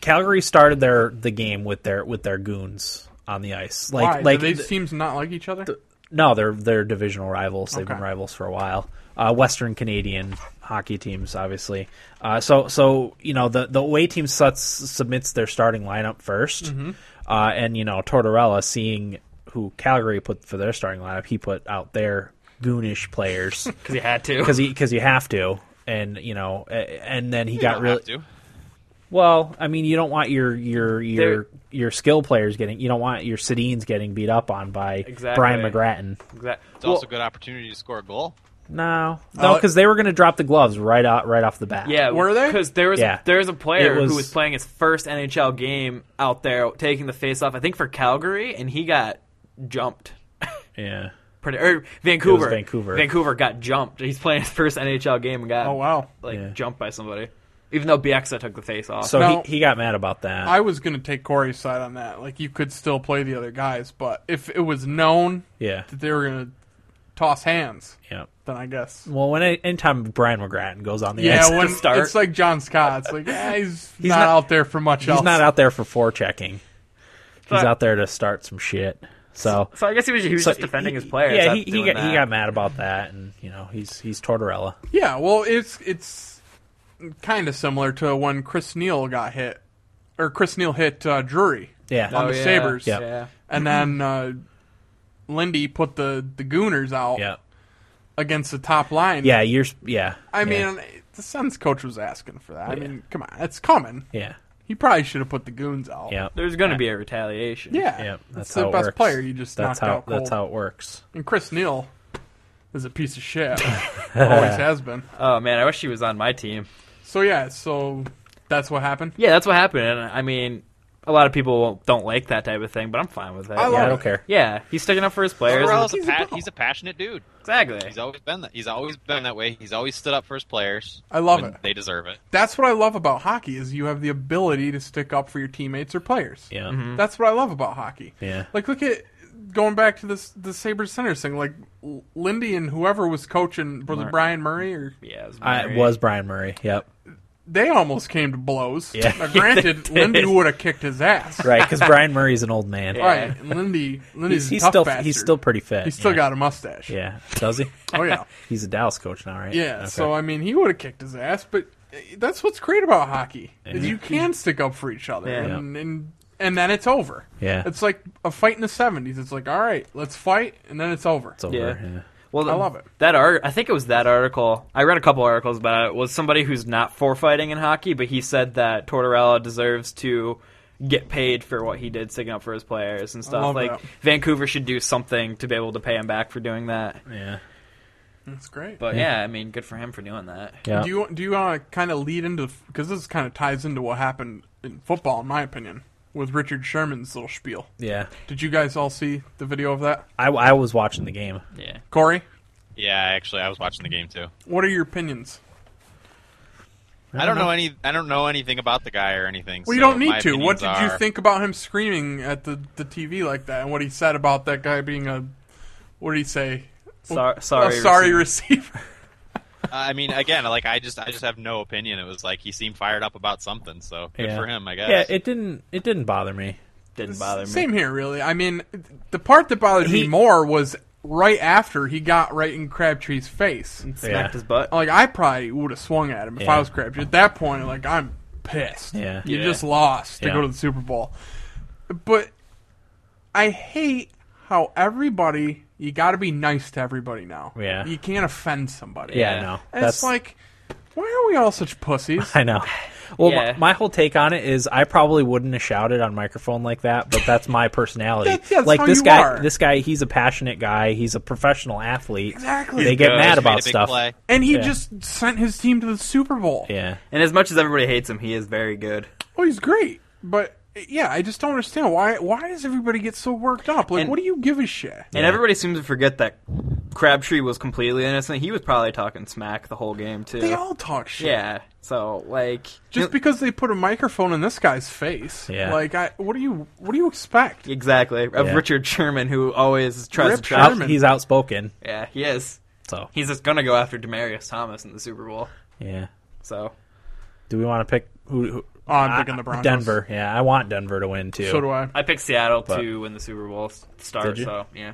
Calgary started their the game with their with their goons on the ice. Like why? Do like these th- teams not like each other? no, they're they're divisional rivals. They've been Okay. rivals for a while. Uh, Western Canadian hockey teams, obviously. Uh, so so you know the the away team sets, submits their starting lineup 1st Mm-hmm. uh, and you know Tortorella seeing who Calgary put for their starting lineup, he put out their goonish [LAUGHS] players Because he had to. because he because you have to, and you know, a- and then he You got don't really have to. well, I mean, you don't want your your your They're- your skill players getting. You don't want your Sedines getting beat up on by Exactly. Brian McGrattan. Exact- It's Well, also a good opportunity to score a goal. No, no, Uh, because they were going to drop the gloves right out right off the bat. yeah, Were they? Because there was Yeah. there was a player It was- who was playing his first NHL game out there, taking the face off. I think for Calgary, and he got jumped. yeah. Pretty or Vancouver, Vancouver. Vancouver got jumped. He's playing his first NHL game and got Oh, wow. like Yeah. jumped by somebody. Even though Bieksa took the face off. So No. he, he got mad about that. I was going to take Corey's side on that. Like, you could still play the other guys, but if it was known yeah, that they were going to toss hands, yeah. then I guess... Well, when any time Brian McGrattan goes on the Yeah, ice, when to start, it's like John [LAUGHS] Scott. It's like, eh, he's, He's not, not- out there for much [LAUGHS] he's else. not out there for forechecking. He's But- out there to start some shit. So. so I guess he was, he was so just defending he- his players. Yeah, out he, he doing got that. he got mad about that, and you know he's he's Tortorella. Yeah, well, it's it's kind of similar to when Chris Neal got hit, or Chris Neal hit uh, Drury Yeah, on Oh, the yeah. Sabers, Yep. Yeah. and then uh, Lindy put the the Gooners out yeah, against the top line. yeah. You're yeah. I mean yeah, the Suns coach was asking for that. I Yeah. mean, come on, it's coming. yeah, He probably should have put the Goons out. yeah. There's going to be a retaliation. yeah, Yeah, that's It's the how it best works. player you just That's knocked how out cold. that's how it works. And Chris Neal is a piece [LAUGHS] of shit. Always has been. Oh man, I wish he was on my team. So yeah, so that's what happened. Yeah, that's what happened. And I mean, a lot of people don't like that type of thing, but I'm fine with it. I Yeah, I love don't it. care. yeah, he's sticking up for his players. Tortorella's he's a a pa- ball. he's a passionate dude. Exactly. He's always been that. He's always been that way. He's always stood up for his players. I love when it. They deserve it. That's what I love about hockey is you have the ability to stick up for your teammates or players. Yeah. Mm-hmm. Mm-hmm. That's what I love about hockey. Yeah. Like look at going back to this the Sabres centers thing, like L- Lindy and whoever was coaching was it Brian Murray or Yeah, it was I Murray. was Brian Murray. Yep. they almost came to blows. Yeah. Now, [LAUGHS] granted, Lindy would have kicked his ass. Right, [LAUGHS] because Brian Murray's an old man. All right, and Lindy Lindy's He's, a he's tough still bastard. he's still pretty fit. He's still yeah. got a mustache. Yeah, does [LAUGHS] he? [LAUGHS] Oh yeah. He's a Dallas coach now, right? Yeah, Okay. so I mean, he would have kicked his ass, but uh, that's what's great about hockey is you can stick up for each other, Yeah. and, and and then it's over. Yeah. it's like a fight in the seventies. It's like, all right, let's fight, and then it's over. it's over. Yeah. yeah. Well, I love it. That art, I think it was that article. I read a couple articles about it. Was somebody who's not for fighting in hockey, but he said that Tortorella deserves to get paid for what he did, sticking up for his players and stuff. love Like that. Vancouver should do something to be able to pay him back for doing that. Yeah. That's great. But yeah, I mean, good for him for doing that. Yeah. do you do you want to kind of lead into because this kind of ties into what happened in football, in my opinion, with Richard Sherman's little spiel? yeah. Did you guys all see the video of that, I, I was watching the game. Yeah. Corey? Yeah, actually, I was watching the game too. What are your opinions? I don't know any. I don't know anything about the guy or anything. Well, you so don't my need to. What opinions did you are- think about him screaming at the, the TV like that, and what he said about that guy being a what did he say? Sor- a sorry. sorry receiver. receiver. I mean, again, like I just, I just have no opinion. It was like he seemed fired up about something. So good yeah. for him, I guess. Yeah, it didn't it didn't bother me. didn't [LAUGHS] bother me. Same here, really. I mean, the part that bothered He- me more was right after he got right in Crabtree's face. Smacked Yeah. his butt. Like I probably would have swung at him if Yeah. I was Crabtree. At that point, like I'm pissed. Yeah. you Yeah. just lost to Yeah. go to the Super Bowl. But I hate how everybody. You got to be nice to everybody now. Yeah. you can't offend somebody. Yeah, no. And it's like, why are we all [LAUGHS] such pussies? I know. Well, Yeah. my, my whole take on it is I probably wouldn't have shouted on microphone like that, but that's my personality. That- [LAUGHS] that's like how this you guy, are. this guy, he's a passionate guy. He's a professional athlete. Exactly. They get good. mad Just made a about big stuff. play. And he Yeah. just sent his team to the Super Bowl. Yeah, And as much as everybody hates him, he is very good. Oh, he's great. But yeah, I just don't understand why. Why does everybody get so worked up? Like, And- what do you give a shit? And everybody seems to forget that Crabtree was completely innocent. He was probably talking smack the whole game too. They all talk shit. Yeah. So like Just because they put a microphone in this guy's face. Yeah. Like, I, what do you what do you expect? exactly of Yeah. Richard Sherman who always tries Rip to trap. Sherman. he's outspoken. Yeah, he is. So He's just gonna go after Demarius Thomas in the Super Bowl. yeah. So Do we want to pick who? who Oh, I'm I- picking the Broncos. Denver. Yeah, I want Denver to win too. So do I. I picked Seattle But- to win the Super Bowl s- start. Did you? So yeah,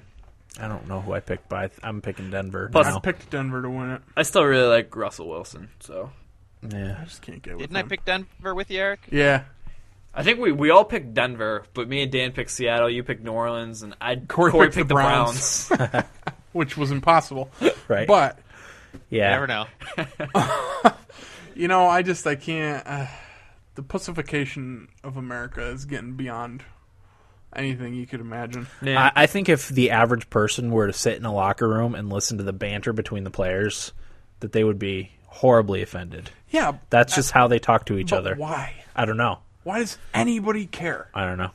I don't know who I picked, but I th- I'm picking Denver. Plus- I now. picked Denver to win it. I still really like Russell Wilson. So I yeah, just can't get with Didn't I him. pick Denver with you, Eric? Yeah. I think we, we all picked Denver, but me and Dan picked Seattle. You picked New Orleans, and I Corey picked the Browns. Browns. Which was impossible. [LAUGHS] right. But yeah, You Never know. you know, I just I can't. Uh, the pussification of America is getting beyond anything you could imagine. [LAUGHS] yeah. I, I think if the average person were to sit in a locker room and listen to the banter between the players, that they would be horribly offended. Yeah, That's just how they talk to each but other. Why? I don't know. Why does anybody care? I don't know.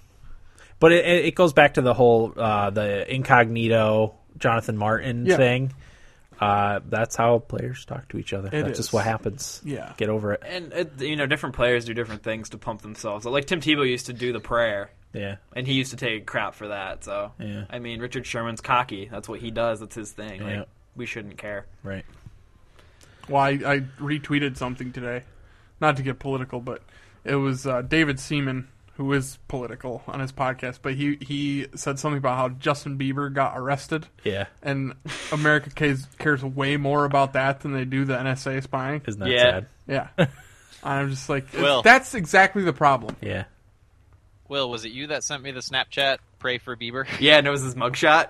But it, it it goes back to the whole uh, the incognito Jonathan Martin Yeah. thing. Uh, that's how players talk to each other. that's is. just what happens. Yeah. get over it. and it, you know, different players do different things to pump themselves. Like Tim Tebow used to do the prayer, Yeah, and he used to take crap for that. So Yeah. I mean, Richard Sherman's cocky. That's what he does. That's his thing. Yeah. Like we shouldn't care. right. Well, I, I retweeted something today, not to get political, but it was uh, David Seaman who is political on his podcast, but he he said something about how Justin Bieber got arrested, Yeah, and [LAUGHS] America cares, cares way more about that than they do the NSA spying. isn't that Yeah. sad? Yeah, I'm just like Will. that's exactly the problem. Yeah, Will, was it you that sent me the Snapchat? Pray for Bieber. [LAUGHS] Yeah, and it was [LAUGHS] his mugshot.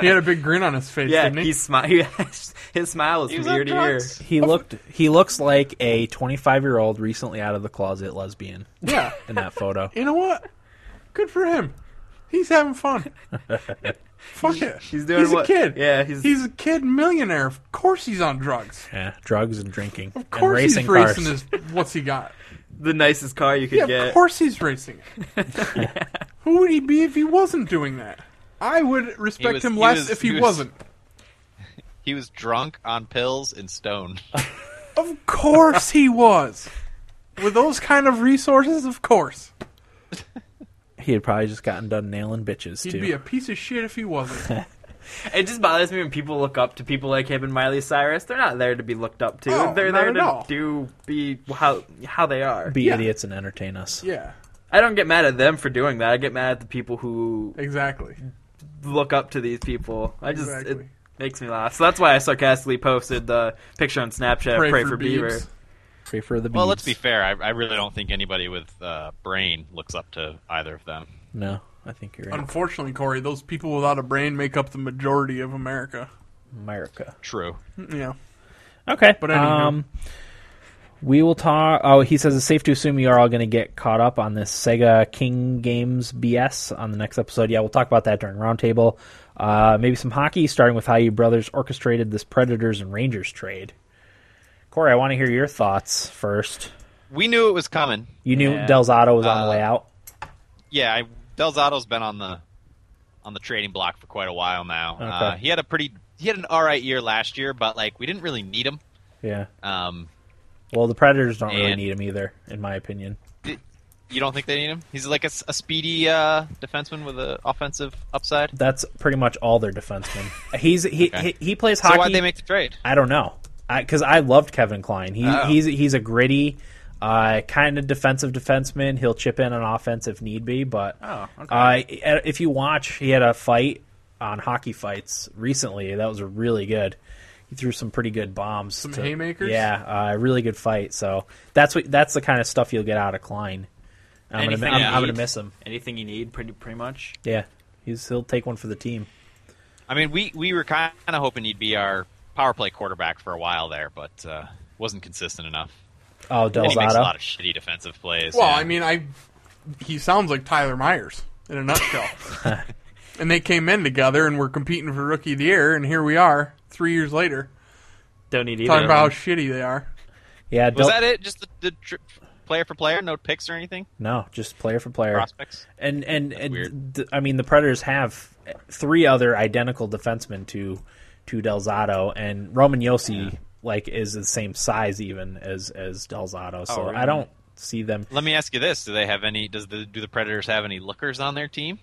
He had a big grin on his face, yeah, didn't he? he smile. [LAUGHS] He, his smile is He from was on ear to ear. drugs. he looked he looks like a 25 year old recently out of the closet lesbian yeah, in that photo. you know what? Good for him. He's having fun. [LAUGHS] Fuck it. He's doing he's what- a kid. yeah, he's- he's a kid millionaire. Of course he's on drugs. Yeah, Eh, drugs and drinking Of course and racing he's cars. racing his what's he got? the nicest car you [LAUGHS] could Yeah, get. of course he's racing. [LAUGHS] Who would he be if he wasn't doing that? I would respect was- him he less was- if he, he was- wasn't. He was drunk on pills and stoned. Of course he was. With those kind of resources, of course. He had probably just gotten done nailing bitches He'd too. be a piece of shit if he [LAUGHS] wasn't. It just bothers me when people look up to people like him and Miley Cyrus. They're not there to be looked up to. Oh, They're not there at to all. do be how how they are. Be Yeah. idiots and entertain us. yeah, I don't get mad at them for doing that. I get mad at the people who exactly. look up to these people. I just Exactly. it makes me laugh. So that's why I sarcastically posted the picture on Snapchat. Pray, for, Beaver. Biebs. Pray for the Well, let's be bees. fair. I, I really don't think anybody with uh, brain looks up to either of them. No, I think you're in Unfortunately, Corey, those people without a brain make up the majority of America. America. True. Yeah. Okay. But But anyhow. um, we will talk. Oh, he says it's safe to assume you are all going to get caught up on this Sega King Games BS on the next episode. Yeah, we'll talk about that during roundtable. Uh, maybe some hockey, starting with how you brothers orchestrated this Predators and Rangers trade. Corey, I want to hear your thoughts first. We knew it was coming. You knew Yeah. Delzato was on the Uh, way out. Yeah, I, Delzato's been on the on the trading block for quite a while now. Uh, Okay. he had a pretty he had an all right year last year, but like we didn't really need him. Yeah. Um, Well, the Predators don't really And- need him either, in my opinion. you don't think they need him? He's like a, s- a speedy uh, defenseman with an offensive upside. That's pretty much all their [LAUGHS] defensemen. He's he, Okay. he he plays So hockey. why'd they make the trade? I don't know, because I, loved Kevin Klein. He, Oh. He's he's a gritty, uh, kind of defensive defenseman. He'll chip in on offense if need be, but Oh, okay. uh, if you watch, he had a fight on hockey fights recently. That was really good. He threw some pretty good bombs. Some haymakers? Yeah, uh, really good fight. So that's what that's the kind of stuff you'll get out of Klein. I'm gonna, Anything I'm, you I'm gonna need. miss him. Anything you need, pretty pretty much. Yeah, he's he'll take one for the team. I mean, we we were kind of hoping he'd be our power play quarterback for a while there, but uh, wasn't consistent enough. Oh, And he makes a lot Delzato. of shitty defensive plays. Well, yeah. I mean, I he sounds like Tyler Myers in a [LAUGHS] nutshell. and they came in together and were competing for rookie of the year, and here we are, three years later, Don't need either. talking of about how them. shitty they are. Yeah, Del- was that it? Just the, the tr- player for player, no picks or anything. no, just player for player. Prospects. And and, and weird. th- I mean, the Predators have three other identical defensemen to to Delzato, and Roman Yossi like is the same size even as as Delzato. So Oh, really? I don't see them. Let me ask you this: Do they have any? Does the do the Predators have any lookers on their team?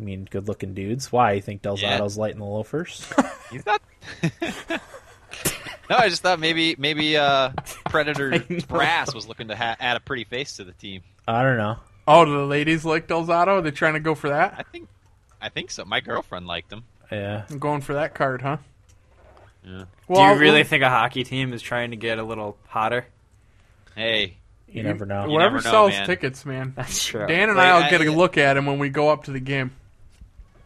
I mean, good looking dudes. Why you think Yeah. Delzato's lighting the loafers? [LAUGHS] He's not. no, I just thought maybe maybe uh, [LAUGHS] Predator Brass was looking to ha- add a pretty face to the team. I don't know. Oh, do the ladies like Delzato? Are they trying to go for I that? think I think so. My girlfriend liked him. Yeah, I'm going for that card, huh? Yeah. Well, Do you really think a hockey team is trying to get a little hotter? Hey, you, never know. you Whoever never know, sells man. tickets, man. [LAUGHS] That's true. Dan and Like, I will I- get a look at him when we go up to the game.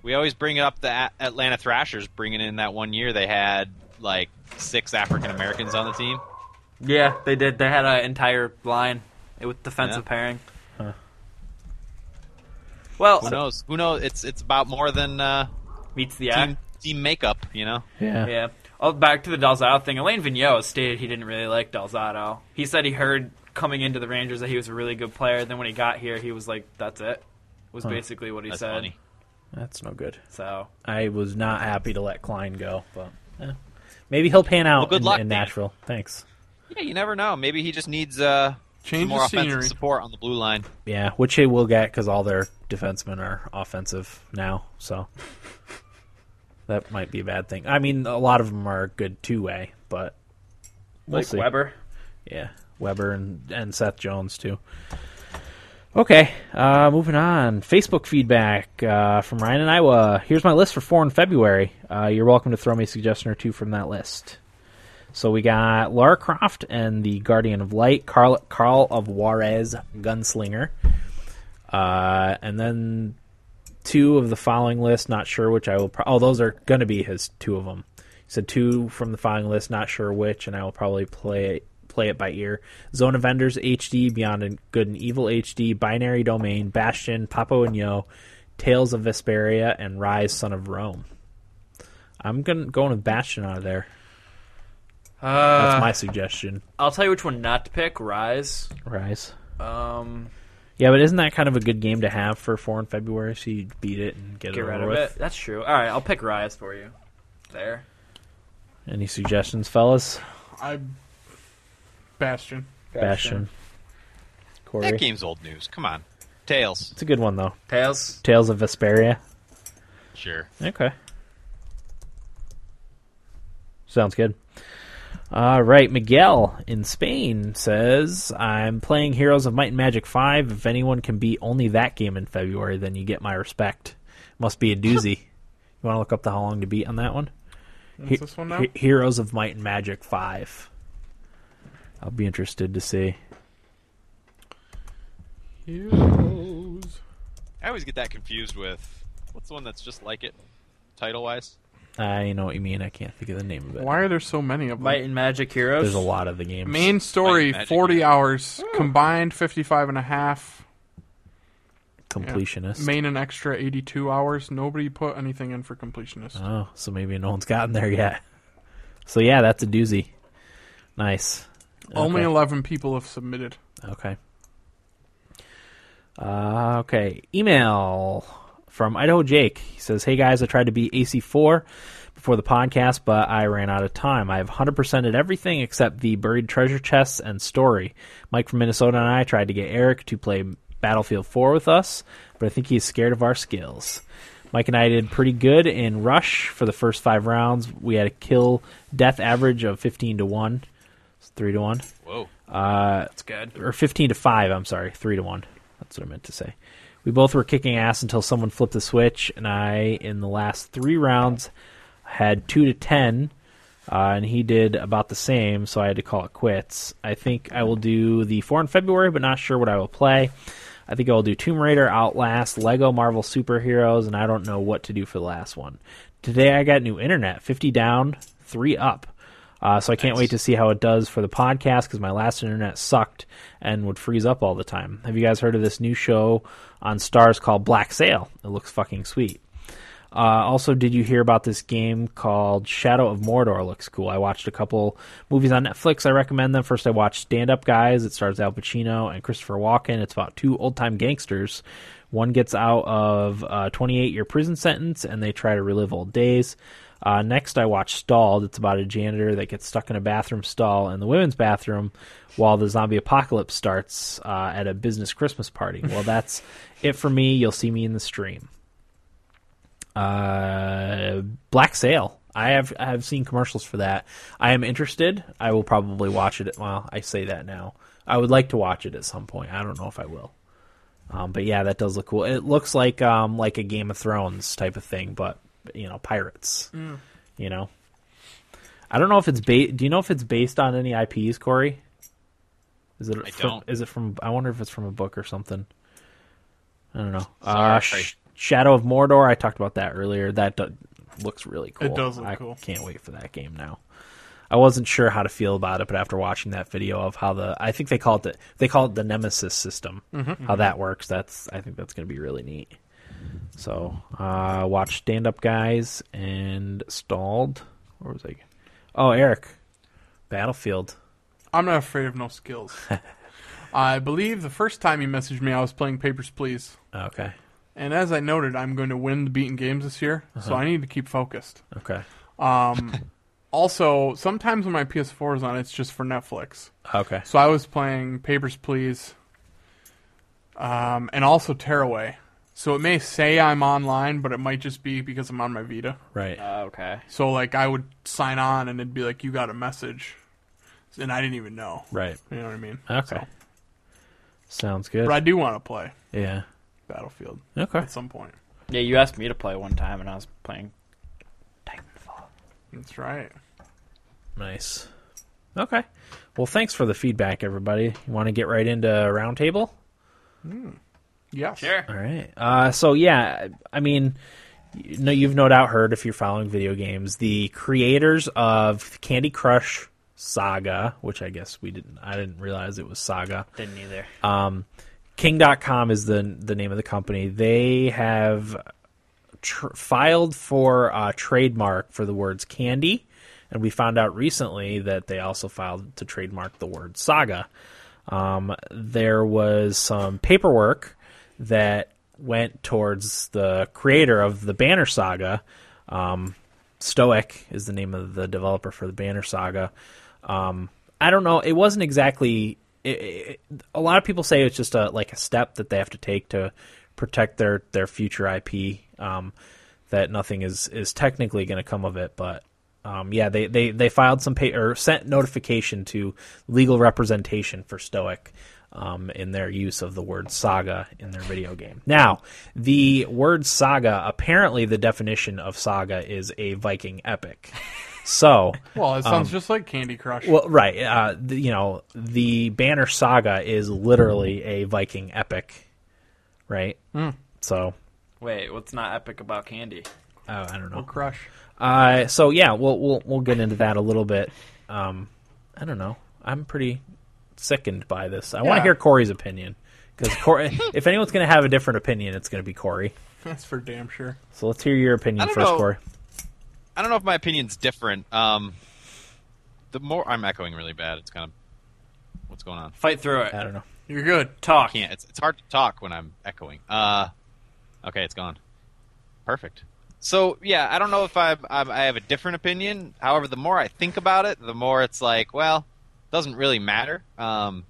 we always bring up the A- Atlanta Thrashers bringing in that one year they had like six African Americans on the team. Yeah, they did. They had an entire line with defensive Yeah. pairing. Huh. Well, Who knows? Who knows? It's it's about more than uh, meets the eye. team team makeup, you know. [LAUGHS] Yeah. Yeah. Oh, back to the Dalzato thing. Elaine Vigneault stated he didn't really like Dalzato. He said he heard coming into the Rangers that he was a really good player. Then when he got here, he was like, "That's it." Was basically what he That's said. funny. that's no good. So I was not happy to let Klein go, but eh. maybe he'll pan out good in, luck, in Dan. Nashville. Thanks. Yeah, you never know. Maybe he just needs uh, Change some more the offensive scenery. support on the blue line. Yeah, which they will get because all their defensemen are offensive now, so that might be a bad thing. I mean, a lot of them are good two way, but we'll like see. Weber. yeah, Weber and and Seth Jones too. Okay, uh, moving on. Facebook feedback uh, from Ryan in Iowa. Here's my list for four in February. Uh, you're welcome to throw me a suggestion or two from that list. So we got Lara Croft and the Guardian of Light, Carl, Carl of Juarez, Gunslinger. Uh, and then two of the following list, not sure which I will. Pro- oh, those are going to be his two of them. He said two from the following list, not sure which, and I will probably play it, play it by ear. Zone of Enders HD, Beyond and Good and Evil HD, Binary Domain, Bastion, Papo and Yo, Tales of Vesperia, and Rise Son of Rome. I'm going going with Bastion out of there. Uh, Uh, That's my suggestion. I'll tell you which one not to pick. Rise. Rise. Um, Yeah, but isn't that kind of a good game to have for four in February? So you beat it and get, get it rid over of with. it. That's true. All right, I'll pick Rise for you. There. Any suggestions, fellas? I Bastion. Bastion, That Corey. game's old news. Come on. Tails. It's a good one though. Tails. Tales of Vesperia. Sure. Okay. Sounds good. All right, Miguel in Spain says, "I'm playing Heroes of Might and Magic 5. If anyone can beat only that game in February, then you get my respect. Must be a [LAUGHS] doozy. you want to look up the how long to beat on that one? What's He- this one now? He- Heroes of Might and Magic 5. I'll be interested to see. Heroes. I always get that confused with what's the one that's just like it, title wise. I know what you mean. I can't think of the name of it. Why are there so many of them? Might and Magic Heroes. There's a lot of the games. Main story, Magic, 40 yeah. hours. Combined, 55 and a half. completionist. Main and extra, 82 hours. Nobody put anything in for completionist. Oh, so maybe no one's gotten there yet. So yeah, that's a doozy. Nice. Only Okay. 11 people have submitted. Okay. Uh, okay. Email from Idaho Jake. He says, "Hey guys, I tried to beat AC4 before the podcast, but I ran out of time. I have 100%ed everything except the buried treasure chests and story. Mike from Minnesota and I tried to get Eric to play Battlefield 4 with us, but I think he's scared of our skills." Mike and I did pretty good in Rush for the first five rounds. We had a kill death average of 15 to 1. It's 3 to 1 Whoa. That's good. Uh, or 15 to 5, I'm sorry, 3 to 1. That's what I meant to say. We both were kicking ass until someone flipped the switch, and I, in the last three rounds, had 2 to 10, uh, and he did about the same, so I had to call it quits. I think I will do the 4 in February, but not sure what I will play. I think I will do Tomb Raider, Outlast, Lego Marvel Superheroes, and I don't know what to do for the last one. Today I got new internet, 50 down, 3 up. Uh, so I can't wait to see how it does for the podcast because my last internet sucked and would freeze up all the time. Have you guys heard of this new show on Stars called Black Sail? It looks fucking sweet. Uh, also, did you hear about this game called Shadow of Mordor? Looks cool. I watched a couple movies on Netflix. I recommend them. First, I watched Stand Up Guys. It stars Al Pacino and Christopher Walken. It's about two old time gangsters. One gets out of a 28 year prison sentence and they try to relive old days. Uh, next, I watched Stalled. It's about a janitor that gets stuck in a bathroom stall in the women's bathroom while the zombie apocalypse starts uh, at a business Christmas party. Well, that's it for me. You'll see me in the stream. Uh, Black Sail. I have I have seen commercials for that. I am interested. I will probably watch it. Well, I say that now. I would like to watch it at some point. I don't know if I will. Um, but yeah, that does look cool. It looks like um, like a Game of Thrones type of thing, but you know, pirates. Mm. You know, I don't know if it's ba- Do you know if it's based on any IPs, Corey? Is it? I from, don't. Is it from? I wonder if it's from a book or something. I don't know. Sorry. Uh, Sh- Shadow of Mordor. I talked about that earlier. That do- looks really cool. does look I cool. Can't wait for that game now. I wasn't sure how to feel about it, but after watching that video of how the I think they call it the they call it the Nemesis system, Mm-hmm, how that works. That's I think that's going to be really neat. So uh, watch Stand Up Guys and Stalled. Where was I? Oh, Eric, Battlefield. I'm not afraid of no skills. I believe the first time he messaged me, I was playing Papers, Please. Okay, And as I noted, I'm going to win the beaten games this year, so I need to keep focused. okay, Um, also, sometimes when my PS4 is on, it's just for Netflix. okay. So I was playing Papers, Please, um, and also Tearaway. So it may say I'm online, but it might just be because I'm on my Vita. Right. Ah, Uh, okay. So like I would sign on, and it'd be like you got a message, and I didn't even know. Right. You know what I mean? Okay. Sounds good. But I do want to play Yeah. Battlefield Okay. at some point. Yeah, you asked me to play one time, and I was playing Titanfall. That's right. Nice. Okay. Well, thanks for the feedback, everybody. You want to get right into roundtable? Yes. Sure. All right. Uh, so yeah, I mean, you no, you've no doubt heard if you're following video games, the creators of Candy Crush Saga, which I guess we didn't, I didn't realize it was Saga. Didn't either. Um, King.com is the the name of the company. They have tr- filed for uh, trademark for the words candy, and we found out recently that they also filed to trademark the word saga. Um, there was some paperwork that went towards the creator of the Banner Saga. Um, Stoic is the name of the developer for the Banner Saga. Um, I don't know. It wasn't exactly. It, it, a lot of people say it's just a like a step that they have to take to protect their their future IP. Um, that nothing is is technically going to come of it, but um, yeah, they, they, they filed some pay- or sent notification to legal representation for Stoic um, in their use of the word saga in their video game. Now, the word saga apparently the definition of saga is a Viking epic. So, Well, it sounds just like Candy Crush. Um, well, right, uh, the, you know, the Banner Saga is literally a Viking epic, right? Hmm. So, Wait, what's not epic about candy? uh, I don't know. or Crush. [LAUGHS] Uh, so yeah, we'll we'll we'll get into that a little bit. Um, I don't know. I'm pretty sickened by this. I want to Yeah. hear Corey's opinion because Corey, [LAUGHS] if anyone's going to have a different opinion, it's going to be Corey. That's for damn sure. So let's hear your I opinion don't first, know. Corey. I don't know if my opinion's different. Um, the more I'm echoing really bad. It's kind of what's going on. Fight through it. I don't know. You're good. Talk. Can't. It's, it's hard to talk when I'm echoing. Uh, okay, it's gone. Perfect. So yeah, I don't know if I'm, I'm I have a different opinion. However, the more I think about it, the more it's like, well, doesn't really matter. Um,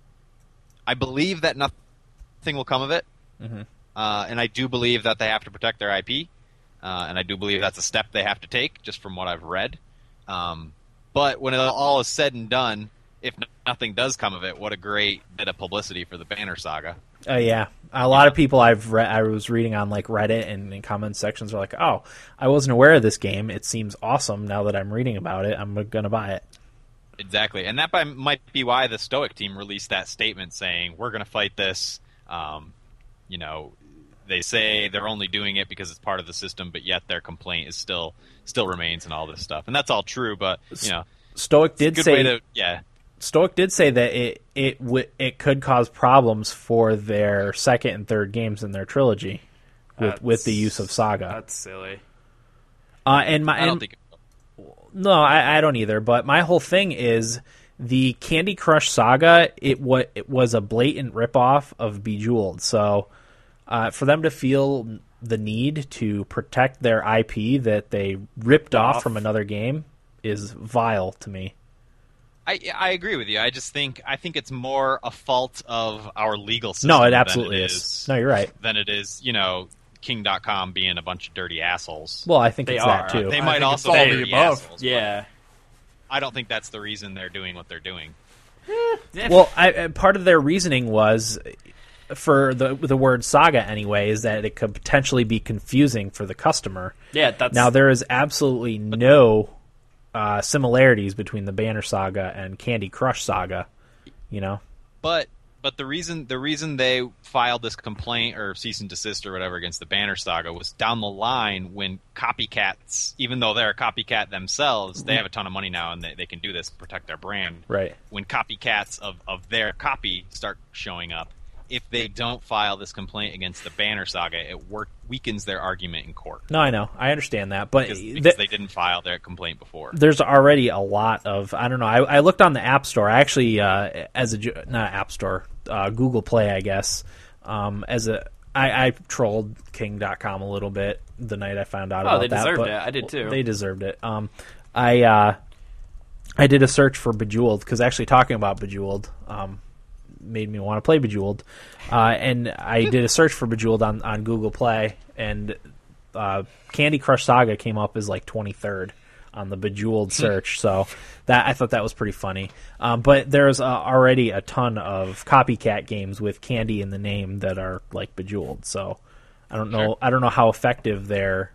I believe that nothing will come of it, uh, and I do believe that they have to protect their IP, uh, and I do believe that's a step they have to take, just from what I've read. Um, but when it all is said and done, if n- nothing does come of it, what a great bit of publicity for the Banner Saga. Oh yeah, a lot of people I've read, I was reading on like Reddit and in comment sections are like, "Oh, I wasn't aware of this game. It seems awesome. Now that I'm reading about it, I'm going to buy it." Exactly, and that by, might be why the Stoic team released that statement saying we're going to fight this. Um, you know, they say they're only doing it because it's part of the system, but yet their complaint is still still remains and all this stuff, and that's all true. But you know, Stoic did good say way to yeah, Stoic did say that it it w- it could cause problems for their second and third games in their trilogy with, with the use of Saga. That's silly. Uh, and my I don't and, think it will. no, I, I don't either. But my whole thing is the Candy Crush Saga. It what it was a blatant ripoff of Bejeweled. So uh, for them to feel the need to protect their IP that they ripped off from another game is vile to me. I I agree with you. I just think I think it's more a fault of our legal system. No, it than absolutely is. No, you're right. Than it is, you know, King.com being a bunch of dirty assholes. Well, I think They it's that are. too. they I might think it's also all be the dirty above. assholes. Yeah. I don't think that's the reason they're doing what they're doing. Well, I, I- part of their reasoning was for the the word saga anyway is that it could potentially be confusing for the customer. Yeah, that's Now there is absolutely no uh, similarities between the Banner Saga and Candy Crush Saga. You know, But but the reason the reason they filed this complaint or cease and desist or whatever against the Banner Saga was down the line when copycats, even though they're a copycat themselves, they have a ton of money now and they, they can do this to protect their brand. right? when copycats of, of their copy start showing up, if they don't file this complaint against the Banner Saga, it work, weakens their argument in court No, I know, I understand that, but because, because th- they didn't file their complaint before. there's already a lot of I don't know. I, I looked on the App Store. I actually uh, as a ju- not App Store, uh, Google Play, I guess. Um, as a I, I trolled King.com a little bit the night I found out Oh, about they that. deserved but it. I did too. They deserved it. Um, I uh, I did a search for Bejeweled because actually talking about Bejeweled um, made me want to play Bejeweled, uh, and I did a search for Bejeweled on on Google Play, and uh, Candy Crush Saga came up as like 23rd on the Bejeweled Hmm. search. so that I thought that was pretty funny. Um, but there's uh, already a ton of copycat games with candy in the name that are like Bejeweled. So I don't know. I don't know how effective their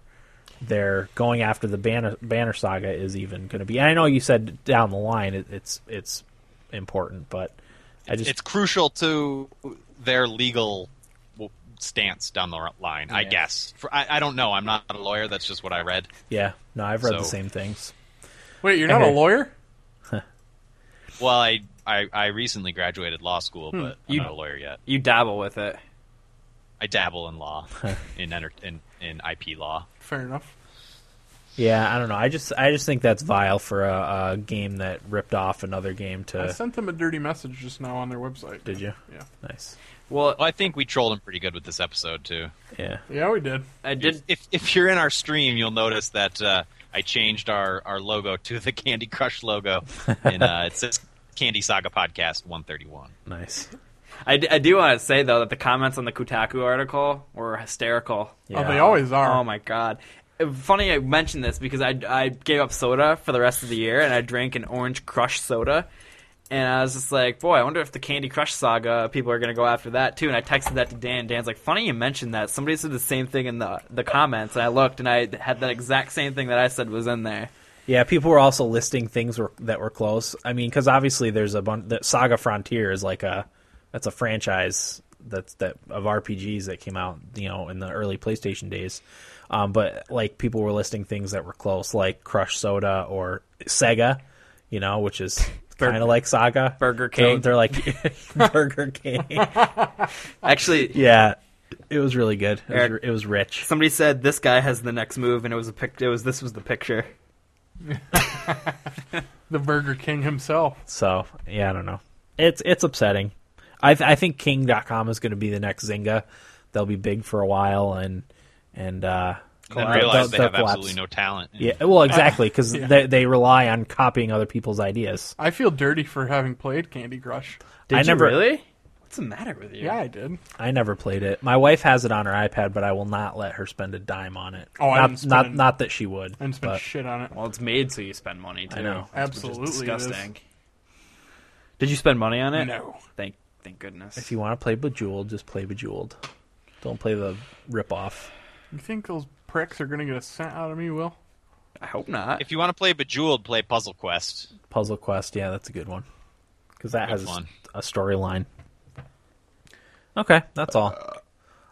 their going after the banner banner saga is even going to be. And I know you said down the line it, it's it's important, but I just it's crucial to their legal w- stance down the r- line, I Yeah. guess. For, I, I don't know. I'm not a lawyer. That's just what I read. yeah. No, I've read the So- same things. Wait, you're not Okay. a lawyer? Well, I I, I recently graduated law school, Hmm. but I'm You- not a lawyer yet. you dabble with it. [LAUGHS] I dabble in law, in, enter, in in IP law. Fair enough. Yeah, I don't know. I just I just think that's vile for a, a game that ripped off another game I to. sent them a dirty message just now on their website. Uh, Did you? Yeah. Nice. Well, Well, I think we trolled him pretty good with this episode too. Yeah. Yeah, we did. I did. If if you're in our stream, you'll notice that uh, I changed our, our logo to the Candy Crush logo, and uh, it says Candy Saga [LAUGHS] Podcast 131. Nice. I, d- I do want to say though that the comments on the Kotaku article were hysterical. Yeah. Oh, they always are. Oh my god! Uh, Funny I mentioned this because I I gave up soda for the rest of the year and I drank an orange crush soda. And I was just like, boy, I wonder if the Candy Crush saga people are gonna go after that too. And I texted that to Dan. Dan's like, funny you mentioned that. Somebody said the same thing in the the comments. And I looked and I had that exact same thing that I said was in there. Yeah, people were also listing things were, that were close. I mean, because obviously there's a bunch. That Saga Frontier is like a that's a franchise that's that of RPGs that came out you know in the early PlayStation days. Um, but like people were listing things that were close, like Crush Soda or Sega, you know, which is Bur- kind of like Saga Burger So King. they're like [LAUGHS] Burger [LAUGHS] King. Oh, Actually, yeah, it was really good. It was, Eric- it was rich. somebody said this guy has the next move, and it was a pic. It was this was the picture. The Burger King himself. So yeah, I don't know. It's it's upsetting. I th- I think King.com is going to be the next Zynga. They'll be big for a while and and uh, Then they'll- realize they they'll have collapse. absolutely no talent. Yeah, [LAUGHS] well, exactly because Yeah. they they rely on copying other people's ideas. I feel dirty for having played Candy Crush. Did I you never really? What's the matter with you? Yeah, I did. I never played it. My wife has it on her iPad, but I will not let her spend a dime on it. Oh, I not didn't not spend- not that she would. I didn't spend but- shit on it. Well, it's made so you spend money too. I know. Absolutely, which is it is. disgusting. Did you spend money on it? No. Thank, thank goodness. if you want to play Bejeweled, just play Bejeweled. Don't play the ripoff. You think those pricks are gonna get a cent out of me, Will? I hope not. If you want to play Bejeweled, play Puzzle Quest. Puzzle Quest, yeah, that's a good one because that Good has one. a storyline. Okay, that's all.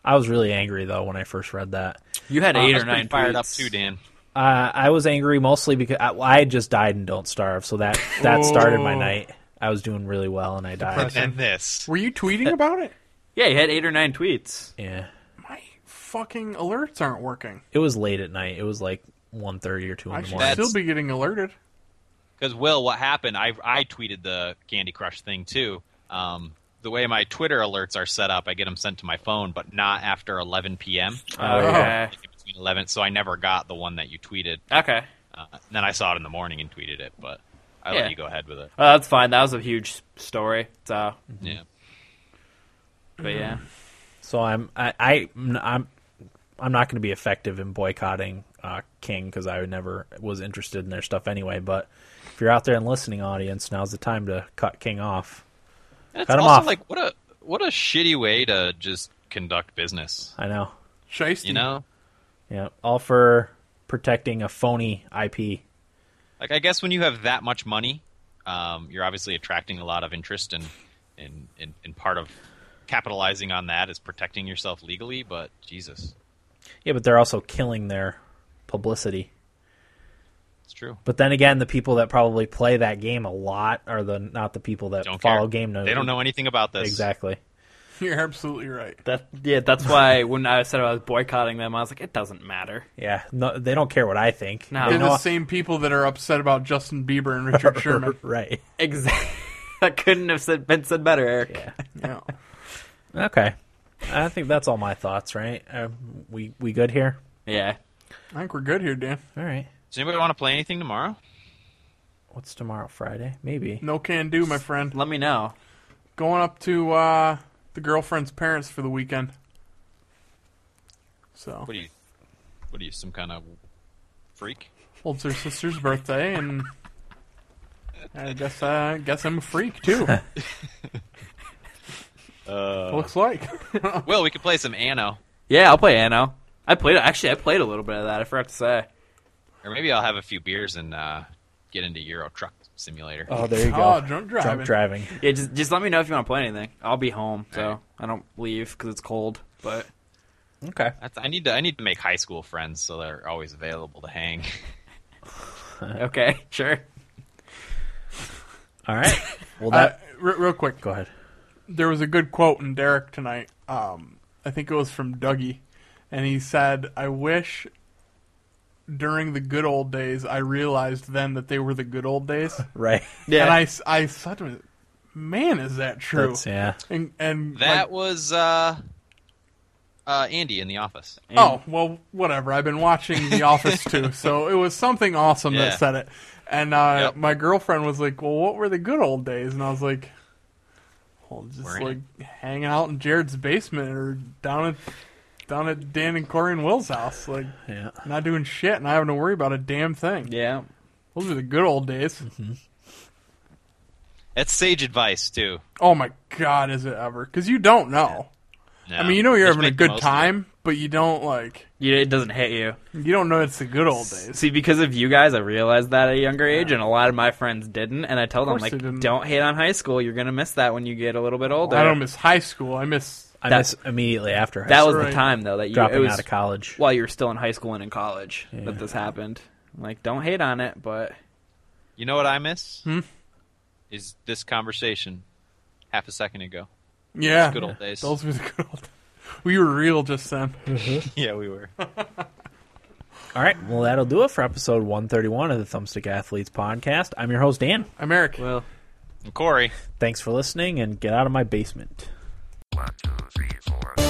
I was really angry though when I first read that. you had Uh, eight I or was pretty nine fired up tweets. too, Dan. Uh, I was angry mostly because I, I had just died in Don't Starve, so that that started my Oh. night. I was doing really well and I died. Depressing. And this. Were you tweeting about it? Yeah, you had eight or nine tweets. Yeah, My fucking alerts aren't working. it was late at night. It was like 1.30 or two I in the should morning. still be getting alerted. Because Will, what happened? I I tweeted the Candy Crush thing too. Um, the way my Twitter alerts are set up, I get them sent to my phone, but not after 11 p.m. Uh, Oh, yeah. Like, between 11, so I never got the one that you tweeted. Okay. Uh, and then I saw it in the morning and tweeted it, but I Yeah. let you go ahead with it. Well, that's fine. That was a huge story. So, Yeah. but yeah. So I'm I, I I'm I'm not going to be effective in boycotting uh, King because I would never was interested in their stuff anyway. But if you're out there and listening, audience, now's the time to cut King off. And it's Cut 'em also off. like what a what a shitty way to just conduct business. I know, Shiesty. You know, yeah, all for protecting a phony IP. like I guess when you have that much money, um, you're obviously attracting a lot of interest, and and, and and part of capitalizing on that is protecting yourself legally. But Jesus, Yeah, but they're also killing their publicity. it's true. But then again, the people that probably play that game a lot are the not the people that Don't follow care. game notes. They don't know anything about this. exactly. [LAUGHS] You're absolutely right. That, yeah, that's why when I said I was boycotting them, I was like, it doesn't matter. Yeah, no, they don't care what I think. No. They They're You know- the same people that are upset about Justin Bieber and Richard Sherman. [LAUGHS] right. [LAUGHS] Exactly. that couldn't have said, been said better, Eric. Yeah. Yeah. Okay. I think that's all my thoughts, right? Um, we we good here? yeah. I think we're good here, Dan. All right. Does anybody want to play anything tomorrow? What's tomorrow? Friday? Maybe. No can do, my friend. Let me know. Going up to uh, the girlfriend's parents for the weekend. So What are you? What are you? Some kind of freak? well, it's her sister's birthday, and I guess I guess I'm a freak too. [LAUGHS] Uh, Looks like. Well, we could play some Anno, Yeah, I'll play Anno. I played actually. I played a little bit of that. I forgot to say. or maybe I'll have a few beers and uh, get into Euro Truck Simulator. Oh, there you oh, go. drunk driving. Drunk driving. Yeah, just just let me know if you want to play anything. I'll be home, so I don't leave because it's cold. But Okay. That's, I need to I need to make high school friends so they're always available to hang. [LAUGHS] okay, [LAUGHS] sure. All right. [LAUGHS] Well, Uh, that. re- real quick, go ahead. there was a good quote in Derek tonight. Um, I think it was from Dougie, and he said, "I wish during the good old days, I realized then that they were the good old days. Right. Yeah. And I, s- I said to him, man, is that true? That's, yeah. And, and That like, was uh, uh, Andy in the office. Oh, well, whatever. I've been watching The Office too, so it was something awesome Yeah. that said it. And uh, Yep. my girlfriend was like, "Well, what were the good old days?" And I was like, "Well, just We're in like hanging out in Jared's basement or down at down at Dan and Corey and Will's house, like Yeah. not doing shit and not having to worry about a damn thing." yeah. Those are the good old days. That's sage advice too. Oh my god, is it ever? Because you don't know. No, I mean, you know you're just having a make the good most of it. time, but you don't like You, it doesn't hit you. you don't know it's the good old days. See, because of you guys, I realized that at a younger age, and a lot of my friends didn't. And I tell them course they like, didn't. don't hate on high school. You're gonna miss that when you get a little bit older. I don't miss high school. I miss I That- miss immediately after high that was school. the right. time though that you it dropping was out of college. while you were still in high school and in college that this happened. I'm like, don't hate on it, but You know what I miss? Hmm? Is this conversation half a second ago? Yeah. Good old days. Those were the good old [LAUGHS] We were real just then. [LAUGHS] yeah, we were. All right. Well, that'll do it for episode 131 of the Thumbstick Athletes podcast. I'm your host, Dan. I'm Eric. well, And Corey. Thanks for listening and get out of my basement. One, two, three, four.